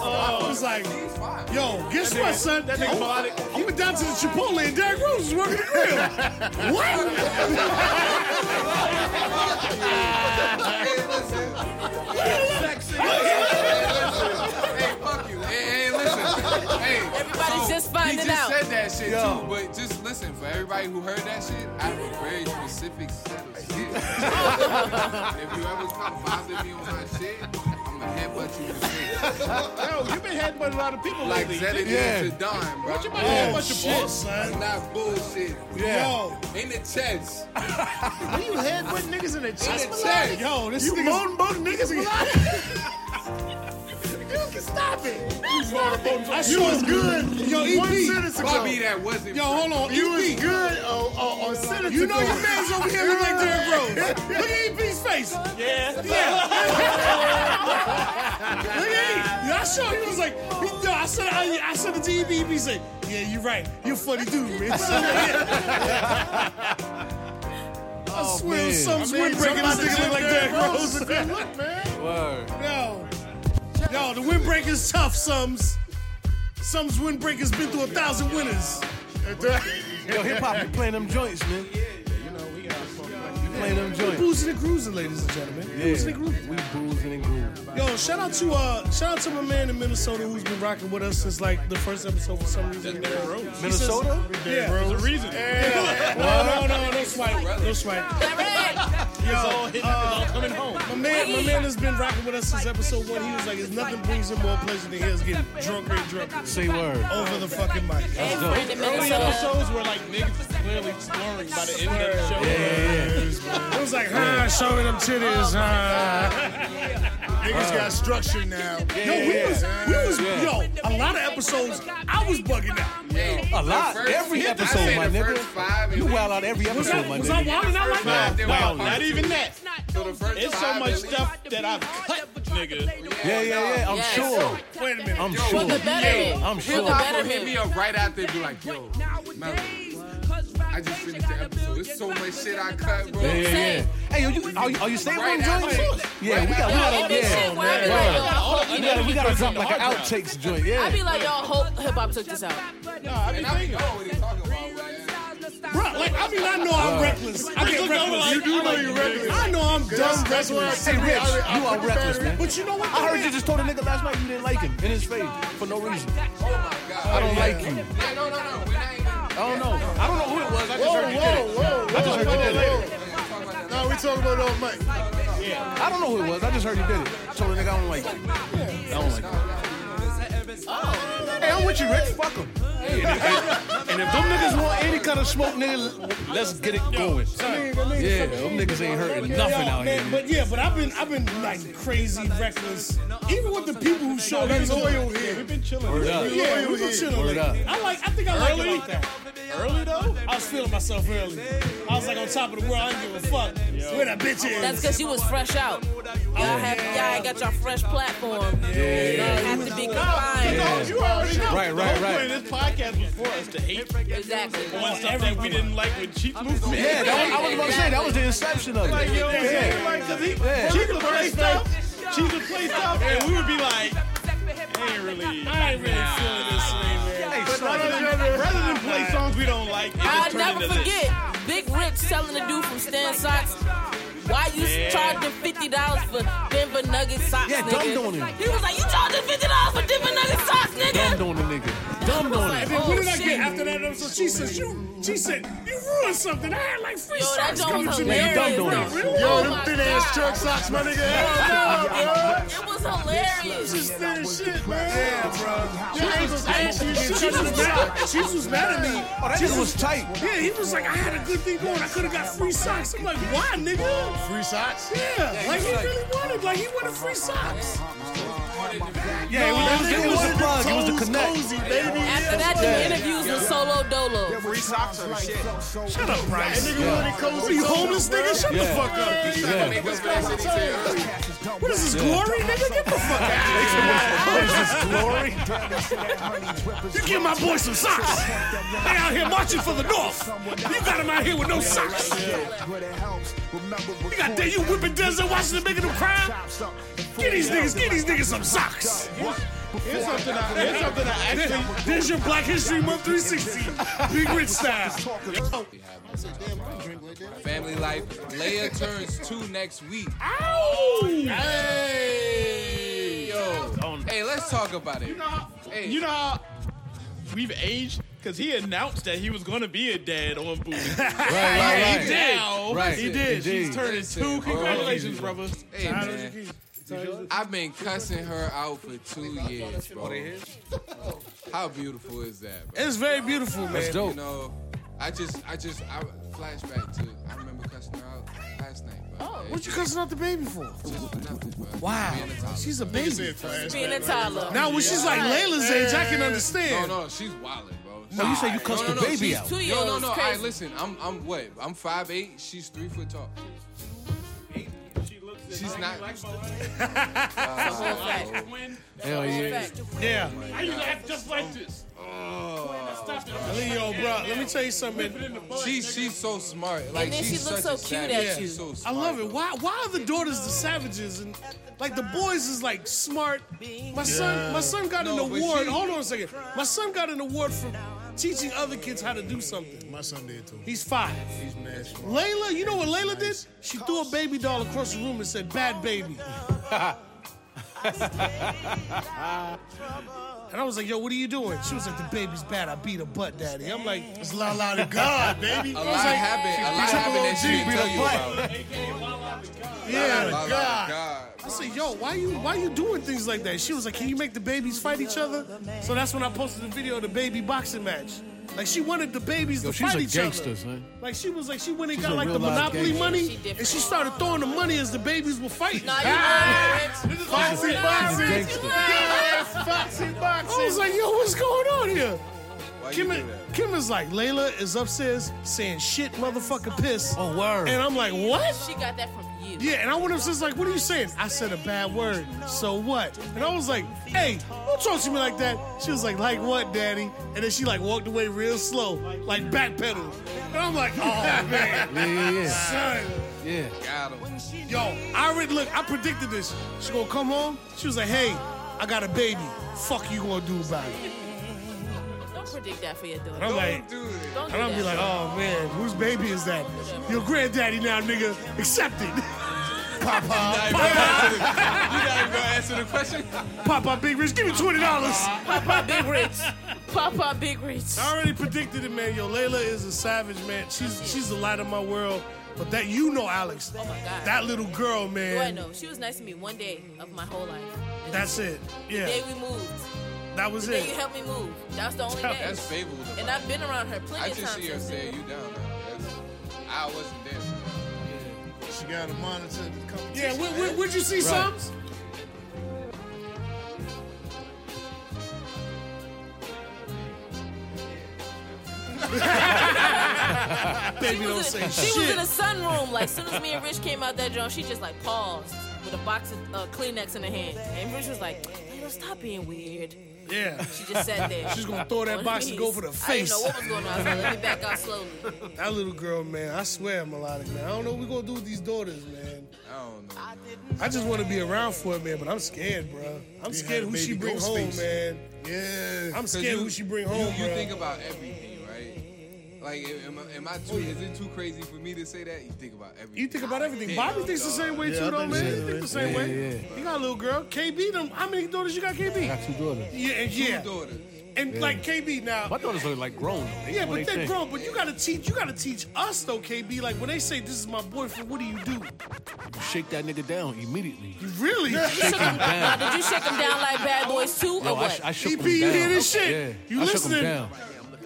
Speaker 6: Oh,
Speaker 2: I was like, yo, guess what, son? Oh, That nigga melodic. I went down to the Chipotle and Derrick Rose is working the (laughs) grill. what?
Speaker 6: Hey, hey, listen. Hey,
Speaker 4: Everybody's
Speaker 6: so
Speaker 4: just finding
Speaker 6: he just
Speaker 4: out.
Speaker 6: said that shit
Speaker 3: Yo.
Speaker 6: too, but just listen for everybody who heard that shit. I have a very specific set of
Speaker 14: (laughs)
Speaker 6: shit. if you ever come bothering me on my shit, I'm gonna headbutt you with shit.
Speaker 1: Yo, you been headbutting a lot of people
Speaker 6: Like
Speaker 1: lately.
Speaker 6: Zeddy
Speaker 3: Yeah.
Speaker 6: yeah. to Don, bro.
Speaker 1: What you about to headbutt your
Speaker 2: Shit,
Speaker 1: boss?
Speaker 2: son.
Speaker 6: Not bullshit.
Speaker 2: Yo,
Speaker 6: In the chest.
Speaker 2: what you had with niggas in the chest?
Speaker 6: the
Speaker 2: Malak?
Speaker 6: chest.
Speaker 2: Yo, this
Speaker 14: You
Speaker 2: nigga's-
Speaker 14: moaning about niggas?
Speaker 2: (laughs) I
Speaker 14: You
Speaker 2: swear-
Speaker 14: was good.
Speaker 2: Yo, E
Speaker 14: One
Speaker 2: EP.
Speaker 14: sentence
Speaker 6: Bobby,
Speaker 14: ago.
Speaker 6: that wasn't.
Speaker 2: Yo, hold on.
Speaker 14: You was
Speaker 2: EP.
Speaker 14: good uh, on, on, on sentence
Speaker 2: You know
Speaker 14: ago.
Speaker 2: your man's over here look like Derrick
Speaker 14: (laughs)
Speaker 2: Rose. Look at EP's face.
Speaker 1: Yeah.
Speaker 2: Look at him. Yeah, I saw he was like, he, yo, I said, I, I said to EP, EP said, yeah, you're right. You're a funny
Speaker 14: (laughs)
Speaker 2: dude, man. (laughs)
Speaker 14: Oh,
Speaker 2: I swear,
Speaker 3: man.
Speaker 2: some windbreaker this
Speaker 14: somebody
Speaker 2: nigga
Speaker 14: said
Speaker 2: look like
Speaker 14: Derrick
Speaker 2: Derrick Rose.
Speaker 14: Rose is a good look, man.
Speaker 2: Yo, yo, the windbreaker's tough, Sums. Sums windbreaker's been through a thousand winners.
Speaker 3: Yo, hip hop, you playing them joints, man. You playing them joints.
Speaker 2: Boozing and cruising, ladies and gentlemen. Boozing and
Speaker 3: Yeah,
Speaker 2: cruising.
Speaker 3: we boozing and grooving.
Speaker 2: Yo, shout out to uh, shout out to my man in Minnesota who's been rocking with us since like the first episode for some reason.
Speaker 1: Derrick Rose.
Speaker 2: He says-
Speaker 3: Minnesota?
Speaker 2: Yeah.
Speaker 1: There's a reason.
Speaker 2: No, no, no, no swipe, no swipe.
Speaker 4: Direct.
Speaker 2: Yo, uh,
Speaker 1: It's all coming home.
Speaker 2: my man, my man has been rocking with us since episode one. He was like, "There's nothing brings him more pleasure than his getting drunk, and drunk
Speaker 3: Say word.
Speaker 2: over the fucking mic."
Speaker 4: Hey, friend in
Speaker 1: Early
Speaker 4: Minnesota.
Speaker 1: episodes were like niggas clearly snoring by the end of the show.
Speaker 2: It was like, "Huh, show me them titties, huh?"
Speaker 14: Niggas
Speaker 6: Uh.
Speaker 14: got structure now.
Speaker 2: Yo, we was, we was, yo, a lot of episodes. I was bugging out.
Speaker 3: A lot.
Speaker 6: first-
Speaker 3: Every
Speaker 6: I
Speaker 3: episode,
Speaker 6: said
Speaker 3: my
Speaker 6: the
Speaker 3: nigga.
Speaker 6: first five and
Speaker 3: You
Speaker 6: then-
Speaker 3: wild out every
Speaker 2: Was
Speaker 3: episode,
Speaker 2: I,
Speaker 3: my
Speaker 2: was I
Speaker 3: nigga.
Speaker 2: wilding out like that?
Speaker 6: They were
Speaker 1: Wow,
Speaker 6: all
Speaker 1: not
Speaker 6: like-
Speaker 1: even that.
Speaker 6: So the first
Speaker 1: It's so
Speaker 6: five
Speaker 1: much
Speaker 6: at least-
Speaker 1: stuff that I've cut, nigga.
Speaker 3: Yeah, yeah, yeah. I'm
Speaker 4: Yes.
Speaker 3: sure.
Speaker 2: Wait a minute.
Speaker 3: I'm
Speaker 4: But the
Speaker 3: sure.
Speaker 4: betterment.
Speaker 3: I'm
Speaker 4: Real
Speaker 3: sure.
Speaker 6: People hit me
Speaker 4: betterment.
Speaker 6: up right after and be like, yo, Mel, I just finished the episode. There's so much shit I cut, bro.
Speaker 3: Yeah, yeah, yeah.
Speaker 4: Same.
Speaker 3: Hey, are you, are you, are you staying
Speaker 6: Right
Speaker 3: with them
Speaker 6: after.
Speaker 3: joints? Yeah, we got, we
Speaker 4: Yo,
Speaker 3: got,
Speaker 4: it be shit where I be
Speaker 3: yeah.
Speaker 4: like, yo, y'all
Speaker 1: All the
Speaker 4: hope
Speaker 3: We
Speaker 4: you
Speaker 3: gotta,
Speaker 4: did
Speaker 3: we
Speaker 4: it.
Speaker 3: gotta drop like an outtakes joint.
Speaker 4: I
Speaker 3: Yeah.
Speaker 4: be like, y'all hope hip hop took this out.
Speaker 6: And I be know what he's talking about. man.
Speaker 2: Bruh, like, I mean, I know I'm
Speaker 3: Bruh.
Speaker 2: reckless. I get
Speaker 3: You do know,
Speaker 2: reckless.
Speaker 3: like- You do know you're reckless.
Speaker 2: I know I'm dumb
Speaker 3: That's- that's where I
Speaker 2: reckless.
Speaker 3: come Hey, from. Rich, I- I you are put the reckless, battery- man.
Speaker 2: But you know what?
Speaker 3: I
Speaker 2: though,
Speaker 3: heard
Speaker 2: man?
Speaker 3: you just told a nigga last night you didn't like him in his face for no reason. I don't like you.
Speaker 6: Yeah, no, no, no. We're not even.
Speaker 3: I don't know. I don't know who it was. I just
Speaker 14: Whoa,
Speaker 3: heard you
Speaker 14: whoa,
Speaker 3: did it.
Speaker 14: whoa,
Speaker 3: I just heard
Speaker 14: whoa,
Speaker 3: you did
Speaker 14: whoa,
Speaker 3: it.
Speaker 14: No, we talking about old Mike.
Speaker 3: I don't know who it was. I just heard he did it. Told the nigga I don't like you. I don't like you. Hey, I'm with you, Rick. Fuck him. Oh. And if them niggas want any kind of smoke, nigga, let's get it going. Yeah, them niggas ain't hurting nothing
Speaker 2: Yeah,
Speaker 3: out
Speaker 2: man,
Speaker 3: here.
Speaker 2: But yeah, but I've been I've been like crazy reckless. Even with the people who showed
Speaker 1: We've
Speaker 2: up
Speaker 1: been
Speaker 2: loyal
Speaker 1: chilling.
Speaker 2: here.
Speaker 1: We've been chilling. Word
Speaker 2: Yeah,
Speaker 1: up.
Speaker 2: yeah, we've been
Speaker 1: Word
Speaker 2: chilling.
Speaker 1: up.
Speaker 2: lately. I like I think I like it
Speaker 1: Early?
Speaker 2: like that.
Speaker 1: Early though?
Speaker 2: I was feeling myself early. I was like on top of the world. I didn't give a fuck. Where that bitch is.
Speaker 4: That's because you was fresh out. Y'all have y'all ain't got your fresh platform. Y'all have to be confined.
Speaker 1: You already know.
Speaker 3: Right, right,
Speaker 1: the whole
Speaker 3: right.
Speaker 1: point of this podcast was for us to hate
Speaker 4: Exactly.
Speaker 1: on stuff that we didn't like with Cheap Movement.
Speaker 3: Yeah, that was, I was about to say that was the inception of it.
Speaker 1: Like, you know what I'm
Speaker 3: Yeah.
Speaker 1: saying? Like, 'cause he,
Speaker 3: Yeah.
Speaker 1: she could play stuff, she could play stuff, and we would be like, I ain't really, I ain't really feeling this thing, man. But rather than, rather than play songs we don't like, it just
Speaker 4: I'll
Speaker 1: turned
Speaker 4: never
Speaker 1: into this.
Speaker 4: forget Big Rich telling the dude from Stan Socks why you
Speaker 1: Yeah.
Speaker 4: charging fifty dollars for Denver Nuggets socks,
Speaker 3: Yeah, dumb
Speaker 4: nigga.
Speaker 3: doing it.
Speaker 4: He was like, you charging fifty dollars for Denver Nuggets socks, nigga.
Speaker 3: Dumb on the nigga. Dumb on
Speaker 2: And
Speaker 3: it.
Speaker 2: then
Speaker 4: Oh,
Speaker 2: what did I
Speaker 4: shit.
Speaker 2: get after that episode? She said, you, she said, you ruined something. I had like free
Speaker 4: Yo, that
Speaker 2: socks
Speaker 4: joint
Speaker 2: coming
Speaker 4: was
Speaker 2: to me.
Speaker 3: hilarious. Yeah, you dunked on
Speaker 2: Not really?
Speaker 14: Yo,
Speaker 4: Oh
Speaker 14: them
Speaker 4: my
Speaker 14: thin ass
Speaker 4: God.
Speaker 14: truck socks, my nigga. Hell no, bro.
Speaker 4: It was hilarious.
Speaker 14: Just thin as shit, man. Yeah, bro. I ain't supposed to ask you
Speaker 2: She
Speaker 14: to
Speaker 2: was
Speaker 14: get
Speaker 2: mad. She was mad at me.
Speaker 3: Oh, that
Speaker 2: She
Speaker 3: nigga was tight.
Speaker 2: Yeah, he was like, I had a good thing going. I could have got free socks. I'm like, why, nigga?
Speaker 14: Free socks?
Speaker 2: Yeah, like he really wanted. Like he wanted free socks.
Speaker 3: Yeah, it was, it was the plug. It was the connect.
Speaker 14: Cozy, baby.
Speaker 4: After that, the interviews with Solo Dolo.
Speaker 5: Free socks or shit.
Speaker 2: Shut up, Bryce.
Speaker 14: Nigga wanted cozy.
Speaker 2: What are you homeless, nigga? Shut the
Speaker 3: Yeah.
Speaker 2: fuck up.
Speaker 3: Yeah.
Speaker 2: What is this glory, nigga? Get the fuck
Speaker 3: Glory.
Speaker 2: You give my boy some socks. They out here marching for the North. You got him out here with no socks. You got there, you whipping Denzel Washington making them cry. Get these niggas, get these niggas some socks.
Speaker 1: Here's something I, here's something I actually,
Speaker 2: There's your Black History Month 360. Big Rich style.
Speaker 6: Family life. Leia turns two next week.
Speaker 2: Ow!
Speaker 6: Hey, yo. Hey, let's talk about it. Hey,
Speaker 1: you know how we've aged? Because he announced that he was going to be a dad on
Speaker 6: (laughs)
Speaker 1: Booty.
Speaker 6: right, right,
Speaker 1: He
Speaker 6: right.
Speaker 1: did.
Speaker 6: Right.
Speaker 1: He did. She's turning
Speaker 6: Listen,
Speaker 1: two.
Speaker 6: bro.
Speaker 1: Congratulations, brother.
Speaker 6: Hey, man. I've been cussing her out for two years, bro. How beautiful is that, bro?
Speaker 2: It's very beautiful, man.
Speaker 3: That's dope.
Speaker 6: You know, I just, I just, I flashback to, I remember cussing her out last night, bro. Oh,
Speaker 2: What you cussing out the baby for?
Speaker 6: just for nothing, bro.
Speaker 2: Wow.
Speaker 6: Being a toddler,
Speaker 2: She's a
Speaker 6: bro.
Speaker 2: baby.
Speaker 4: Being a toddler.
Speaker 2: Now, when she's like Layla's age, I can understand.
Speaker 6: Oh, No, no, she's wilding, bro.
Speaker 3: So you say you cussed
Speaker 6: No,
Speaker 3: the
Speaker 6: no, no,
Speaker 3: baby
Speaker 6: she's
Speaker 3: out.
Speaker 4: Two years
Speaker 6: Yo, no, no.
Speaker 4: old.
Speaker 6: I
Speaker 4: Crazy.
Speaker 6: listen. I'm, I'm what? I'm five eight. She's three foot tall. She's not.
Speaker 3: Hell yeah.
Speaker 2: Yeah.
Speaker 1: I used to act just like this. Oh.
Speaker 2: Leo, bro, let me tell you something.
Speaker 6: She, she's so smart. Like
Speaker 4: And then
Speaker 6: she's
Speaker 4: she looks
Speaker 6: such a
Speaker 4: so cute
Speaker 6: savage.
Speaker 4: at you.
Speaker 6: She's so
Speaker 2: I
Speaker 6: smart,
Speaker 2: love it.
Speaker 6: bro.
Speaker 2: Why why are the daughters the savages and like the boys is like smart. My son my son got
Speaker 6: No,
Speaker 2: an
Speaker 6: but
Speaker 2: award.
Speaker 6: she-
Speaker 2: Hold on a second. My son got an award for teaching other kids how to do something.
Speaker 14: My son did too.
Speaker 2: He's five.
Speaker 14: He's mad smart.
Speaker 2: Layla, you know what Layla did? She threw a baby doll across the room and said, "Bad
Speaker 14: (laughs)
Speaker 2: baby." and I was like, "Yo, what are you doing?" She was like, "The baby's bad. I beat her butt, daddy." I'm like,
Speaker 14: It's la la to God, baby.
Speaker 6: A lot happened. A lot happened that she didn't tell you about.
Speaker 2: "Yeah."
Speaker 6: Like, God.
Speaker 2: I said, yo, why you why you doing things like that? She was like, can you make the babies fight each other? So that's when I posted the video of the baby boxing match. Like she wanted the babies
Speaker 3: Yo,
Speaker 2: to
Speaker 3: she's
Speaker 2: fight
Speaker 3: a
Speaker 2: each
Speaker 3: gangster,
Speaker 2: other.
Speaker 3: son.
Speaker 2: Like she was like she went and
Speaker 3: She's
Speaker 2: got
Speaker 3: a
Speaker 2: like the
Speaker 3: real life
Speaker 2: monopoly
Speaker 3: gangster.
Speaker 2: money,
Speaker 4: She different.
Speaker 2: and she started throwing the money as the babies were fighting.
Speaker 4: No, you
Speaker 2: Ah!
Speaker 14: Foxy,
Speaker 3: She's a
Speaker 14: Foxy.
Speaker 3: gangster.
Speaker 14: Foxy,
Speaker 2: I was
Speaker 14: Foxy.
Speaker 2: like, yo, what's going on here?
Speaker 6: Why you
Speaker 2: Kim,
Speaker 6: do that?
Speaker 2: Kim is like, Layla is upstairs saying shit, motherfucking piss.
Speaker 3: Oh, word.
Speaker 2: And I'm like, what?
Speaker 4: She got that from you.
Speaker 2: Yeah, and I went upstairs like, what are you saying? I said a bad word. So what? And I was like, hey, don't talk to me like that. She was like, like what, daddy? And then she like walked away real slow, like backpedaled. And I'm like, oh
Speaker 4: (laughs)
Speaker 2: man,
Speaker 3: Yeah, yeah,
Speaker 2: son.
Speaker 3: yeah.
Speaker 6: Got him.
Speaker 2: Yo, I already look, I predicted this. She gonna come home. She was like, hey, I got a baby. Fuck you gonna do about it?
Speaker 4: Don't predict that for your daughter.
Speaker 2: And I'm like,
Speaker 4: do
Speaker 2: and I'm gonna be like, oh man, whose baby is that? Your granddaddy now, nigga. Accept it. (laughs) Papa, (laughs)
Speaker 5: You not even gonna answer the question?
Speaker 2: Papa Big Rich, give me twenty
Speaker 4: (laughs)
Speaker 2: dollars.
Speaker 4: Papa Big Rich. Papa Big Rich.
Speaker 2: I already predicted it, man. Yo, Layla is a savage, man. She's she's the light of my world. But that you know, Alex.
Speaker 4: Oh my God.
Speaker 2: That little girl, man.
Speaker 4: Do I know? She was nice to me one day of my whole life. And
Speaker 2: That's
Speaker 4: the-
Speaker 2: it.
Speaker 4: The day
Speaker 2: Yeah,
Speaker 4: we moved.
Speaker 2: that was
Speaker 4: the day you
Speaker 2: it.
Speaker 4: helped me move. That's the only day.
Speaker 6: That's favorable. to
Speaker 4: And I've been around her plenty
Speaker 6: I
Speaker 4: of
Speaker 6: just
Speaker 4: times.
Speaker 6: see her
Speaker 4: since then.
Speaker 6: saying you down. man. That's, I wasn't there.
Speaker 7: She got to monitor the competition.
Speaker 2: Yeah, would, would, would you see
Speaker 6: Right.
Speaker 2: some?
Speaker 4: (laughs) She
Speaker 2: Baby, don't
Speaker 4: was, in
Speaker 2: say
Speaker 4: a, she was
Speaker 2: shit.
Speaker 4: in a sunroom. Like, soon as me and Rich came out that joint, she just like paused with a box of uh, Kleenex in her hand. And Rich was like, "Yo, stop being weird.
Speaker 2: Yeah.
Speaker 4: She just sat there.
Speaker 2: She's gonna throw that
Speaker 4: On
Speaker 2: box
Speaker 4: her
Speaker 2: and go
Speaker 4: knees.
Speaker 2: for the
Speaker 4: (laughs) I
Speaker 2: face.
Speaker 4: didn't know what was going on. I was like, let me back out slowly.
Speaker 2: That little girl, man, I swear, melodic, man. I don't know what we gonna do with these daughters, man.
Speaker 6: I don't know.
Speaker 2: I just want to be around for it, man, but I'm scared, bro. I'm
Speaker 7: You
Speaker 2: scared
Speaker 7: had a
Speaker 2: who she
Speaker 7: baby
Speaker 2: bring home,
Speaker 7: Ghostface.
Speaker 2: man.
Speaker 7: Yeah.
Speaker 2: I'm
Speaker 6: 'Cause
Speaker 2: scared
Speaker 6: you-
Speaker 2: who she bring
Speaker 6: you-
Speaker 2: home,
Speaker 6: You,
Speaker 2: bro.
Speaker 6: think about everything, right? Like, am, am I- am I too? Is it too crazy for me to say that? You think about everything.
Speaker 2: You think about everything.
Speaker 6: Yeah,
Speaker 2: Bobby thinks the
Speaker 6: dog.
Speaker 2: same way
Speaker 6: Yeah,
Speaker 2: too,
Speaker 6: I
Speaker 2: though,
Speaker 6: think
Speaker 2: man.
Speaker 6: so.
Speaker 2: He thinks the same
Speaker 6: Yeah,
Speaker 2: way.
Speaker 6: yeah.
Speaker 2: You got a little girl, KB. Them, how many daughters you got,
Speaker 3: I
Speaker 2: KB?
Speaker 3: got two daughters.
Speaker 2: Yeah, and yeah,
Speaker 6: Two daughters.
Speaker 2: and
Speaker 3: Yeah.
Speaker 2: like KB now.
Speaker 3: My daughters are like grown. though. They
Speaker 2: Yeah,
Speaker 3: know
Speaker 2: but
Speaker 3: what they
Speaker 2: they're
Speaker 3: think.
Speaker 2: grown. But you gotta teach. You gotta teach us though, KB. Like when they say this is my boyfriend, what do you do?
Speaker 3: You shake that nigga down immediately.
Speaker 2: You really?
Speaker 4: Shook him- now, did you shake him down like Bad Boys 2
Speaker 6: Oh,
Speaker 3: Yo,
Speaker 4: or
Speaker 3: I,
Speaker 4: what?
Speaker 3: sh- I shook
Speaker 2: EP,
Speaker 3: him
Speaker 2: E you
Speaker 3: down.
Speaker 2: hear this shit?
Speaker 3: Yeah,
Speaker 2: You
Speaker 3: I
Speaker 2: listening?
Speaker 3: shook him down.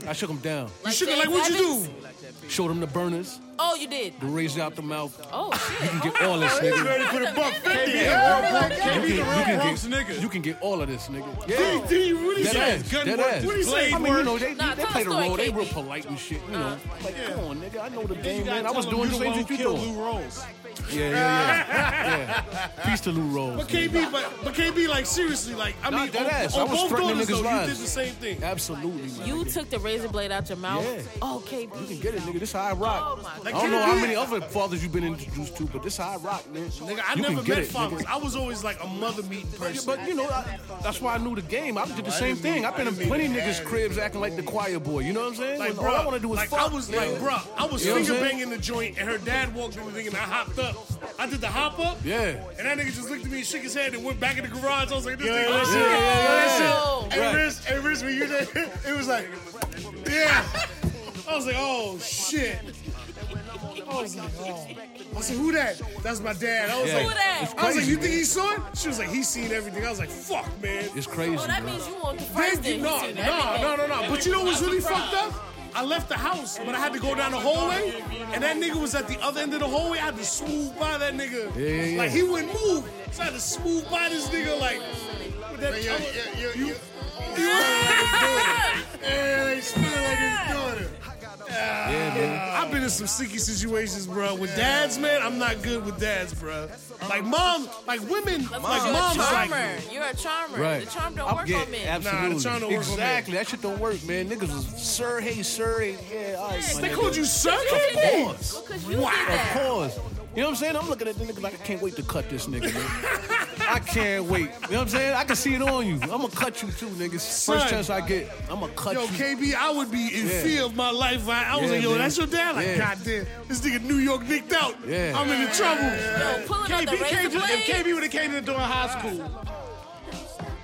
Speaker 3: I shook him down.
Speaker 2: You should
Speaker 4: James
Speaker 2: like what you do?
Speaker 4: Evans?
Speaker 3: Showed him the burners,
Speaker 4: Oh, you did.
Speaker 3: the razor out the mouth.
Speaker 4: Oh, shit.
Speaker 3: You can get all this, nigga.
Speaker 7: Ready for the buck fifty.
Speaker 3: You
Speaker 7: Yeah, bro.
Speaker 3: can,
Speaker 7: Can't be
Speaker 3: you,
Speaker 7: the
Speaker 3: can
Speaker 7: real Bronx
Speaker 3: get, you can get all of this, nigga.
Speaker 2: D,
Speaker 3: Yeah.
Speaker 2: D, what he
Speaker 3: Dead
Speaker 2: say?
Speaker 3: ass,
Speaker 2: Gun
Speaker 3: dead
Speaker 2: work.
Speaker 3: ass.
Speaker 2: What he say?
Speaker 3: I mean, you know, they,
Speaker 4: Nah,
Speaker 3: they
Speaker 4: tell
Speaker 3: play the
Speaker 4: the story,
Speaker 3: role. They
Speaker 4: KB.
Speaker 3: real polite and shit, you know. Like, come on, nigga. I know the
Speaker 1: You
Speaker 3: game,
Speaker 1: gotta
Speaker 3: man. I
Speaker 1: tell
Speaker 3: was
Speaker 1: him
Speaker 3: doing
Speaker 1: you
Speaker 3: the same
Speaker 1: one
Speaker 3: shit
Speaker 1: who
Speaker 3: you
Speaker 1: killed
Speaker 3: doing.
Speaker 1: Lou Rose.
Speaker 3: Yeah,
Speaker 2: (laughs)
Speaker 3: yeah, yeah. yeah. Peace to Lou Rose.
Speaker 2: But KB, but but KB, like seriously, like I
Speaker 3: Nah,
Speaker 2: mean,
Speaker 3: dead
Speaker 2: on,
Speaker 3: ass.
Speaker 2: on
Speaker 3: I was
Speaker 2: both
Speaker 3: threatening
Speaker 2: daughters
Speaker 3: niggas'
Speaker 2: though, you did
Speaker 3: lives.
Speaker 2: the same thing.
Speaker 3: Absolutely, man.
Speaker 4: You took the razor blade out your mouth?
Speaker 3: Yeah.
Speaker 4: Oh, KB.
Speaker 3: You can get it, nigga. This how I rock.
Speaker 4: Oh, my
Speaker 3: I don't know how many other fathers you've been introduced to, but this how I rock, man.
Speaker 2: Nigga, I
Speaker 3: you can
Speaker 2: never
Speaker 3: get
Speaker 2: met
Speaker 3: it,
Speaker 2: fathers.
Speaker 3: nigga.
Speaker 2: I was always like a mother meeting person.
Speaker 3: But you know, I, that's why I knew the game. I did the same thing. I've been in
Speaker 2: mean
Speaker 3: plenty
Speaker 2: to
Speaker 3: niggas' cribs acting like the choir boy. You know what I'm saying?
Speaker 2: Like,
Speaker 3: When
Speaker 2: bruh,
Speaker 3: all I want to do is
Speaker 2: like,
Speaker 3: fuck.
Speaker 2: I was
Speaker 3: Yeah.
Speaker 2: like, bro, I was
Speaker 3: You know what I'm
Speaker 2: finger
Speaker 3: saying?
Speaker 2: banging the joint, and her dad walked in the thing, and I hopped up. I did the hop up,
Speaker 3: Yeah.
Speaker 2: and that nigga just looked at me and shook his head and went back in the garage. I was like, this nigga,
Speaker 7: yeah,
Speaker 2: this
Speaker 7: yeah,
Speaker 2: nigga-
Speaker 4: Oh.
Speaker 7: Hey,
Speaker 3: Right.
Speaker 7: Riz, hey, Riz, when you did,
Speaker 2: (laughs)
Speaker 7: it was like,
Speaker 2: yeah. I was like, oh shit. I was like, oh. I said, who that? That's my dad. I was
Speaker 3: Yeah.
Speaker 2: like,
Speaker 4: Who that?
Speaker 2: I was like,
Speaker 3: crazy,
Speaker 2: you think he saw it? She was like, he seen everything. I was like, fuck, man.
Speaker 3: It's crazy.
Speaker 4: Oh, that
Speaker 3: bro.
Speaker 4: means you want the first
Speaker 2: Thank you.
Speaker 4: thing.
Speaker 2: No, no, no, no, no. But you know what's really fucked up? I left the house, but I had to go down the hallway, and that nigga was at the other end of the hallway. I had to smooth by that nigga.
Speaker 3: Yeah, yeah, yeah.
Speaker 2: Like he wouldn't move, so I had to smooth by this nigga. Like, with that,
Speaker 7: man, yo, yo, yo, yo,
Speaker 4: (laughs)
Speaker 2: yeah, they spit like his daughter.
Speaker 3: Yeah, man.
Speaker 2: I've been in some sticky situations, bro. With dads, man, I'm not good with dads, bro. Like mom, like women, like
Speaker 4: Like, you're
Speaker 2: moms,
Speaker 4: a charmer.
Speaker 2: like
Speaker 4: you're a charmer.
Speaker 3: Right.
Speaker 4: The charm don't
Speaker 3: I'm
Speaker 4: work
Speaker 3: getting-
Speaker 4: on men.
Speaker 3: Absolutely.
Speaker 2: Nah, the charm don't work on
Speaker 3: exactly. That shit don't work, man. Niggas was sir, hey, sir, hey, yeah, all right. my
Speaker 2: they
Speaker 3: nigga.
Speaker 2: called you sir.
Speaker 4: Because you
Speaker 2: Of
Speaker 4: did
Speaker 2: course.
Speaker 4: that. Because you
Speaker 2: Wow.
Speaker 4: did
Speaker 3: Of
Speaker 4: that.
Speaker 3: course. You know what I'm saying? I'm looking at the nigga like I can't wait to cut this nigga, man. I can't wait. You know what I'm saying? I can see it on you. I'm gonna cut you too, niggas.
Speaker 2: Son.
Speaker 3: First chance I get, I'm gonna cut
Speaker 2: Yo,
Speaker 3: you.
Speaker 2: KB, I would be in
Speaker 3: Yeah.
Speaker 2: fear of my life. I, I was
Speaker 3: Yeah,
Speaker 2: like, yo,
Speaker 3: man.
Speaker 2: that's your dad? Like,
Speaker 3: Yeah.
Speaker 2: goddamn, this nigga New York nicked out.
Speaker 3: Yeah.
Speaker 2: I'm in the trouble.
Speaker 4: Yo, pulling out the
Speaker 1: KB
Speaker 4: razor
Speaker 1: came to, if
Speaker 4: blade.
Speaker 1: KB would have came to the door in high school,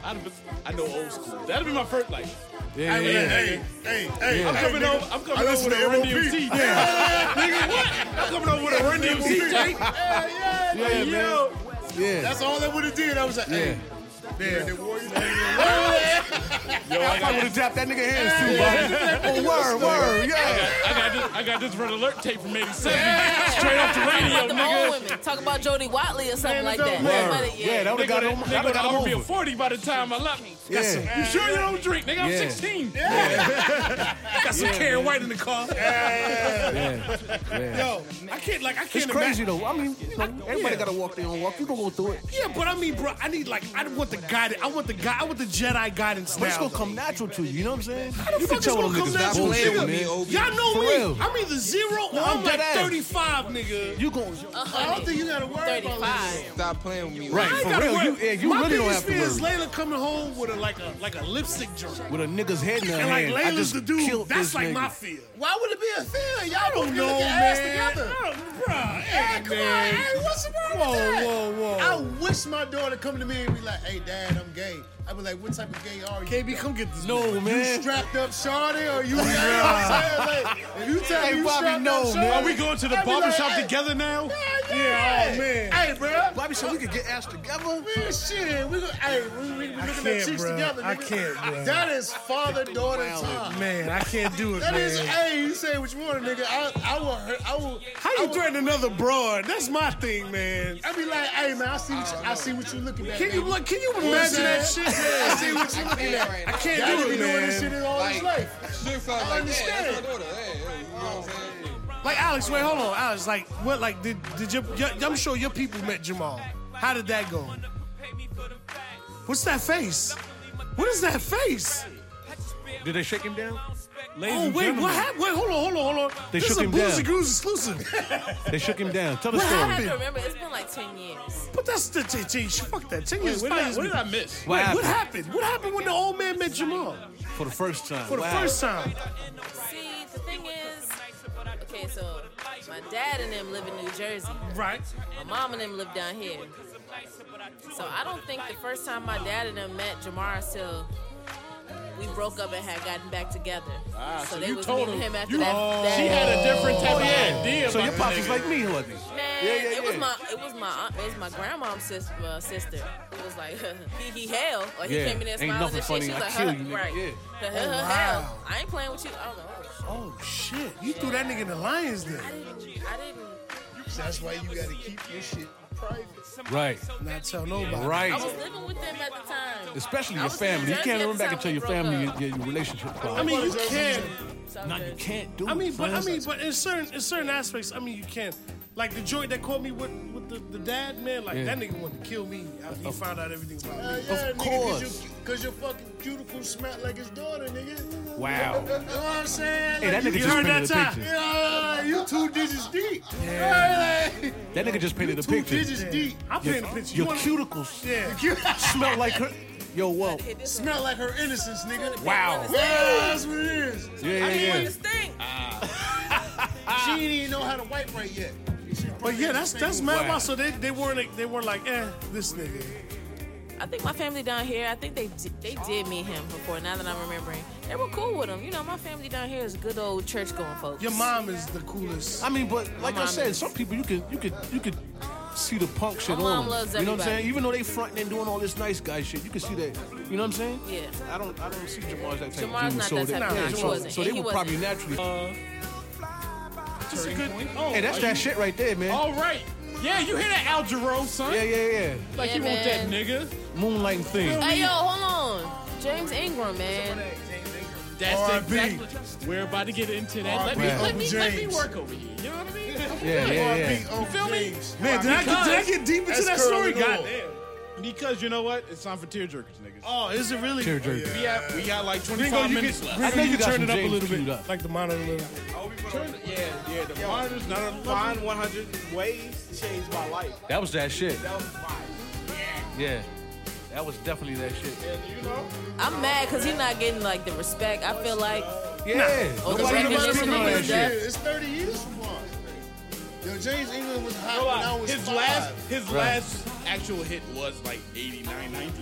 Speaker 1: I'd have been, I know old school. That'd be my first like.
Speaker 3: Yeah,
Speaker 7: Hey,
Speaker 3: yeah, yeah.
Speaker 7: hey, hey, hey,
Speaker 1: I'm
Speaker 7: hey,
Speaker 1: coming
Speaker 7: nigga,
Speaker 1: over. I'm
Speaker 7: I
Speaker 1: coming over
Speaker 7: listen
Speaker 1: with
Speaker 7: to
Speaker 1: a Run
Speaker 7: MOP.
Speaker 1: DMC. Nigga, what? I'm coming over with a
Speaker 7: Yeah,
Speaker 1: Run
Speaker 7: yeah,
Speaker 1: DMC
Speaker 7: yeah.
Speaker 1: tape.
Speaker 7: Yeah, yeah,
Speaker 3: Yeah,
Speaker 7: nigga,
Speaker 3: man.
Speaker 7: yo.
Speaker 3: Yeah.
Speaker 7: That's all that would have did. I was like,
Speaker 3: Yeah.
Speaker 7: hey, man, the Warriors.
Speaker 3: (laughs) I probably would have dropped that nigga hands too, bro. Oh, word, word, yeah.
Speaker 1: I got this. I got this Red Alert tape from '87. Straight off the
Speaker 4: Talk about
Speaker 1: radio,
Speaker 4: the
Speaker 1: nigga.
Speaker 4: old women. Talk about Jody Watley or something like that.
Speaker 3: Word.
Speaker 4: Somebody-
Speaker 3: Yeah, that would have got him. That
Speaker 1: Nigga,
Speaker 3: would have
Speaker 1: I'm
Speaker 3: got
Speaker 1: gonna be
Speaker 3: him
Speaker 1: a
Speaker 3: over.
Speaker 1: 40 by the time I left.
Speaker 3: Yeah.
Speaker 1: You sure you don't drink? Nigga, I'm
Speaker 3: Yeah.
Speaker 1: 16. (laughs)
Speaker 2: Got some Karen White in the car.
Speaker 3: Yeah. yeah.
Speaker 2: Yo, I can't, like, I can't
Speaker 3: It's crazy
Speaker 2: imagine.
Speaker 3: though. I mean, you know, everybody gotta walk their own walk. You gonna go through it.
Speaker 2: Yeah, but I mean, bro, I need, like, I want the guidance. I want the guy. I want the Jedi guidance now.
Speaker 3: It's gonna come natural to you. You know what I'm saying?
Speaker 2: How the
Speaker 3: You can
Speaker 2: fuck is
Speaker 3: tell when
Speaker 2: gonna
Speaker 3: them
Speaker 2: come
Speaker 3: niggas
Speaker 2: that
Speaker 3: bullshit,
Speaker 2: nigga?
Speaker 3: man.
Speaker 2: Y'all know
Speaker 3: For
Speaker 2: me.
Speaker 3: real.
Speaker 2: I'm either zero or
Speaker 3: No,
Speaker 2: I'm,
Speaker 3: I'm
Speaker 2: like
Speaker 3: dead ass.
Speaker 2: 35, nigga.
Speaker 3: You going?
Speaker 2: I don't think you gotta worry about that.
Speaker 6: Stop playing with me.
Speaker 3: Right,
Speaker 2: I ain't
Speaker 3: for
Speaker 2: gotta
Speaker 3: real,
Speaker 2: worry.
Speaker 3: you- yeah, you
Speaker 2: My
Speaker 3: really don't
Speaker 2: biggest
Speaker 3: have to
Speaker 2: fear is
Speaker 3: worry.
Speaker 2: Layla coming home with a like a like a lipstick jerk.
Speaker 3: With a nigga's head in her
Speaker 2: And like
Speaker 3: hand. I
Speaker 2: Layla's
Speaker 3: just
Speaker 2: the dude.
Speaker 3: killed
Speaker 2: That's
Speaker 3: this
Speaker 2: like
Speaker 3: nigga.
Speaker 2: my fear.
Speaker 7: Why would it be a fear? Y'all
Speaker 2: I
Speaker 7: don't
Speaker 2: don't
Speaker 7: get
Speaker 2: know,
Speaker 7: your ass
Speaker 2: man.
Speaker 7: together.
Speaker 2: Oh, bruh, hey,
Speaker 7: Hey,
Speaker 2: come
Speaker 7: come on, hey, what's the problem
Speaker 2: Whoa,
Speaker 7: with that?
Speaker 2: whoa, whoa.
Speaker 7: I wish my daughter come to me and be like, "Hey, Dad, I'm gay." I be like, "What type of gay are you?"
Speaker 2: KB, come get this.
Speaker 3: No,
Speaker 7: You
Speaker 3: man.
Speaker 7: strapped up, shawty, or you? you know what I'm saying? Like, if you tell
Speaker 3: Hey,
Speaker 7: me you
Speaker 3: Bobby,
Speaker 7: strapped
Speaker 3: no,
Speaker 7: up, shawty,
Speaker 3: man.
Speaker 2: Are we going to the
Speaker 7: I be
Speaker 2: barber
Speaker 7: like,
Speaker 2: shop
Speaker 7: hey,
Speaker 2: together now?
Speaker 7: Yeah,
Speaker 2: Yeah, oh, man.
Speaker 7: Hey, bro.
Speaker 3: Bobby said we could get ass together.
Speaker 7: Man, shit, we go, hey, we, we, we
Speaker 2: I
Speaker 7: looking at
Speaker 2: can't,
Speaker 7: cheeks
Speaker 2: bruh.
Speaker 7: together.
Speaker 2: I
Speaker 7: nigga.
Speaker 2: can't, bruh.
Speaker 7: That is father daughter time.
Speaker 2: Man, I can't do it,
Speaker 7: That
Speaker 2: man.
Speaker 7: is, hey, you say what you want, nigga. I, I will hurt. I will.
Speaker 2: How you threaten another broad? That's my thing, man.
Speaker 7: I be like, hey, man, I see what you, I see what you looking at.
Speaker 2: Can you
Speaker 7: baby.
Speaker 2: look? Can you
Speaker 7: You know what I'm
Speaker 2: imagine that shit?
Speaker 7: saying? I see what you looking at.
Speaker 2: I can't
Speaker 7: Y'all
Speaker 2: do
Speaker 7: be
Speaker 2: it,
Speaker 7: doing this shit
Speaker 2: man.
Speaker 7: all his life.
Speaker 6: Shit felt
Speaker 7: I
Speaker 6: like that. That's
Speaker 7: understand.
Speaker 6: my daughter. Hey, hey, you know what I'm saying?
Speaker 2: Like Alex, wait, hold on, Alex. Like, what? Like, did did your? y- I'm sure your people met Jamal. How did that go? What's that face? What is that face?
Speaker 3: Did they shake him down? Ladies
Speaker 2: oh
Speaker 3: and
Speaker 2: wait,
Speaker 3: gentlemen,
Speaker 2: what happened? Wait, hold on, hold on, hold on.
Speaker 3: They
Speaker 2: this
Speaker 3: shook
Speaker 2: is
Speaker 3: him
Speaker 2: a Boozy
Speaker 3: down.
Speaker 2: Goose exclusive. (laughs)
Speaker 3: They shook him down. Tell the
Speaker 2: What
Speaker 4: I have to
Speaker 3: story.
Speaker 4: remember, it's been like 10 years.
Speaker 2: but that's the t- t- fuck that. Ten years.
Speaker 1: what did I-
Speaker 2: fires
Speaker 1: what
Speaker 2: me.
Speaker 1: did I miss?
Speaker 2: Wait,
Speaker 3: What
Speaker 2: what happened? What happened when the old man met Jamal
Speaker 3: For the first time.
Speaker 2: for the
Speaker 3: Wow.
Speaker 2: first time?
Speaker 4: See, the thing is, okay, so my dad and them live in New Jersey.
Speaker 2: Right.
Speaker 4: My mom and them live down here. So I don't think the first time my dad and them met Jamar till we broke up and had gotten back together.
Speaker 3: Ah,
Speaker 4: so, they was meeting him after that, that.
Speaker 1: She had a different type of idea.
Speaker 3: Oh, So
Speaker 1: about
Speaker 3: your
Speaker 1: the
Speaker 3: pops is
Speaker 1: nigga.
Speaker 3: like me, wasn't he?
Speaker 4: Man,
Speaker 3: Yeah, yeah,
Speaker 4: it was
Speaker 3: yeah.
Speaker 4: my it was my aunt, it was my grandmom's sister. Uh, sister. It was like (laughs) he he hell. Like he
Speaker 3: Yeah,
Speaker 4: came in there
Speaker 3: ain't
Speaker 4: smiling
Speaker 3: nothing
Speaker 4: and shit.
Speaker 3: funny,
Speaker 4: she
Speaker 3: I
Speaker 4: was like,
Speaker 3: kill
Speaker 4: huh,
Speaker 3: you, nigga,
Speaker 4: right.
Speaker 3: yeah. Oh,
Speaker 4: Huh, huh, huh, hell. I ain't playing with you. I was like, oh, shit.
Speaker 2: Oh shit! You threw that nigga in the lions den.
Speaker 4: I didn't. I didn't.
Speaker 7: That's why you gotta keep your shit private.
Speaker 3: Right.
Speaker 2: Not tell nobody.
Speaker 4: I
Speaker 3: Right.
Speaker 4: was living with them at the time.
Speaker 3: Especially
Speaker 4: I
Speaker 3: your
Speaker 4: was in New
Speaker 3: family. You
Speaker 4: Jersey
Speaker 3: can't
Speaker 4: at
Speaker 3: run
Speaker 4: the
Speaker 3: back and
Speaker 4: time
Speaker 3: tell
Speaker 4: we
Speaker 3: your
Speaker 4: broke
Speaker 3: family
Speaker 4: up.
Speaker 3: your, your relationship problem.
Speaker 2: I mean, you can.
Speaker 4: South
Speaker 3: no, you
Speaker 4: Jersey.
Speaker 3: can't do it.
Speaker 2: I mean, but I
Speaker 3: son.
Speaker 2: mean, but in certain in certain aspects, I mean, you can't. Like the joint that caught me with with the, the dad, man. Like
Speaker 3: Yeah.
Speaker 2: that nigga wanted to kill me after he found out everything about
Speaker 7: Hell
Speaker 2: me.
Speaker 7: yeah,
Speaker 3: Of
Speaker 7: nigga, 'cause
Speaker 3: course.
Speaker 7: you- Cause your fucking cuticle smell like his daughter, nigga.
Speaker 3: Wow.
Speaker 7: You know what I'm saying?
Speaker 3: Hey, that
Speaker 7: Like,
Speaker 3: nigga
Speaker 7: you-
Speaker 3: just
Speaker 2: heard
Speaker 3: painted
Speaker 2: that
Speaker 3: a
Speaker 2: time.
Speaker 3: picture.
Speaker 7: Yeah, you two digits deep. Right, like,
Speaker 3: That nigga just painted a
Speaker 7: two
Speaker 3: picture.
Speaker 7: digits deep.
Speaker 2: I'm
Speaker 3: Your,
Speaker 2: paying the picture.
Speaker 3: your
Speaker 2: wanna-
Speaker 3: cuticles
Speaker 2: Yeah.
Speaker 3: smell like her. Yo, whoa.
Speaker 4: It is-
Speaker 7: Smell like her innocence, nigga.
Speaker 3: Wow.
Speaker 7: Yeah, that's what it is.
Speaker 3: Yeah,
Speaker 4: I
Speaker 3: yeah,
Speaker 4: didn't
Speaker 3: yeah.
Speaker 4: want to stink.
Speaker 7: She didn't even know how to wipe right yet.
Speaker 2: Ah. But yeah, that's that's mad.
Speaker 3: Wow.
Speaker 2: Why? So they they weren't they were like, eh, this nigga.
Speaker 4: I think my family down here. I think they di- they did meet him before. Now that I'm remembering, they were cool with him. You know, my family down here is good old church going folks.
Speaker 2: Your mom is the coolest.
Speaker 3: I mean, but like I
Speaker 4: mom
Speaker 3: said,
Speaker 4: is-
Speaker 3: some people you could you could you could see the punk shit
Speaker 4: mom
Speaker 3: on. 'em.
Speaker 4: loves
Speaker 3: you know what I'm
Speaker 4: everybody.
Speaker 3: saying? Even though they fronting and doing all this nice guy shit, you can see that. You know what I'm saying?
Speaker 4: Yeah.
Speaker 3: I don't I don't see Jamar's that type
Speaker 4: Jamar's
Speaker 3: of dude.
Speaker 4: not
Speaker 3: so
Speaker 4: that
Speaker 3: they,
Speaker 4: type of
Speaker 3: yeah,
Speaker 4: guy. He
Speaker 3: so,
Speaker 4: wasn't.
Speaker 3: so they
Speaker 4: And he
Speaker 3: would probably naturally.
Speaker 2: Just a good. Oh,
Speaker 3: hey, that's
Speaker 2: are
Speaker 3: that
Speaker 2: you-
Speaker 3: shit right there, man.
Speaker 1: All right. Yeah, you hear that Al Jarreau, son?
Speaker 3: Yeah, yeah, yeah.
Speaker 1: Like
Speaker 4: Yeah,
Speaker 1: you want that
Speaker 4: man.
Speaker 1: nigga?
Speaker 3: Moonlighting thing.
Speaker 4: Hey yo, hold on, James Ingram, man.
Speaker 1: That's
Speaker 2: R.I.P.
Speaker 1: exactly. We're about to get into that. Let me,
Speaker 3: R.I.P.
Speaker 1: let me, let me
Speaker 7: James.
Speaker 1: work over here. You know what I mean?
Speaker 3: Yeah, yeah, yeah.
Speaker 7: You feel me?
Speaker 2: Man, did I, get, did I get deep into
Speaker 7: That's
Speaker 2: that story?
Speaker 7: curling
Speaker 2: God
Speaker 7: off.
Speaker 2: damn.
Speaker 1: Because you know what? It's time for tearjerkers, niggas.
Speaker 2: Oh, is it really?
Speaker 3: Tear jerk.
Speaker 1: We got, we got like 25
Speaker 2: Ringo, you
Speaker 1: minutes
Speaker 2: can,
Speaker 1: left.
Speaker 2: Ringo,
Speaker 3: I know
Speaker 2: you
Speaker 3: you
Speaker 2: can
Speaker 3: got
Speaker 2: turn
Speaker 3: some
Speaker 2: it up a
Speaker 3: James
Speaker 2: little bit,
Speaker 3: queued up.
Speaker 2: like the monitor a little.
Speaker 1: Yeah, yeah. The monitor's not on level.
Speaker 5: Find 100 ways to change my life.
Speaker 3: That was that shit.
Speaker 5: That was fine.
Speaker 3: Yeah. That was definitely that shit.
Speaker 4: I'm mad because he's not getting like the respect. I feel like
Speaker 3: Yeah.
Speaker 4: Oh, the
Speaker 3: Nobody
Speaker 4: record
Speaker 3: knows
Speaker 4: label
Speaker 3: speaking on
Speaker 4: niggas
Speaker 3: that
Speaker 4: that-
Speaker 3: shit.
Speaker 7: It's 30 years from now. Yo, James England was hot when I was
Speaker 1: His
Speaker 7: five.
Speaker 1: last, his
Speaker 3: Right.
Speaker 1: last actual hit was like 89, 90.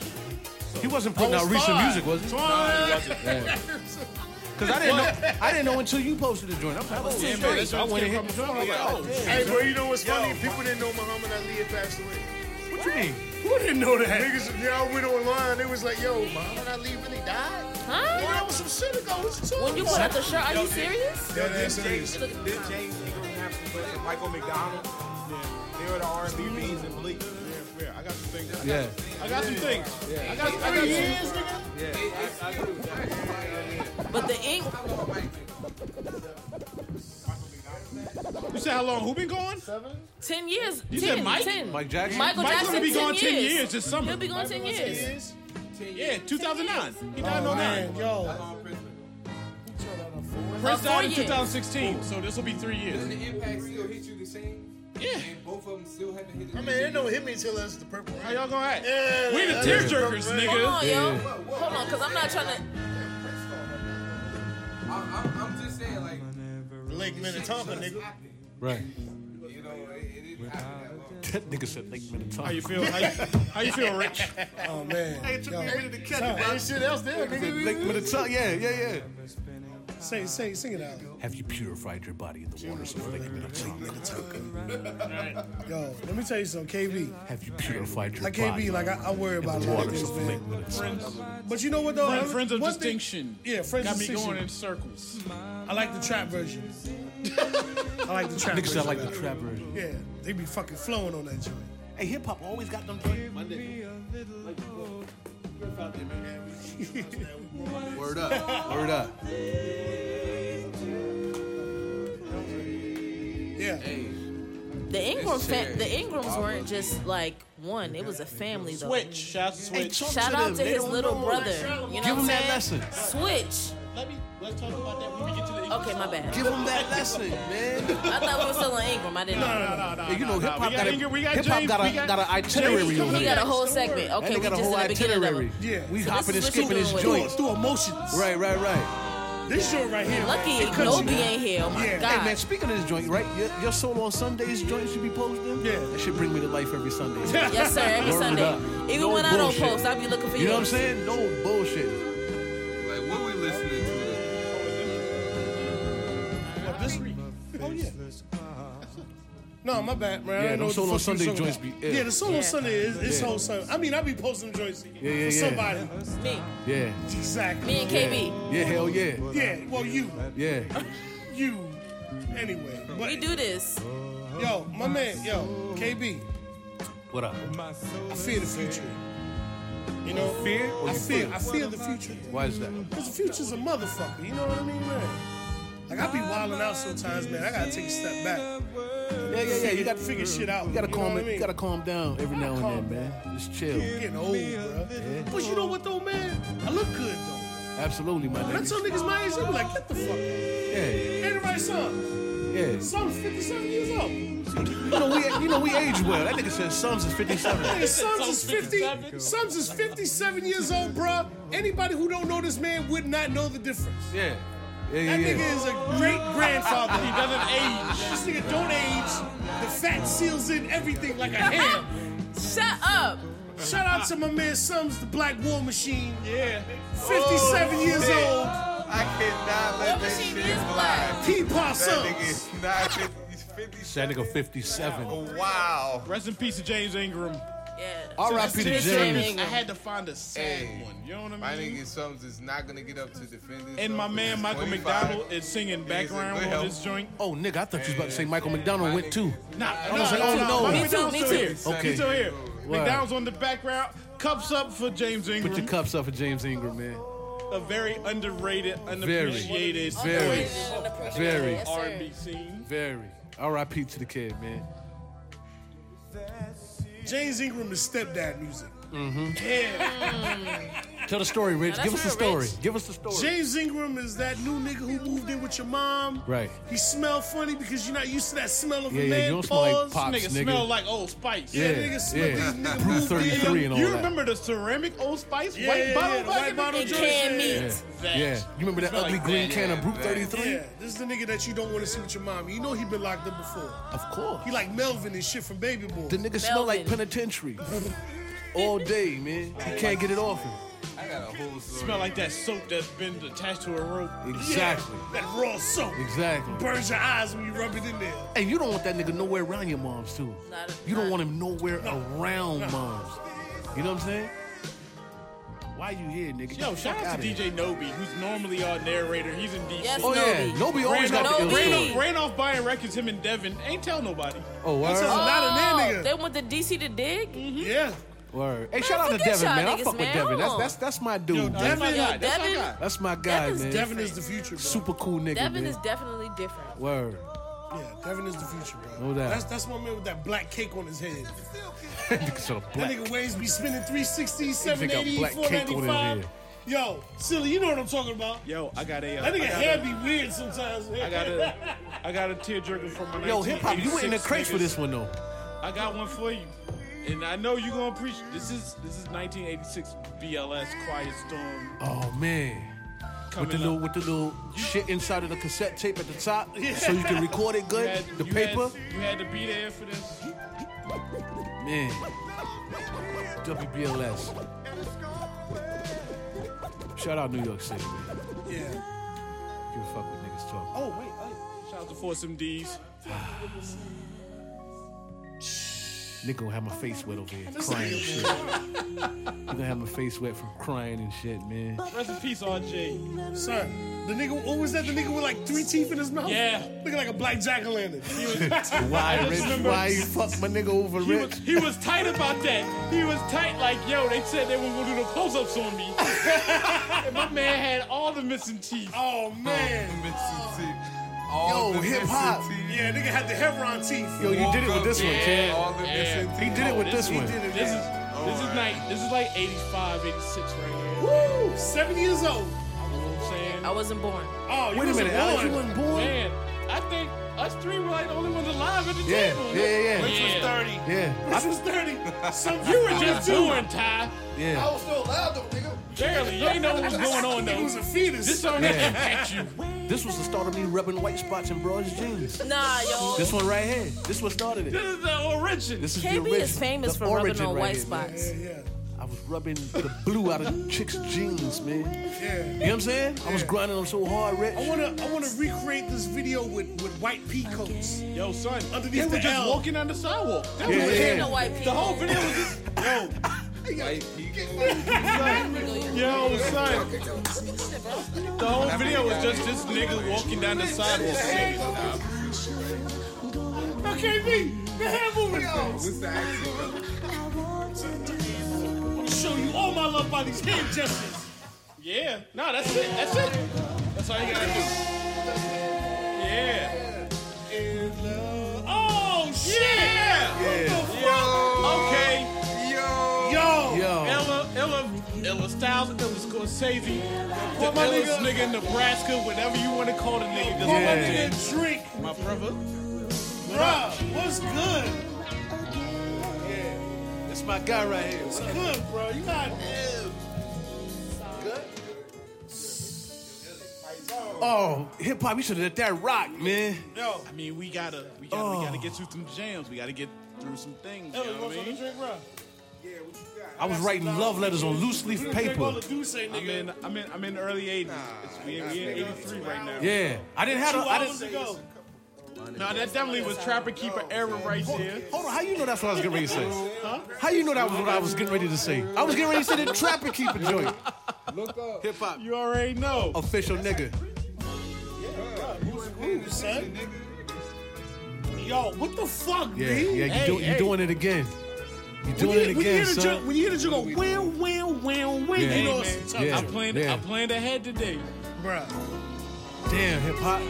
Speaker 3: He wasn't putting
Speaker 7: I
Speaker 3: out
Speaker 7: was
Speaker 3: recent
Speaker 7: five.
Speaker 3: music, was he? Because I didn't know. I didn't know until you posted the joint. I'm like, oh, yeah, man,
Speaker 1: that's
Speaker 3: I went
Speaker 1: what
Speaker 3: in here.
Speaker 1: I'm talking about.
Speaker 3: Oh, damn.
Speaker 7: Hey, bro, you know what's funny? People didn't know Muhammad Ali had passed away.
Speaker 3: What you mean?
Speaker 2: Who didn't know that?
Speaker 7: Niggas, y'all went online. They was like, yo, Muhammad Ali really died? Boy,
Speaker 4: Huh?
Speaker 7: that was some shit ago. What you talking
Speaker 4: When you
Speaker 7: about?
Speaker 4: put out the shirt, are you serious?
Speaker 7: Yo, that's serious.
Speaker 5: James, did James Ingram have to play with Michael McDonald? They were the R&B beans and bleak.
Speaker 1: Yeah, I got some things.
Speaker 3: Yeah.
Speaker 1: I got some things. I got, I got
Speaker 7: Three
Speaker 1: some.
Speaker 7: years, nigga?
Speaker 4: But the ink,
Speaker 1: You said how long? Who been going?
Speaker 4: ten years.
Speaker 1: You
Speaker 4: 10,
Speaker 1: said Mike?
Speaker 4: 10.
Speaker 3: Mike Jackson?
Speaker 4: Michael
Speaker 1: Mike's
Speaker 4: Jackson.
Speaker 1: gonna be gone 10 years. this
Speaker 4: He'll
Speaker 1: summer.
Speaker 4: be gone ten years.
Speaker 1: Yeah, 2009. He died in
Speaker 2: Oh,
Speaker 1: 09.
Speaker 2: man, yo.
Speaker 1: Yo. Prince died in 2016, Oh, so this will be three years.
Speaker 6: Doesn't the impact still hit you the same?
Speaker 1: Yeah.
Speaker 6: And both of them still haven't hit the
Speaker 2: I mean,
Speaker 6: same?
Speaker 2: it don't hit me until that's the purple. How y'all
Speaker 1: gonna act?
Speaker 2: Yeah,
Speaker 1: We the
Speaker 2: that's
Speaker 1: tearjerkers,
Speaker 2: Purple Rain.
Speaker 1: nigga.
Speaker 4: Hold on, yo. Hold on, because I'm not trying to.
Speaker 6: I'm, I'm, I'm just saying, like,
Speaker 2: Lake Minnetonka, nigga.
Speaker 3: Right.
Speaker 6: you know, it, it didn't happen that long.
Speaker 3: That nigga said Lake Minnetonka.
Speaker 1: How you feel? How you, how you feel, Rich?
Speaker 2: Oh man.
Speaker 14: Hey, it took me a minute to catch
Speaker 2: Son,
Speaker 14: it, bro.
Speaker 2: ain't shit else there, nigga.
Speaker 3: Lake Minnetonka. Yeah, yeah, yeah.
Speaker 2: Say, say, sing it out.
Speaker 3: Have you purified your body in the waters of Lake Minnetonka?
Speaker 2: Yo, let me tell you something, KB.
Speaker 3: Have you purified your
Speaker 2: I can't
Speaker 3: body
Speaker 2: be like I, I worry
Speaker 3: in
Speaker 2: about
Speaker 3: the
Speaker 2: a lot of
Speaker 3: waters
Speaker 2: things,
Speaker 3: of Lake
Speaker 2: man.
Speaker 3: Minnetonka?
Speaker 2: But you know what though?
Speaker 1: Friend-
Speaker 2: I-
Speaker 1: friends of
Speaker 2: one thing-
Speaker 1: distinction.
Speaker 2: yeah, friends
Speaker 1: got
Speaker 2: of
Speaker 1: me
Speaker 2: distinction.
Speaker 1: going in circles.
Speaker 2: I like the trap
Speaker 11: (laughs)
Speaker 2: version. I like the trap.
Speaker 3: Niggas
Speaker 2: version
Speaker 3: that like the
Speaker 2: better.
Speaker 3: trap version.
Speaker 2: Yeah, they be fucking flowing on that joint.
Speaker 3: Hey, hip hop always got them. Like,
Speaker 6: Word up.
Speaker 3: Word up.
Speaker 2: Yeah.
Speaker 4: The Ingram
Speaker 6: It's
Speaker 4: fa-
Speaker 6: serious.
Speaker 4: the Ingrams
Speaker 6: Pablo
Speaker 4: weren't just like one. It was a family though.
Speaker 1: Switch. Shout out to Switch.
Speaker 4: Shout out to his little brother. You know
Speaker 3: Give
Speaker 4: what I'm
Speaker 3: him that
Speaker 4: saying?
Speaker 3: lesson.
Speaker 4: Switch.
Speaker 1: Let me, let's talk about that when we get to the Eagles.
Speaker 4: Okay, my bad.
Speaker 3: Give him that lesson, man.
Speaker 4: I thought we were still on Ingram. I didn't. know.
Speaker 1: No, no,
Speaker 3: Yeah, you know,
Speaker 1: no,
Speaker 3: hip
Speaker 1: no.
Speaker 3: hop
Speaker 1: We
Speaker 3: got, a-
Speaker 1: Ingram, we got
Speaker 3: hip hop
Speaker 1: James,
Speaker 3: got,
Speaker 1: we
Speaker 3: a got an
Speaker 1: James
Speaker 3: itinerary
Speaker 1: coming
Speaker 3: over
Speaker 1: up
Speaker 4: He
Speaker 3: here.
Speaker 4: got a whole segment.
Speaker 3: That
Speaker 4: Okay,
Speaker 3: nigga
Speaker 4: we
Speaker 3: got a
Speaker 4: just
Speaker 3: whole
Speaker 4: in the beginning of
Speaker 3: itinerary.
Speaker 4: them.
Speaker 2: Yeah.
Speaker 3: We
Speaker 4: So this
Speaker 3: hopping and
Speaker 4: is what you
Speaker 3: skipping this
Speaker 4: doing
Speaker 2: Through,
Speaker 3: joint.
Speaker 2: through emotions.
Speaker 3: Right, right, right.
Speaker 2: This joint right here.
Speaker 4: Lucky
Speaker 2: it cuts you,
Speaker 4: Nobi
Speaker 2: man.
Speaker 4: ain't here. Oh my
Speaker 2: Yeah.
Speaker 4: god.
Speaker 3: Hey man, speaking of this joint, right? Your, your solo on Sundays joint should be posting.
Speaker 2: Yeah.
Speaker 3: That should bring me to life every Sunday.
Speaker 4: Yes, sir. Every
Speaker 3: Word
Speaker 4: Sunday.
Speaker 3: up.
Speaker 4: Even
Speaker 3: No
Speaker 4: when I don't
Speaker 3: bullshit.
Speaker 4: post, I'll be looking for you.
Speaker 3: You know what I'm saying? No bullshit.
Speaker 6: Like, what we listening to?
Speaker 2: Oh yeah. No, my bad, man. I
Speaker 3: Yeah,
Speaker 2: don't know what
Speaker 3: them
Speaker 2: the
Speaker 3: solo
Speaker 2: fuck you
Speaker 3: Sunday
Speaker 2: talking
Speaker 3: joints
Speaker 2: about.
Speaker 3: be ill.
Speaker 2: Yeah, the solo
Speaker 4: Yeah.
Speaker 2: Sunday is it's
Speaker 3: Yeah.
Speaker 2: whole Sunday. I mean, I be posting joints
Speaker 3: Yeah, yeah,
Speaker 2: for
Speaker 3: yeah.
Speaker 2: somebody.
Speaker 4: Me.
Speaker 3: Yeah.
Speaker 2: Exactly.
Speaker 4: Me and KB.
Speaker 3: Yeah, hell yeah.
Speaker 2: Yeah, well, you,
Speaker 3: Yeah.
Speaker 2: you, anyway.
Speaker 4: We
Speaker 2: But
Speaker 4: do this.
Speaker 2: yo, my man, yo, KB,
Speaker 3: What up?
Speaker 2: I fear the future. You know,
Speaker 3: Fear or
Speaker 2: I
Speaker 3: you
Speaker 2: fear,
Speaker 3: fear?
Speaker 2: I fear the future.
Speaker 3: Why is that?
Speaker 2: Cause the future's a motherfucker. You know what I mean, man? Like I be wilding out sometimes, man. I gotta take a step back.
Speaker 3: Yeah, yeah, yeah. You got
Speaker 2: to figure shit out.
Speaker 3: You gotta
Speaker 2: know what
Speaker 3: calm
Speaker 2: I
Speaker 3: it.
Speaker 2: mean?
Speaker 3: You gotta calm down every now
Speaker 2: Calm
Speaker 3: and then, man. Just chill.
Speaker 2: getting old, bro. But you know what though, man? I look good though.
Speaker 3: Absolutely, my
Speaker 2: When I
Speaker 3: nigga.
Speaker 2: tell niggas my age, they be like, get the fuck out.
Speaker 3: Yeah,
Speaker 2: Ain't it right, son?
Speaker 3: yeah.
Speaker 2: Son's 57 years old.
Speaker 3: You know we, you know we age well. That nigga said Sums is 57.
Speaker 2: Nigga, Sons is 50. Sons is 57 years old, bruh. Anybody who don't know this man would not know the difference.
Speaker 3: Yeah. Yeah, yeah,
Speaker 2: That
Speaker 3: yeah.
Speaker 2: nigga is a great grandfather.
Speaker 1: He doesn't age.
Speaker 2: This nigga don't age. The fat seals in everything like a ham.
Speaker 4: (laughs) Shut up.
Speaker 2: Shout out to my man Sums, the Black War Machine.
Speaker 1: Yeah. Oh,
Speaker 2: 57 years old.
Speaker 6: I cannot
Speaker 4: War
Speaker 6: let that
Speaker 4: Machine
Speaker 6: shit
Speaker 4: is black.
Speaker 2: Peepaw
Speaker 6: That
Speaker 2: Sums.
Speaker 6: nigga is not 50, he's 50.
Speaker 3: That nigga 57.
Speaker 6: Wow.
Speaker 1: Rest in peace to James Ingram.
Speaker 4: Yeah.
Speaker 3: R.I.P. to
Speaker 1: James
Speaker 3: James.
Speaker 1: I had to find a sad
Speaker 6: Hey.
Speaker 1: one. You know what
Speaker 6: My
Speaker 1: I mean?
Speaker 6: nigga Sums is not gonna get up to defend himself.
Speaker 1: And my
Speaker 6: when
Speaker 1: man
Speaker 6: he's
Speaker 1: Michael
Speaker 6: 25.
Speaker 1: McDonald is singing background
Speaker 6: good
Speaker 1: on
Speaker 6: health.
Speaker 1: this joint.
Speaker 3: Oh, nigga, I thought you was about to say Michael McDonald went too.
Speaker 1: Nah, no,
Speaker 3: was like,
Speaker 1: no,
Speaker 3: oh, no.
Speaker 1: Michael
Speaker 3: Me
Speaker 1: McDonald's
Speaker 4: too, me
Speaker 1: still
Speaker 4: too.
Speaker 1: here.
Speaker 3: Okay.
Speaker 1: He's still here.
Speaker 3: Word.
Speaker 1: McDonald's on the background. Cups up for James Ingram.
Speaker 3: Put your cups up for James Ingram, man.
Speaker 1: a very underrated,
Speaker 3: Very.
Speaker 1: unappreciated
Speaker 3: Very.
Speaker 1: voice.
Speaker 3: Very.
Speaker 4: Yes, sir.
Speaker 1: R&B scene.
Speaker 3: Very. R.I.P. to the kid, man.
Speaker 2: James Ingram is stepdad music.
Speaker 1: Yeah.
Speaker 3: Tell the story, Rich.
Speaker 4: Now,
Speaker 3: Give us
Speaker 4: that's
Speaker 3: the
Speaker 4: real,
Speaker 3: story.
Speaker 4: Rich.
Speaker 3: Give us the story.
Speaker 2: James Ingram is that new nigga who moved in with your mom.
Speaker 3: Right.
Speaker 2: He smelled funny because you're not used to that smell of
Speaker 3: Yeah,
Speaker 2: a
Speaker 3: yeah,
Speaker 2: man.
Speaker 3: you don't smell like
Speaker 2: Pause.
Speaker 3: pop. Pops,
Speaker 1: Nigga,
Speaker 3: nigga.
Speaker 1: smell like Old Spice.
Speaker 3: Yeah,
Speaker 2: nigga slipped
Speaker 3: yeah.
Speaker 2: these nigga
Speaker 3: Proof
Speaker 2: moved in.
Speaker 3: 33 and all
Speaker 1: You
Speaker 3: that.
Speaker 1: remember the ceramic Old Spice
Speaker 2: Yeah,
Speaker 1: white
Speaker 2: yeah,
Speaker 1: bottle?
Speaker 2: yeah, the
Speaker 1: back
Speaker 2: white
Speaker 1: in the
Speaker 2: bottle
Speaker 1: day?
Speaker 4: And canned
Speaker 2: Yeah.
Speaker 4: meat.
Speaker 1: That.
Speaker 3: Yeah. You remember that
Speaker 1: Smell
Speaker 3: ugly
Speaker 1: like
Speaker 3: green
Speaker 1: that,
Speaker 3: can
Speaker 1: yeah.
Speaker 3: of Brute 33?
Speaker 2: Yeah, this is the nigga that you don't want to see with your mom. You know he been locked up before.
Speaker 3: Of course.
Speaker 2: He like Melvin and shit from Baby Boy.
Speaker 3: the nigga smell like
Speaker 4: Melvin.
Speaker 3: penitentiary. all day, man. He can't get it off him.
Speaker 6: I got a whole story.
Speaker 1: Smell like that soap that's been attached to a rope.
Speaker 3: Exactly.
Speaker 2: that raw soap
Speaker 3: Exactly.
Speaker 2: burns your eyes when you rub it in there.
Speaker 3: And you don't want that nigga nowhere around your moms too.
Speaker 4: Not-
Speaker 3: You don't
Speaker 4: not-
Speaker 3: want him nowhere around moms. You know what I'm saying? Why you here, nigga?
Speaker 1: Yo,
Speaker 3: Get
Speaker 1: shout
Speaker 3: the fuck
Speaker 1: out
Speaker 3: outta
Speaker 1: to
Speaker 3: here.
Speaker 1: DJ Nobi, who's normally our narrator. He's in DC.
Speaker 4: Yes,
Speaker 3: Oh yeah,
Speaker 4: Nobi.
Speaker 3: Nobi always
Speaker 1: Ran
Speaker 3: got the
Speaker 1: off,
Speaker 3: ill
Speaker 4: Nobi.
Speaker 1: ran,
Speaker 3: story.
Speaker 1: off, ran off buying records, him and Devin. Ain't tell nobody.
Speaker 3: Oh
Speaker 2: That's
Speaker 3: word,
Speaker 2: a- Not in that
Speaker 4: Oh,
Speaker 2: nigga. Mm-hmm.
Speaker 4: They want the DC to dig?
Speaker 2: Yeah.
Speaker 3: word. Hey, shout out to
Speaker 4: forget
Speaker 3: Devin,
Speaker 4: y'all
Speaker 3: man. I
Speaker 4: niggas,
Speaker 3: fuck with
Speaker 4: man.
Speaker 3: Devin. That's
Speaker 4: Hold
Speaker 3: that's that's my dude.
Speaker 2: Yo,
Speaker 3: man.
Speaker 2: Devin,
Speaker 1: That's my guy. That's my
Speaker 4: Devin-
Speaker 1: guy.
Speaker 3: That's my guy,
Speaker 4: Devin's
Speaker 3: man.
Speaker 4: Devin-
Speaker 2: Devin is the future, bro.
Speaker 3: Super cool nigga,
Speaker 4: Devin
Speaker 3: man.
Speaker 4: is definitely different.
Speaker 3: Word. (laughs)
Speaker 2: Yeah, Devin is the future, bro.
Speaker 3: No doubt.
Speaker 2: That's that's my man with that black cake on his head.
Speaker 3: Niggas are
Speaker 2: That
Speaker 3: black.
Speaker 2: nigga Waves be spending 360,
Speaker 3: Niggas got
Speaker 2: 780,
Speaker 3: black cake on
Speaker 2: 495.
Speaker 3: his head.
Speaker 2: Yo, silly, you know what I'm talking about.
Speaker 1: Yo, I got a. Uh,
Speaker 2: That nigga
Speaker 1: I got
Speaker 2: hair
Speaker 1: a-
Speaker 2: be weird sometimes.
Speaker 1: I got a, I got a tearjerker from my.
Speaker 3: Yo, hip hop, you were in the crate for
Speaker 1: 1986,
Speaker 3: this one though.
Speaker 1: niggas. I got one for you, and I know you gonna preach. This is this is 1986 BLS Quiet Storm.
Speaker 3: Oh man.
Speaker 1: Coming
Speaker 3: with the
Speaker 1: up.
Speaker 3: little with the little shit inside of the cassette tape at
Speaker 1: (laughs)
Speaker 3: the top, so you can record it good.
Speaker 1: You had-
Speaker 3: the
Speaker 1: you
Speaker 3: paper,
Speaker 1: Had, you had to be there for this.
Speaker 3: man. WBLS. Shout out New York City, man.
Speaker 2: Yeah.
Speaker 3: Give a fuck what niggas talk.
Speaker 2: Oh wait, oh,
Speaker 1: Shout out to Force MDs.
Speaker 3: (sighs) Nigga gonna have my face wet over here,
Speaker 1: This
Speaker 3: crying and
Speaker 1: nigga-
Speaker 3: shit. You gonna have my face wet from crying and shit, man.
Speaker 1: Rest in peace, RJ.
Speaker 2: Sir, the nigga, what was that? The nigga with like three teeth in his mouth?
Speaker 1: Yeah.
Speaker 2: Looking like a black jack o' lantern.
Speaker 6: (laughs)
Speaker 3: Why, Rich? Why you fuck my nigga over,
Speaker 1: He
Speaker 3: Rich?
Speaker 1: was, he was tight about that. He was tight, like, yo, they said they were gonna do the close ups on me. and my man had all the missing teeth.
Speaker 2: Oh, man.
Speaker 3: Yo,
Speaker 6: All the
Speaker 3: hip
Speaker 6: missing
Speaker 3: hop.
Speaker 2: Yeah, nigga had the Hebron teeth.
Speaker 3: Yo, you did it with
Speaker 6: Walk up,
Speaker 3: this one,
Speaker 6: yeah,
Speaker 3: kid.
Speaker 6: all the missing
Speaker 3: He
Speaker 6: teeth.
Speaker 3: did it with this
Speaker 6: He
Speaker 3: one.
Speaker 6: did it. Oh,
Speaker 1: This is
Speaker 6: All
Speaker 1: this is
Speaker 6: right.
Speaker 1: like this is like 85, 86 right here.
Speaker 2: Woo! Seven years old.
Speaker 1: You know what I'm saying?
Speaker 4: I wasn't born.
Speaker 2: Oh, you
Speaker 3: Wait a
Speaker 2: wasn't
Speaker 3: minute, Alex, you
Speaker 2: born.
Speaker 3: wasn't born?
Speaker 1: Man, I think us three were like the only ones alive at the
Speaker 3: Yeah,
Speaker 1: table.
Speaker 3: yeah, yeah,
Speaker 1: Which
Speaker 3: yeah.
Speaker 1: was 30.
Speaker 3: Yeah,
Speaker 2: This was 30. Some
Speaker 1: You were just born, Ty.
Speaker 3: yeah.
Speaker 14: was still alive though, nigga.
Speaker 1: Barely. You ain't know what was going
Speaker 6: Oh,
Speaker 1: on,
Speaker 2: He
Speaker 1: though.
Speaker 2: was a fetus.
Speaker 1: This song
Speaker 3: Yeah.
Speaker 1: didn't impact you.
Speaker 3: This was the start of me rubbing white spots in bro's jeans.
Speaker 4: Nah, yo.
Speaker 3: This one right here. This one started it.
Speaker 1: This is the origin.
Speaker 3: This is the
Speaker 4: KB
Speaker 3: origin.
Speaker 4: is famous
Speaker 3: the
Speaker 4: for rubbing
Speaker 3: origin
Speaker 4: on
Speaker 3: right
Speaker 4: white
Speaker 3: here, man.
Speaker 4: spots.
Speaker 3: I was rubbing the blue out of chicks' jeans, man.
Speaker 2: Yeah.
Speaker 3: You know what I'm saying? I was grinding them so hard, Rich.
Speaker 2: I wanna, I wanna recreate this video with, with white pea coats.
Speaker 1: Yo, son,
Speaker 2: Underneath
Speaker 1: they were
Speaker 2: the
Speaker 1: just
Speaker 2: L.
Speaker 1: walking on the sidewalk. That
Speaker 3: Yeah,
Speaker 1: was
Speaker 3: yeah,
Speaker 1: it.
Speaker 3: yeah.
Speaker 4: No white
Speaker 1: The
Speaker 4: people.
Speaker 1: whole video was just yo, yo, son. The whole video was just this nigga walking down the sidewalk.
Speaker 2: Okay, me, the hair movement.
Speaker 6: What's the accent?
Speaker 2: I'm gonna show you all my love by these hand gestures.
Speaker 1: Yeah, no, that's it. That's it. That's all you gotta do. Yeah.
Speaker 2: Oh shit!
Speaker 1: Yeah.
Speaker 2: What the
Speaker 1: Okay.
Speaker 6: Yo.
Speaker 2: fuck? Yo.
Speaker 3: Yo.
Speaker 1: Ella, Ella, Ella Styles, Ella Scorsese, the
Speaker 2: my
Speaker 1: illest
Speaker 2: nigga-
Speaker 1: nigga in Nebraska, whatever you want to call the nigga. Just
Speaker 2: Call my
Speaker 1: yeah.
Speaker 3: Yeah.
Speaker 2: nigga a drink,
Speaker 1: My brother.
Speaker 2: bruh. What's good?
Speaker 3: That's my guy right here.
Speaker 2: What's good, bro? You got
Speaker 3: Oh, hip hop, you should have let that rock, man.
Speaker 2: yo.
Speaker 1: I mean, we gotta, we gotta, we gotta get through some jams. We gotta get through some things. You
Speaker 2: Ella,
Speaker 1: know
Speaker 2: you want
Speaker 1: what I
Speaker 2: something to
Speaker 1: mean?
Speaker 2: drink, bro?
Speaker 3: I was writing love letters on loose
Speaker 2: We
Speaker 3: leaf
Speaker 2: done drank all
Speaker 3: paper.
Speaker 2: the Douce, nigga.
Speaker 1: I'm in, I'm in, I'm in the early '80s. It's, we, we in '83 right now.
Speaker 3: Yeah. I didn't have
Speaker 2: Two
Speaker 3: a, I
Speaker 2: hours
Speaker 3: didn't.
Speaker 2: ago.
Speaker 1: No, that definitely was Trapper Keeper era right there.
Speaker 3: Hold on, how you know that's what I was getting ready to say? How you know that was what I was getting ready to say? I was getting ready to say the trapper keeper joint.
Speaker 6: Look up.
Speaker 3: Hip hop.
Speaker 1: You already know.
Speaker 3: Official nigga.
Speaker 2: son. Yo, what the fuck,
Speaker 3: Yeah,
Speaker 2: dude?
Speaker 3: yeah, you
Speaker 1: Hey,
Speaker 3: do, you
Speaker 1: hey.
Speaker 3: doing it again. You
Speaker 2: When
Speaker 3: doing
Speaker 2: you,
Speaker 3: it
Speaker 2: when you hear
Speaker 3: again,
Speaker 2: the
Speaker 3: son.
Speaker 2: joke, when you hear the joke, go wham, wham, wham, wham,
Speaker 3: Yeah.
Speaker 2: you know
Speaker 1: Hey,
Speaker 2: it's tough,
Speaker 1: man,
Speaker 3: yeah.
Speaker 1: I planned,
Speaker 3: yeah.
Speaker 1: I planned ahead today.
Speaker 2: bruh.
Speaker 3: Damn, hip hop.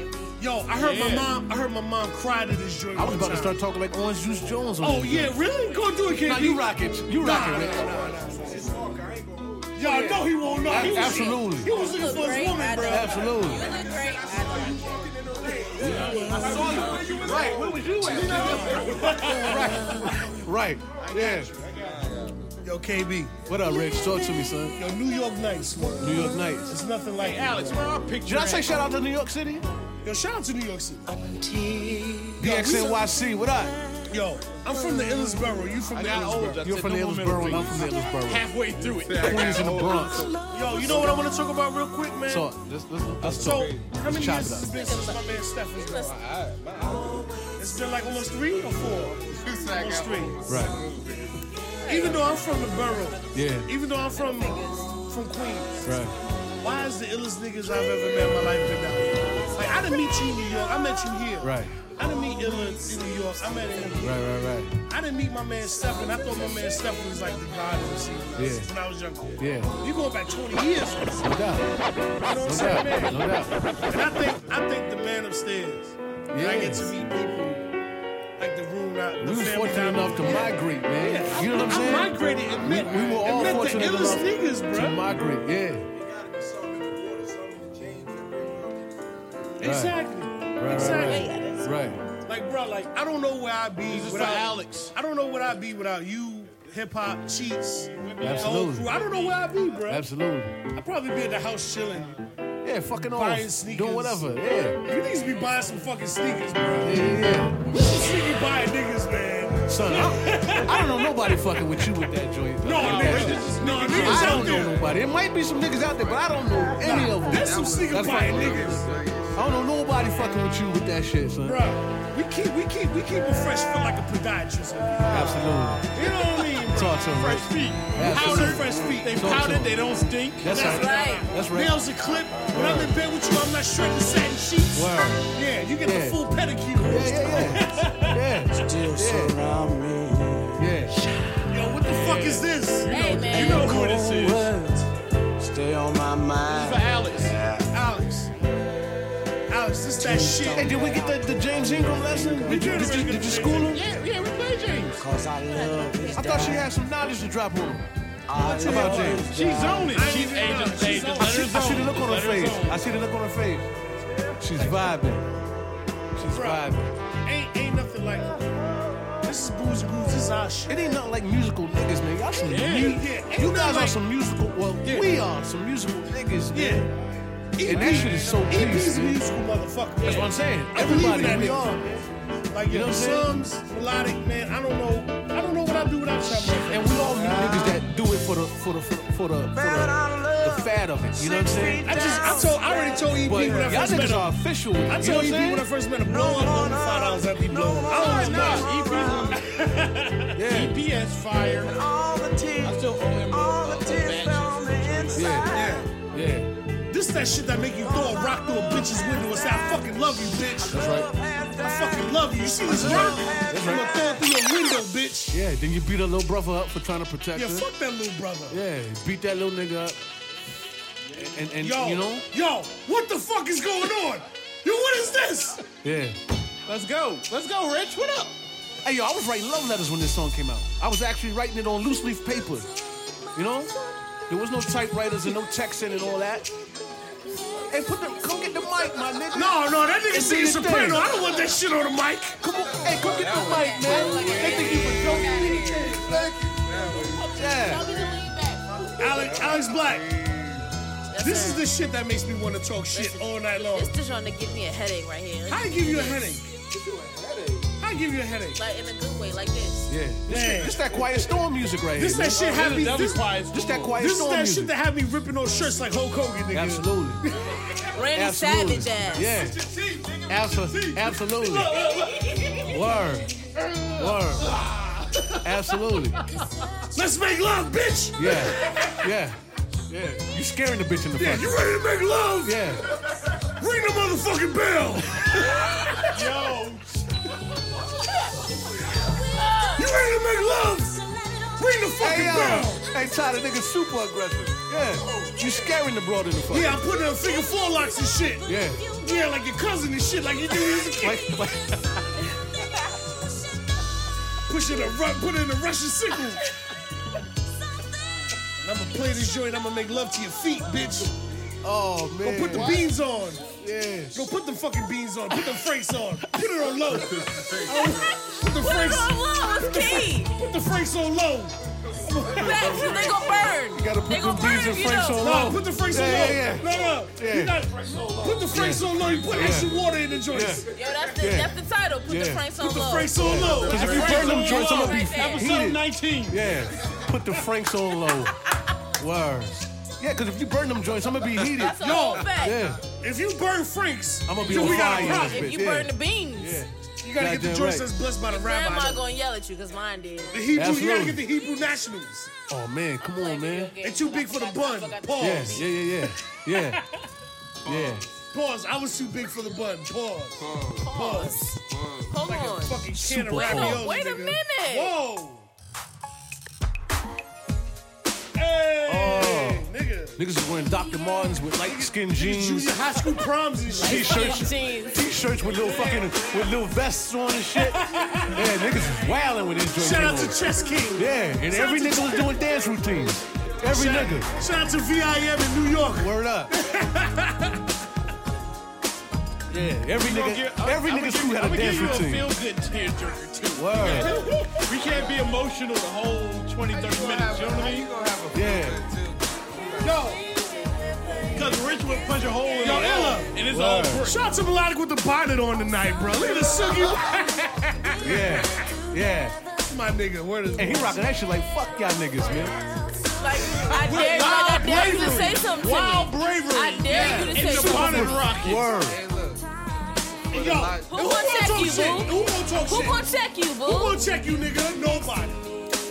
Speaker 2: Yo, I heard my
Speaker 1: Yeah.
Speaker 2: mom, I heard my mom cry to this joint.
Speaker 3: I was
Speaker 2: one
Speaker 3: about to
Speaker 2: time.
Speaker 3: start talking like Orange Juice Jones. On
Speaker 2: Oh
Speaker 3: this
Speaker 2: yeah,
Speaker 3: joint.
Speaker 2: really? Go do it, kid.
Speaker 3: Now you rock it. You rock it, Rick.
Speaker 2: Y'all know he won't know. He was,
Speaker 3: Absolutely.
Speaker 2: He was looking for his woman, bro.
Speaker 3: Absolutely.
Speaker 6: Right. Where was you at?
Speaker 3: Right. Yeah.
Speaker 2: Yo, KB.
Speaker 3: What up, Rich? Talk to me, son.
Speaker 2: Yo, New York nights, man.
Speaker 3: New York Nights.
Speaker 2: It's nothing like
Speaker 1: Hey, Alex, where our picture?
Speaker 3: Did I say
Speaker 1: at?
Speaker 3: shout out to New York City?
Speaker 2: Yo, shout out to New York City.
Speaker 3: BXNYC, what up?
Speaker 2: Yo, I'm from the Illersboro. You from
Speaker 1: I
Speaker 2: the
Speaker 1: got old.
Speaker 2: Illersboro?
Speaker 1: I
Speaker 3: You're
Speaker 1: said
Speaker 3: from
Speaker 1: no
Speaker 3: the
Speaker 1: more
Speaker 3: Illersboro, and
Speaker 1: middle
Speaker 3: I'm from the
Speaker 1: fingers.
Speaker 3: Illersboro.
Speaker 1: Halfway through it.
Speaker 3: Queens in the Bronx.
Speaker 2: Yo, you know what I want to talk about real quick, man?
Speaker 3: So let's let's let's
Speaker 2: So,
Speaker 3: talk.
Speaker 2: how many years
Speaker 3: Chop it up.
Speaker 2: has it been since my man Steph has been? It's been like almost three or four. Almost three.
Speaker 3: Right.
Speaker 2: Even though I'm from the borough,
Speaker 3: Yeah.
Speaker 2: even though I'm from from Queens,
Speaker 3: Right.
Speaker 2: why is the illest niggas I've ever met in my life been down here? Like I didn't meet you in New York, I met you here.
Speaker 3: Right.
Speaker 2: I didn't meet Illa in New York, I met him. here.
Speaker 3: Right. Right. Right.
Speaker 2: I didn't meet my man Stefan. I thought my man Stefan was like the god of the scene when I was-
Speaker 3: Yeah.
Speaker 2: when I was younger.
Speaker 3: Yeah.
Speaker 2: You going back 20 years, you know
Speaker 3: No doubt.
Speaker 2: what I'm
Speaker 3: No
Speaker 2: saying,
Speaker 3: doubt.
Speaker 2: man?
Speaker 3: No doubt.
Speaker 2: And I think I think the man upstairs And I get to meet people like the room. I- The
Speaker 3: We was
Speaker 2: family
Speaker 3: fortunate
Speaker 2: I-
Speaker 3: enough to
Speaker 2: Yeah.
Speaker 3: migrate, man.
Speaker 2: Yeah.
Speaker 3: You know what I'm saying?
Speaker 2: I migrated and
Speaker 3: We-
Speaker 2: met.
Speaker 3: we were all
Speaker 2: and met
Speaker 3: fortunate
Speaker 2: the illest
Speaker 3: enough
Speaker 2: niggas,
Speaker 3: to
Speaker 2: bro.
Speaker 3: migrate. Yeah.
Speaker 2: Exactly.
Speaker 3: right,
Speaker 2: exactly.
Speaker 3: Right.
Speaker 2: Like, bro, like I don't know where I'd be
Speaker 15: is
Speaker 2: without
Speaker 15: for
Speaker 2: Alex. I don't know what I'd be without you, hip hop, cheats, the whole
Speaker 3: Absolutely.
Speaker 2: crew. I don't know where I'd be, bro.
Speaker 3: Absolutely.
Speaker 2: I'd probably be at the house chilling,
Speaker 3: Yeah, fucking off.
Speaker 2: buying sneakers,
Speaker 3: Doing whatever. Yeah.
Speaker 2: You niggas be buying some fucking sneakers, bro.
Speaker 3: Yeah, yeah.
Speaker 2: You some sneaker buying niggas, man.
Speaker 3: Son, I, I don't know nobody fucking with you with that joint.
Speaker 2: No, niggas- no, niggas
Speaker 3: I
Speaker 2: out
Speaker 3: don't know
Speaker 2: there.
Speaker 3: nobody. It might be some niggas out there, but I don't know any of them.
Speaker 2: That's some sneaker
Speaker 3: That's
Speaker 2: buying
Speaker 3: fucking-
Speaker 2: niggas.
Speaker 3: I don't know nobody fucking with you with that shit, son.
Speaker 2: Bruh, we keep we keep we keep it fresh for like a podiatrist.
Speaker 3: Absolutely.
Speaker 2: You know what I mean? Bro?
Speaker 3: Talk to 'em,
Speaker 2: fresh
Speaker 3: Rich.
Speaker 2: feet.
Speaker 3: Absolutely.
Speaker 2: Powdered fresh feet. They
Speaker 3: Talk to
Speaker 2: powdered.
Speaker 3: 'em.
Speaker 2: They don't stink.
Speaker 3: That's right. That's right.
Speaker 2: Nails a clip. When I'm in bed with you, I'm not shredding satin sheets.
Speaker 3: Word.
Speaker 2: Yeah, you get
Speaker 3: Yeah.
Speaker 2: the full pedicure. Yeah,
Speaker 3: yeah, yeah.
Speaker 2: Still
Speaker 3: surround
Speaker 2: me.
Speaker 3: Yeah.
Speaker 2: Yo, what the fuck is this? You
Speaker 4: Hey,
Speaker 2: know,
Speaker 4: man.
Speaker 2: you know who this is.
Speaker 16: Stay on my
Speaker 2: This
Speaker 16: mind.
Speaker 2: for Alex. Alex. Alex, this that shit.
Speaker 3: Hey, did we get the, the James Ingram lesson? Did you, did you, did you school him?
Speaker 2: Yeah, yeah, we play James.
Speaker 16: Cause I love his
Speaker 3: I thought she had some knowledge to drop on him. What
Speaker 16: love
Speaker 3: about James?
Speaker 16: his She's dad. on it.
Speaker 3: I
Speaker 16: She's-
Speaker 3: ain't
Speaker 16: hey,
Speaker 3: even know.
Speaker 16: just- hey,
Speaker 3: She's
Speaker 16: just
Speaker 3: on
Speaker 16: let
Speaker 3: it.
Speaker 16: her
Speaker 3: I see the
Speaker 16: zone.
Speaker 3: look on her
Speaker 16: Let her
Speaker 3: face.
Speaker 16: zone.
Speaker 3: I see the look on her face. She's vibing. She's vibing.
Speaker 2: Ain't ain't nothing like it. This is booze and grooves. This is our shit.
Speaker 3: It ain't nothing like musical niggas, man. Y'all some
Speaker 2: Yeah,
Speaker 3: mu-
Speaker 2: yeah. Ain't
Speaker 3: You
Speaker 2: nothing
Speaker 3: guys are
Speaker 2: like-
Speaker 3: some musical. Well, we are some musical niggas,
Speaker 2: Yeah. E
Speaker 3: man. And that shit is so
Speaker 2: EP's
Speaker 3: peace,
Speaker 2: a
Speaker 3: man.
Speaker 2: musical motherfucker.
Speaker 3: That's what I'm saying.
Speaker 2: I believe in
Speaker 3: Everybody,
Speaker 2: that
Speaker 3: we
Speaker 2: nigga.
Speaker 3: are.
Speaker 2: Like
Speaker 3: You know
Speaker 2: your
Speaker 3: what I'm
Speaker 2: slums, melodic man. I don't know. I don't know what I'd do without y'all. motherfuckers.
Speaker 3: And we all knew niggas that do it for the for the for the for the, for the, the fad of it. You know what I'm saying?
Speaker 2: I just I told I already told EP
Speaker 3: But
Speaker 2: when I
Speaker 3: y'all
Speaker 2: first met
Speaker 3: niggas
Speaker 2: him.
Speaker 3: are official.
Speaker 2: I
Speaker 3: you know
Speaker 2: told
Speaker 3: what I'm
Speaker 2: EP
Speaker 3: saying?
Speaker 2: when I first met him, blow up on the five dollars that be blowing. I don't know.
Speaker 15: EP has fire.
Speaker 16: All the tears,
Speaker 15: I still owe him
Speaker 16: all the tears on the inside.
Speaker 3: Yeah, yeah, yeah.
Speaker 2: This that shit that make you throw a rock through a bitch's window and say, I fucking love you, bitch.
Speaker 3: That's right.
Speaker 2: I fucking love you. You see this rock? I'm gonna throw it through your window, bitch.
Speaker 3: Yeah. Then you beat her little brother up for trying to protect
Speaker 2: Yeah,
Speaker 3: her.
Speaker 2: fuck that little brother.
Speaker 3: Yeah. Beat that little nigga up. And and
Speaker 2: Yo,
Speaker 3: you know.
Speaker 2: yo, what the fuck is going on? Yo, what is this?
Speaker 3: Yeah.
Speaker 15: Let's go. Let's go, Rich. What up?
Speaker 3: Hey yo, I was writing love letters when this song came out. I was actually writing it on loose leaf paper. You know? There was no typewriters and no texting and all that. Hey, put the come get the mic, my nigga.
Speaker 2: No, no, that nigga
Speaker 3: And do
Speaker 2: singing
Speaker 3: your thing.
Speaker 2: soprano. I don't want that shit on the mic.
Speaker 3: Come on, hey, come get the mic, man. They think you for Yeah.
Speaker 2: Alex, Alex Black. This is the shit that makes me want to talk shit all night long.
Speaker 4: This just trying to give me a headache right here.
Speaker 2: I give you a headache. I give you a headache.
Speaker 4: Like in a good way, like this.
Speaker 3: Yeah. This,
Speaker 2: Yeah.
Speaker 3: this that quiet storm music right
Speaker 2: This
Speaker 3: here.
Speaker 2: that shit had me. This,
Speaker 3: This that quiet
Speaker 2: this is
Speaker 3: storm
Speaker 2: that
Speaker 3: music.
Speaker 2: shit that had me ripping on shirts like Hulk Hogan, nigga.
Speaker 3: Absolutely.
Speaker 4: Randy
Speaker 3: Absolutely.
Speaker 4: Savage ass.
Speaker 3: Yeah. Absolutely. Absolutely. Word. Word. Absolutely.
Speaker 2: (laughs) Let's make love, bitch.
Speaker 3: Yeah. Yeah. Yeah. You scaring the bitch in
Speaker 2: (laughs)
Speaker 3: the
Speaker 2: Yeah,
Speaker 3: front.
Speaker 2: you ready to make love?
Speaker 3: Yeah.
Speaker 2: Ring the motherfucking bell. (laughs)
Speaker 15: Yo.
Speaker 2: You ready to make love? Ring the fucking
Speaker 3: Hey, yo.
Speaker 2: bell.
Speaker 3: Hey, Ty, the nigga super aggressive. Yeah. You scaring the broad in the front.
Speaker 2: Yeah, I'm putting on finger four locks and shit.
Speaker 3: Yeah.
Speaker 2: Yeah, like your cousin and shit, like you do when you was a kid.
Speaker 3: Like, like,
Speaker 2: Push it a rut, put it in the Russian signal. and I'ma play this joint, I'ma make love to your feet, bitch.
Speaker 3: oh,
Speaker 2: Go
Speaker 3: man.
Speaker 2: put the beans on.
Speaker 3: Yeah.
Speaker 2: Go put the fucking beans on. Put the Franks on. Put it on low. Oh, put the Franks.
Speaker 4: Put it on low. It's key.
Speaker 2: Put the Franks on low.
Speaker 4: Facts, 'cause they gonna burn.
Speaker 3: You gotta put
Speaker 4: they gonna
Speaker 3: them
Speaker 4: burn
Speaker 3: beans
Speaker 4: if
Speaker 3: and
Speaker 4: you
Speaker 3: Franks
Speaker 4: don't.
Speaker 3: on
Speaker 2: No,
Speaker 3: low.
Speaker 2: put the Franks
Speaker 3: Yeah,
Speaker 2: on low.
Speaker 3: yeah, yeah.
Speaker 2: No, no.
Speaker 3: Yeah.
Speaker 2: You got put the Franks on low. You put extra water in the joints.
Speaker 4: Yo, that's the
Speaker 3: Yeah.
Speaker 4: that's the title. Put the
Speaker 3: Yeah.
Speaker 4: Franks on
Speaker 2: Put the
Speaker 4: low.
Speaker 2: Franks on low.
Speaker 3: Because if you
Speaker 2: Franks
Speaker 3: burn them
Speaker 2: on
Speaker 3: joints,
Speaker 2: low.
Speaker 3: I'm gonna be
Speaker 4: Right there.
Speaker 15: Episode
Speaker 3: heated.
Speaker 15: 19.
Speaker 3: Yeah, put the Franks on low. Word. Yeah, because if you burn them joints, I'm gonna be heated.
Speaker 4: That's a whole fact.
Speaker 3: Yeah,
Speaker 2: If you burn Franks,
Speaker 3: I'm gonna be
Speaker 2: then
Speaker 3: on
Speaker 2: we got
Speaker 3: fire.
Speaker 2: a problem.
Speaker 4: If you
Speaker 3: Yeah.
Speaker 4: burn the beans,
Speaker 2: You gotta get the
Speaker 3: Goddamn
Speaker 2: joints
Speaker 3: right.
Speaker 2: that's blessed by the
Speaker 4: grandma
Speaker 2: rabbi.
Speaker 4: gonna yell at you because mine did.
Speaker 2: The Hebrew, you gotta
Speaker 3: Absolutely.
Speaker 2: get the Hebrew nationals.
Speaker 3: Oh man, come on, man.
Speaker 2: They too big for the bun. Pause.
Speaker 3: Yeah, yeah, yeah, yeah, yeah, yeah.
Speaker 2: Pause. I was too big for the bun. Pause.
Speaker 4: Pause. Hold on.
Speaker 2: Fucking can of
Speaker 3: Super
Speaker 2: ravioli.
Speaker 4: Whoa, wait a
Speaker 2: nigga.
Speaker 4: minute.
Speaker 2: Whoa. Hey,
Speaker 3: Oh.
Speaker 2: nigga.
Speaker 3: Niggas was wearing Dr. Martens with light skin jeans.
Speaker 2: junior high school proms
Speaker 3: (laughs)
Speaker 2: and shit.
Speaker 3: T-shirts,
Speaker 2: Jeans.
Speaker 3: t-shirts with little fucking with little vests on and shit. yeah, niggas was wilding with this joint.
Speaker 2: Shout out
Speaker 3: came
Speaker 2: to
Speaker 3: on.
Speaker 2: Chess King.
Speaker 3: Yeah, and
Speaker 2: Shout
Speaker 3: every
Speaker 2: out to
Speaker 3: nigga was
Speaker 2: Chess-
Speaker 3: doing dance routines. Every
Speaker 2: shout,
Speaker 3: nigga.
Speaker 2: Shout out to VIM in New
Speaker 3: (laughs)
Speaker 2: York.
Speaker 3: Word up. Yeah, every
Speaker 1: We gonna
Speaker 3: nigga,
Speaker 1: get- I-
Speaker 3: every
Speaker 1: I'ma
Speaker 3: nigga
Speaker 1: give
Speaker 3: school
Speaker 1: you-
Speaker 3: had
Speaker 1: I'ma
Speaker 3: a dance
Speaker 1: give
Speaker 3: routine.
Speaker 1: you a feel good tearjerker too.
Speaker 3: Word.
Speaker 1: We can't be emotional the whole 20, 30 minutes. You know what I mean?
Speaker 3: Yeah.
Speaker 2: No.
Speaker 1: Because Rich would punch
Speaker 3: Oh,
Speaker 1: a hole in
Speaker 2: Yo,
Speaker 1: the
Speaker 2: Ella.
Speaker 1: and it's all brick.
Speaker 2: Shout out to Melodic with the bonnet on tonight, bro. Look at the silky.
Speaker 3: Yeah, yeah.
Speaker 2: My nigga, where is
Speaker 3: And he rocking that shit like fuck y'all niggas, man.
Speaker 4: Like, I dare, you-
Speaker 2: Wild
Speaker 4: like, I dare you to
Speaker 2: bravery.
Speaker 4: say something to
Speaker 2: Wild
Speaker 4: me.
Speaker 2: bravery.
Speaker 4: I dare you to
Speaker 2: Yeah.
Speaker 4: say
Speaker 2: It's
Speaker 4: something.
Speaker 2: bonnet rocket.
Speaker 3: Word.
Speaker 2: Yo, who
Speaker 4: Who gonna check you,
Speaker 2: shit?
Speaker 4: boo?
Speaker 2: Who gonna talk
Speaker 4: Who
Speaker 2: shit?
Speaker 4: gonna check you, boo?
Speaker 2: Who gonna check you, nigga? Nobody.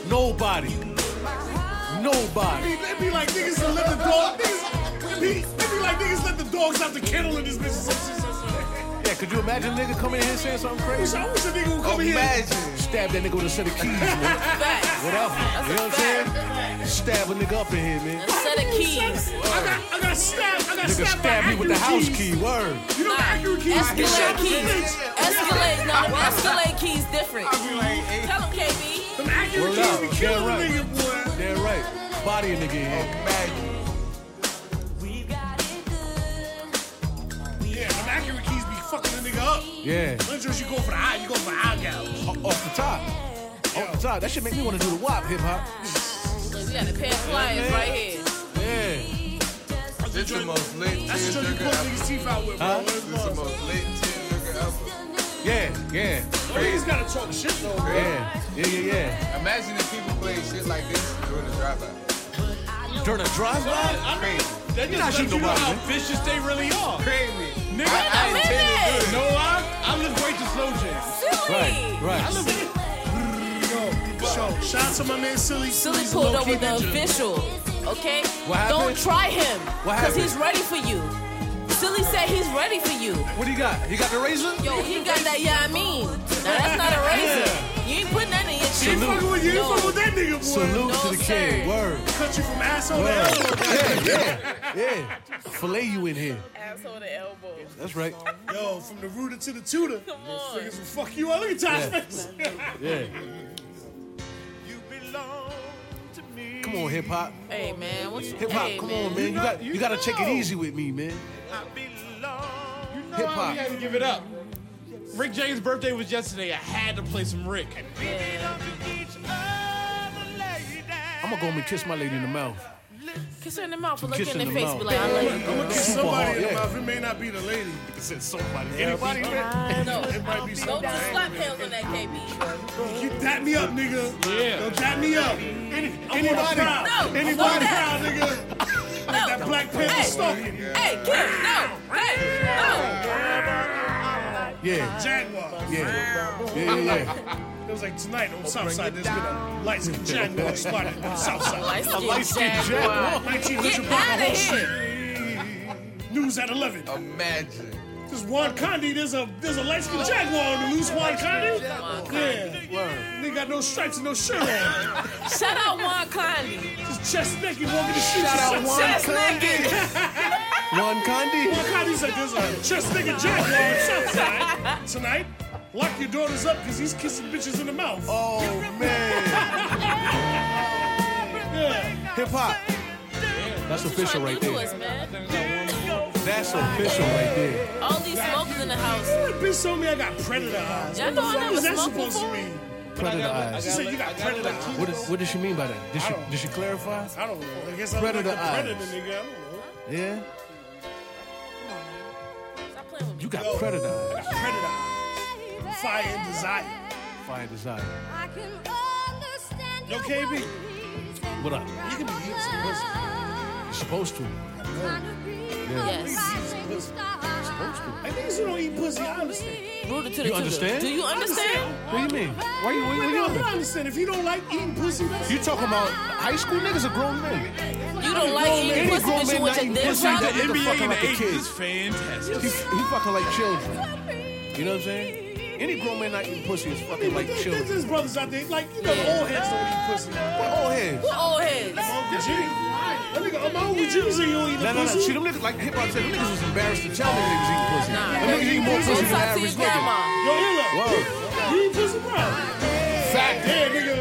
Speaker 3: Nobody.
Speaker 2: I
Speaker 3: Nobody.
Speaker 2: mean, it be like niggas that let the
Speaker 4: (laughs)
Speaker 2: dog. Niggas, it be, it be like niggas let the dogs out the kennel in this bitch. Some shit, some shit.
Speaker 3: Yeah, could you imagine a nigga coming in here saying something
Speaker 2: I wish,
Speaker 3: crazy?
Speaker 2: I wish a nigga would come in here.
Speaker 3: Stab that nigga with a set of keys, man.
Speaker 4: Facts.
Speaker 3: Whatever. You know what I'm saying? Stab a nigga up in here, man.
Speaker 4: A set of keys.
Speaker 2: I got, I got stabbed. I got
Speaker 3: Nigga
Speaker 2: stabbed
Speaker 3: stab
Speaker 2: by
Speaker 3: me with the
Speaker 2: Acura
Speaker 3: house
Speaker 2: keys.
Speaker 3: key. Word.
Speaker 2: You know the accurate keys.
Speaker 4: Escalate
Speaker 2: Get shot with
Speaker 4: keys.
Speaker 2: the bitch.
Speaker 4: Escalate, no, escalate keys different. Tell him, KB.
Speaker 2: Them accurate
Speaker 3: Word
Speaker 2: keys
Speaker 3: up.
Speaker 2: be
Speaker 3: Damn
Speaker 2: killing a
Speaker 3: right.
Speaker 2: nigga, boy.
Speaker 3: Damn right. Body a nigga in here.
Speaker 2: Yeah, them accurate keys be fucking a nigga up.
Speaker 3: Yeah.
Speaker 2: Lynchers, you go for the eye, you go for the eye gouge.
Speaker 3: O- Off the top. Off the top. That should make me want to do the WAP hip hop.
Speaker 4: Look, we got a pair of flyers right here.
Speaker 3: Yeah.
Speaker 6: This the most lit
Speaker 2: That's the joint you pull
Speaker 6: tearjerker ever.
Speaker 2: niggas' teeth out with, bro.
Speaker 3: Huh?
Speaker 2: Where's
Speaker 6: This the
Speaker 2: mine?
Speaker 6: most lit tearjerker
Speaker 3: Yeah. Yeah.
Speaker 2: Niggas Oh, gotta talk shit, though, bro.
Speaker 3: Yeah. Yeah. Yeah.
Speaker 6: ever. Imagine if people played shit like this during the drive-by.
Speaker 3: yeah. During a drive by?
Speaker 1: I mean, that
Speaker 3: You're
Speaker 1: just
Speaker 3: not
Speaker 1: lets
Speaker 3: shooting
Speaker 1: you know
Speaker 3: nobody,
Speaker 1: how
Speaker 3: man.
Speaker 1: vicious they really are.
Speaker 6: Crazy.
Speaker 1: Nigga,
Speaker 6: I
Speaker 1: I,
Speaker 6: intended
Speaker 1: I,
Speaker 6: to
Speaker 1: no lie, I live right to slow jams.
Speaker 4: Silly.
Speaker 3: Right.
Speaker 1: I
Speaker 3: Right.
Speaker 1: live in
Speaker 2: Yo, so, shout out to my man Silly.
Speaker 4: Silly
Speaker 2: Silly's
Speaker 4: pulled
Speaker 2: low-key
Speaker 4: up with the
Speaker 2: ninja.
Speaker 4: official. Okay?
Speaker 3: What happened?
Speaker 4: Don't try him.
Speaker 3: What
Speaker 4: Because
Speaker 3: happened?
Speaker 4: he's ready for you. Silly said he's ready for you.
Speaker 3: What do you got? You got the razor?
Speaker 4: Yo, he got that, yeah, I mean. Now, that's not a razor. You ain't putting that in your
Speaker 2: You ain't
Speaker 4: chin.
Speaker 2: fucking with, you ain't fucking with that nigga, boy.
Speaker 3: Salute
Speaker 4: No,
Speaker 3: to the
Speaker 4: sir.
Speaker 3: king. Word.
Speaker 2: Cut you from asshole to
Speaker 3: Word.
Speaker 2: elbow.
Speaker 3: Yeah. Yeah. Yeah. Fillet you in here.
Speaker 4: Asshole to elbow.
Speaker 3: That's right.
Speaker 2: Yo, from the rooter to the tutor.
Speaker 4: Come on.
Speaker 2: Niggas will fuck you up. Look at Tosh
Speaker 3: Yeah.
Speaker 2: face.
Speaker 3: Yeah. Come on, hip hop.
Speaker 4: Hey, man. What you,
Speaker 3: Hip hop,
Speaker 4: hey,
Speaker 3: come on, man. You got you, gotta take it easy with me, man. Hip
Speaker 1: We
Speaker 3: hop.
Speaker 1: had to give it up. Rick James' birthday was yesterday. I had to play some Rick.
Speaker 3: I'm gonna go and kiss my lady in the mouth.
Speaker 4: Kiss her in the mouth, but look
Speaker 3: Kiss
Speaker 4: in
Speaker 3: in
Speaker 4: the
Speaker 3: the
Speaker 4: face,
Speaker 3: mouth.
Speaker 4: be like, I love you.
Speaker 2: I'm gonna kiss
Speaker 3: Super hard,
Speaker 2: somebody in the
Speaker 3: yeah.
Speaker 2: mouth. It may not be the lady.
Speaker 3: Said somebody. Anybody?
Speaker 4: No,
Speaker 2: It might be
Speaker 4: don't
Speaker 2: somebody.
Speaker 4: just slap hands on that KB.
Speaker 2: You dap me up, nigga.
Speaker 1: Yeah.
Speaker 2: Yo, dap me up. Any, I'm on a
Speaker 3: anybody.
Speaker 2: prowl.
Speaker 4: No,
Speaker 2: Anybody
Speaker 4: don't
Speaker 2: proud,
Speaker 4: dap.
Speaker 2: nigga.
Speaker 4: No.
Speaker 2: Like that Black Panther
Speaker 4: Hey.
Speaker 2: stalking.
Speaker 4: Hey, kill. No. Hey,
Speaker 3: Yeah.
Speaker 2: Jaguar.
Speaker 3: Yeah. Yeah, yeah, yeah.
Speaker 2: It was like tonight on Southside, there's been a light skinned Jaguar spotted on
Speaker 4: no.
Speaker 2: Southside.
Speaker 4: Light-skinned
Speaker 3: light-skinned
Speaker 4: Jaguar. Get
Speaker 2: 1900 block
Speaker 4: outta
Speaker 2: of whole shit. News at 11.
Speaker 6: Oh. Imagine.
Speaker 2: This Juan Condi, there's a there's a light skinned Jaguar on the loose Juan Condi. Yeah.
Speaker 3: Word.
Speaker 2: Nigga got no stripes and no shirt on.
Speaker 4: Shout out Juan Conley.
Speaker 2: Just chest naked walking the streets.
Speaker 3: Shout
Speaker 2: of
Speaker 3: out Juan
Speaker 2: Southside.
Speaker 4: Chest naked.
Speaker 3: One
Speaker 2: Juan
Speaker 3: Condi.
Speaker 2: Condi's like, there's a chest naked Jaguar on Southside tonight. Lock your daughters up because he's kissing bitches in the mouth.
Speaker 3: Oh man.
Speaker 2: Yeah.
Speaker 3: Hip hop. That's official
Speaker 4: Trying
Speaker 3: right
Speaker 4: to do to us,
Speaker 3: there.
Speaker 4: man.
Speaker 3: That's official right there.
Speaker 4: All these smokers in the house.
Speaker 2: That bitch told me I got predator eyes.
Speaker 4: Y'all
Speaker 2: What the
Speaker 4: know I
Speaker 2: fuck
Speaker 4: never
Speaker 2: is that
Speaker 4: smoked
Speaker 2: supposed
Speaker 4: before.
Speaker 2: to mean?
Speaker 3: Predator eyes.
Speaker 2: She said you got predator eyes.
Speaker 3: What, is, what does she mean by that? Did she did she clarify?
Speaker 2: I don't know. I guess I'm
Speaker 3: Predator
Speaker 2: like a predator,
Speaker 3: eyes.
Speaker 2: nigga. I don't know.
Speaker 3: Yeah.
Speaker 4: Stop playing with me.
Speaker 3: You got predator
Speaker 2: I
Speaker 3: eyes.
Speaker 2: got predator eyes. Fire and desire.
Speaker 3: Fire desire.
Speaker 2: Yo, KB.
Speaker 3: What up?
Speaker 2: You can be eating some pussy.
Speaker 3: You're supposed to.
Speaker 4: Yes.
Speaker 3: Supposed to.
Speaker 2: I niggas who don't eat pussy, I understand.
Speaker 4: Rooted to
Speaker 3: You
Speaker 4: the tutor.
Speaker 3: understand?
Speaker 4: Do you understand?
Speaker 3: What do you mean? Why you
Speaker 2: But
Speaker 3: what
Speaker 2: no,
Speaker 3: you
Speaker 2: but I
Speaker 3: doing?
Speaker 2: understand. If you don't like eating pussy, that's
Speaker 3: You talking about high school niggas or grown men?
Speaker 4: You don't like eating
Speaker 3: Any
Speaker 4: pussy,
Speaker 3: grown
Speaker 4: but you
Speaker 3: man
Speaker 4: want
Speaker 3: not
Speaker 4: your
Speaker 3: eating
Speaker 4: dick
Speaker 3: pussy, the
Speaker 4: sucked?
Speaker 3: nigga
Speaker 1: NBA
Speaker 3: fucking
Speaker 1: in the
Speaker 3: like a
Speaker 1: 80s
Speaker 3: kid.
Speaker 1: is fantastic.
Speaker 3: He, he fucking like children. You know what I'm saying? Any grown man not eating pussy is fucking like
Speaker 2: There's
Speaker 3: children.
Speaker 2: there's brothers out there, like, you know, the old heads don't eat pussy.
Speaker 3: But old heads.
Speaker 4: What old heads?
Speaker 2: My Uncle Jimmy. That nigga, my Uncle Jimmy's saying you don't eat
Speaker 3: No, no, no.
Speaker 2: pussy?
Speaker 3: See, them niggas, like the hip hop said, them niggas was embarrassed to tell them niggas eating pussy. Them niggas eat more pussy than the average nigga.
Speaker 2: Yo, Hilla. You eat pussy, bro.
Speaker 3: Fact.
Speaker 2: Yeah, nigga.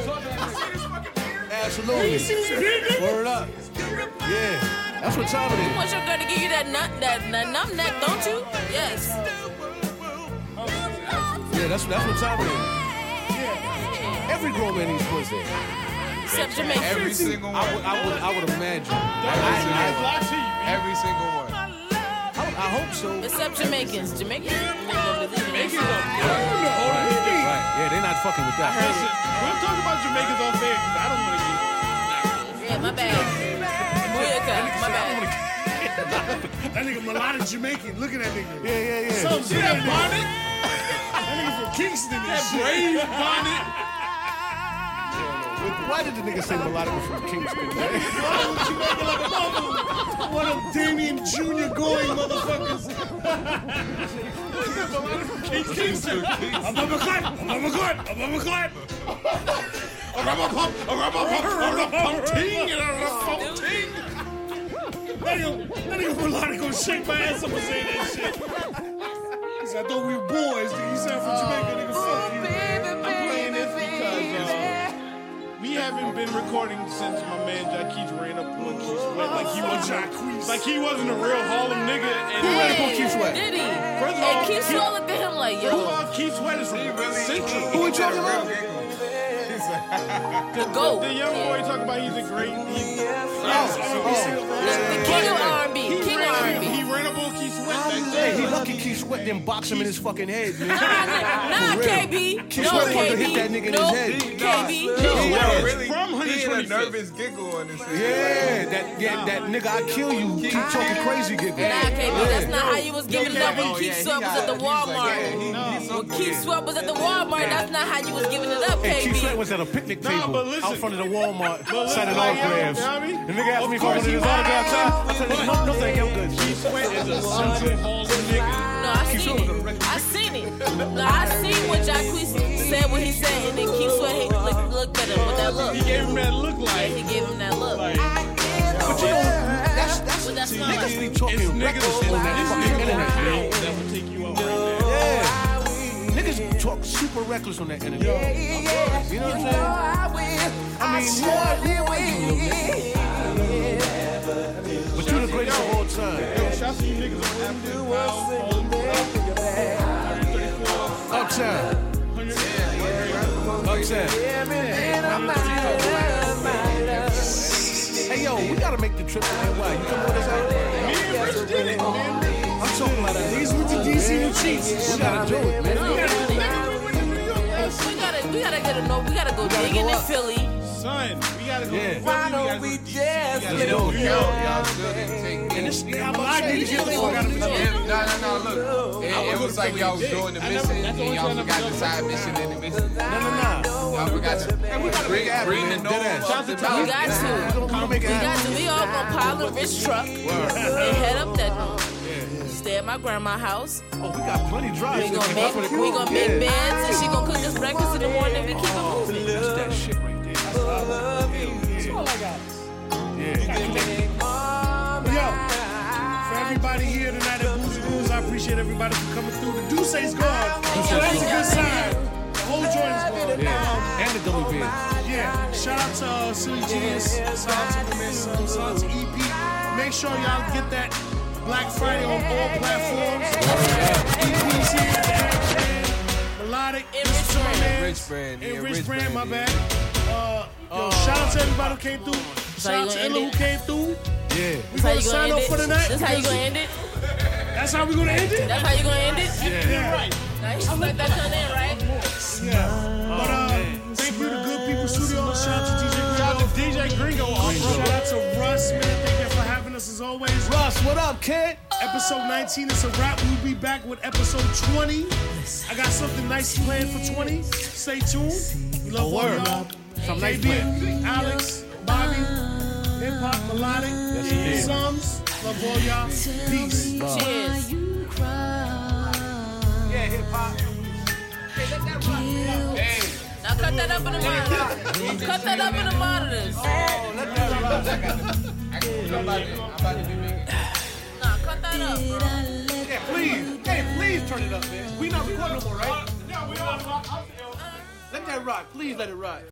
Speaker 3: Absolutely.
Speaker 2: You see what he did, nigga?
Speaker 3: Word up. Yeah. That's what time
Speaker 4: You
Speaker 3: it
Speaker 4: want your girl to give you that nut, that, that numb neck, don't you? Yes.
Speaker 3: is. Yeah, that's, that's what time it is. Every grown man eats pussy.
Speaker 4: Except Jamaican.
Speaker 3: Every single one. I would, I would, I would imagine. Every single one. I, I hope so.
Speaker 4: Except Jamaicans. Jamaicans. Jamaicans
Speaker 3: Right. Yeah, they not fucking with that.
Speaker 1: We'll talk about Jamaicans off air because I don't want to get.
Speaker 4: Yeah, my bad. Moyaka, my bad.
Speaker 2: That nigga melodic Jamaican. Look at that nigga.
Speaker 3: Yeah, yeah, yeah.
Speaker 2: Some
Speaker 1: See that bonnet?
Speaker 2: (laughs) That nigga from Kingston and
Speaker 1: That
Speaker 2: shit.
Speaker 1: brave bonnet.
Speaker 3: Why did the nigga say melodic was from Kingston, man? (laughs)
Speaker 2: One of Damien Jr. going
Speaker 1: (laughs)
Speaker 2: motherfuckers. King Kingston. I'm a clap. I'm a clap. I'm a clap.
Speaker 1: A rubber pump, a rubber pump, a rubber pump ting, and a rubber pump ting.
Speaker 2: That nigga, that nigga melodic gonna shake my ass up and say that shit. He said, I thought we were boys. Nigga, you sound from Jamaica. Nigga, fuck you.
Speaker 1: I'm playing this because um, we haven't been recording since my man Jaquez ran up on Keith Sweat like he wasn't like he wasn't a real Harlem nigga. And
Speaker 3: Who ran up on Keith Sweat?
Speaker 4: Did he?
Speaker 1: First of
Speaker 4: And
Speaker 1: all,
Speaker 4: Keith Sweat looked at him like,
Speaker 1: Who
Speaker 4: yo,
Speaker 1: all Keith Sweat is really central?
Speaker 3: Who we talking about?
Speaker 1: The,
Speaker 4: goat.
Speaker 1: The young boy talking about he's a great. He's, yes,
Speaker 4: the king of R&B. King of
Speaker 1: ran,
Speaker 4: R&B.
Speaker 1: he ran up on Keith Sweat that
Speaker 3: Hey,
Speaker 1: day.
Speaker 3: he lucky Keith Sweat didn't box him in his fucking head, man.
Speaker 4: Nah,
Speaker 3: For
Speaker 4: nah,
Speaker 3: real.
Speaker 4: KB.
Speaker 3: Keith
Speaker 4: No,
Speaker 3: Sweat wanted to
Speaker 4: KB.
Speaker 3: hit that nigga
Speaker 4: Nope.
Speaker 3: in his head.
Speaker 4: KB.
Speaker 3: He was.
Speaker 1: From
Speaker 6: He had a
Speaker 1: 125th.
Speaker 6: nervous giggle on his face.
Speaker 3: Yeah, that yeah, that nigga, I kill you. Keep talking crazy, giggle.
Speaker 4: Nah, KB, that's not how you was giving it up when
Speaker 6: Oh, yeah,
Speaker 4: Keith
Speaker 6: he
Speaker 4: Sweat was
Speaker 6: got-
Speaker 4: at the
Speaker 6: he's like, yeah,
Speaker 4: Walmart.
Speaker 6: he- he's
Speaker 4: When
Speaker 6: something.
Speaker 4: Keith Sweat was at the Walmart, that's not how you was giving it up,
Speaker 3: And Keith Sweat
Speaker 4: KB.
Speaker 3: was at a picnic
Speaker 1: Nah,
Speaker 3: table
Speaker 1: but listen.
Speaker 3: out front of the Walmart
Speaker 1: listen,
Speaker 3: signing
Speaker 1: like, yo,
Speaker 3: autographs.
Speaker 1: you know what I mean?
Speaker 3: The nigga asked
Speaker 1: Of
Speaker 3: me if I
Speaker 1: course
Speaker 3: wanted
Speaker 1: he
Speaker 3: his
Speaker 1: was.
Speaker 3: autograph. I said, no, no, thank you, I'm good.
Speaker 1: Keith Sweat is a central Harlem nigga.
Speaker 4: No, I seen it. I seen it. No, I seen what Jacquees said when he said, and then Keith Sweat he looked, looked at him with that look.
Speaker 1: He gave him that look like.
Speaker 4: He gave him that look.
Speaker 1: Like,
Speaker 3: But you know, that's, that's,
Speaker 4: But that's not
Speaker 3: niggas
Speaker 4: like,
Speaker 3: be
Speaker 1: it's
Speaker 3: talking
Speaker 1: niggas
Speaker 3: reckless
Speaker 1: it's
Speaker 3: on that fucking internet, man.
Speaker 1: niggas that will take you out right now.
Speaker 3: Yeah. Niggas talk super reckless on that internet. You know what I'm saying? I mean, But you're the greatest of all time.
Speaker 1: Yo, shout out to you niggas on After Power, Harlem,
Speaker 3: Uptown. Uptown. Hey, yo, we gotta make the trip to NY. You come with us out
Speaker 1: Me and Rich did it, man.
Speaker 3: I'm talking about that. Niggas went to DC with cheats. We gotta do it, man.
Speaker 4: we gotta, we gotta get a no. We gotta go
Speaker 3: gotta
Speaker 4: digging
Speaker 3: go
Speaker 4: in
Speaker 3: up.
Speaker 4: Philly.
Speaker 1: Son, we gotta go.
Speaker 3: Yeah.
Speaker 1: Why don't we
Speaker 17: just
Speaker 3: Get over it.
Speaker 6: Y'all shouldn't take me.
Speaker 3: And this nigga, I'm
Speaker 2: I
Speaker 3: upset.
Speaker 2: need to get the fuck out of this.
Speaker 6: Yeah, no, no, no, look. It, it was like y'all was doing the mission, and y'all forgot the side mission and the mission.
Speaker 3: No, no, no.
Speaker 6: Y'all forgot to bring, bring the
Speaker 3: man. Dead
Speaker 6: nose
Speaker 3: ass.
Speaker 6: up the
Speaker 4: We
Speaker 6: mountain.
Speaker 4: got to.
Speaker 3: We're gonna make it
Speaker 4: We got
Speaker 3: happen.
Speaker 4: to. We all gonna pile a rich truck and head up that Stay at my grandma's house.
Speaker 3: Oh, we got plenty of
Speaker 4: We
Speaker 3: drives.
Speaker 4: gonna make, we gonna make beds, and she gonna cook us breakfast in the morning. We keep it moving.
Speaker 3: That's that shit right there. That's what I love. Yeah.
Speaker 2: Yo. For everybody here tonight at Boozy Booze, I appreciate everybody for coming through. The Duce's gone, so that's a good sign. The whole joint is gone.
Speaker 3: Yeah. And the gummy bear.
Speaker 2: Yeah, shout out to uh, Silly Genius, shout out to my man Slim, shout out to EP. Make sure y'all get that Black Friday on all platforms. E EP's here, the Hackman, Melodic, Mr. Tormans,
Speaker 6: Rich brand, yeah,
Speaker 2: and
Speaker 6: rich
Speaker 2: Rich Brand, my
Speaker 6: brand,
Speaker 2: bad. Uh, yo, shout out to everybody who came through.
Speaker 4: Oh. how you
Speaker 2: Shout out to
Speaker 4: gonna end
Speaker 2: Ella who
Speaker 4: it?
Speaker 2: came through.
Speaker 3: Yeah.
Speaker 2: We
Speaker 4: That's how
Speaker 2: gonna
Speaker 4: you
Speaker 2: sign off
Speaker 4: gonna end
Speaker 2: for
Speaker 4: it.
Speaker 2: the night.
Speaker 4: That's how you gonna end it.
Speaker 2: That's how we gonna end it?
Speaker 4: That's how you gonna end it.
Speaker 2: Yeah. Right.
Speaker 4: Nice. You let that come in, right?
Speaker 2: Yeah. But uh, thank you to Good People Studio. Shout out to DJ Shout out to DJ Gringo. Shout out to Russ, man. Thank you for having us as always.
Speaker 3: Russ, what up, kid?
Speaker 2: Episode 19 is a wrap. We'll be back with episode 20. I got something nice planned for 20. Stay tuned. We love all
Speaker 3: word.
Speaker 2: y'all.
Speaker 3: Something nice
Speaker 2: KB,
Speaker 3: planned.
Speaker 2: Alex, Bobby, Hip Hop, Melodic,
Speaker 3: indeed.
Speaker 2: Sums. Love all y'all. Peace.
Speaker 4: Cheers.
Speaker 6: Yeah, hip hop. Hey.
Speaker 4: Now cut that up in the monitor. Cut that up in the monitors.
Speaker 6: I
Speaker 3: Yeah, please. Hey, please turn it up, man. We not recording no more, right?
Speaker 18: Let that rock. Please let it rock.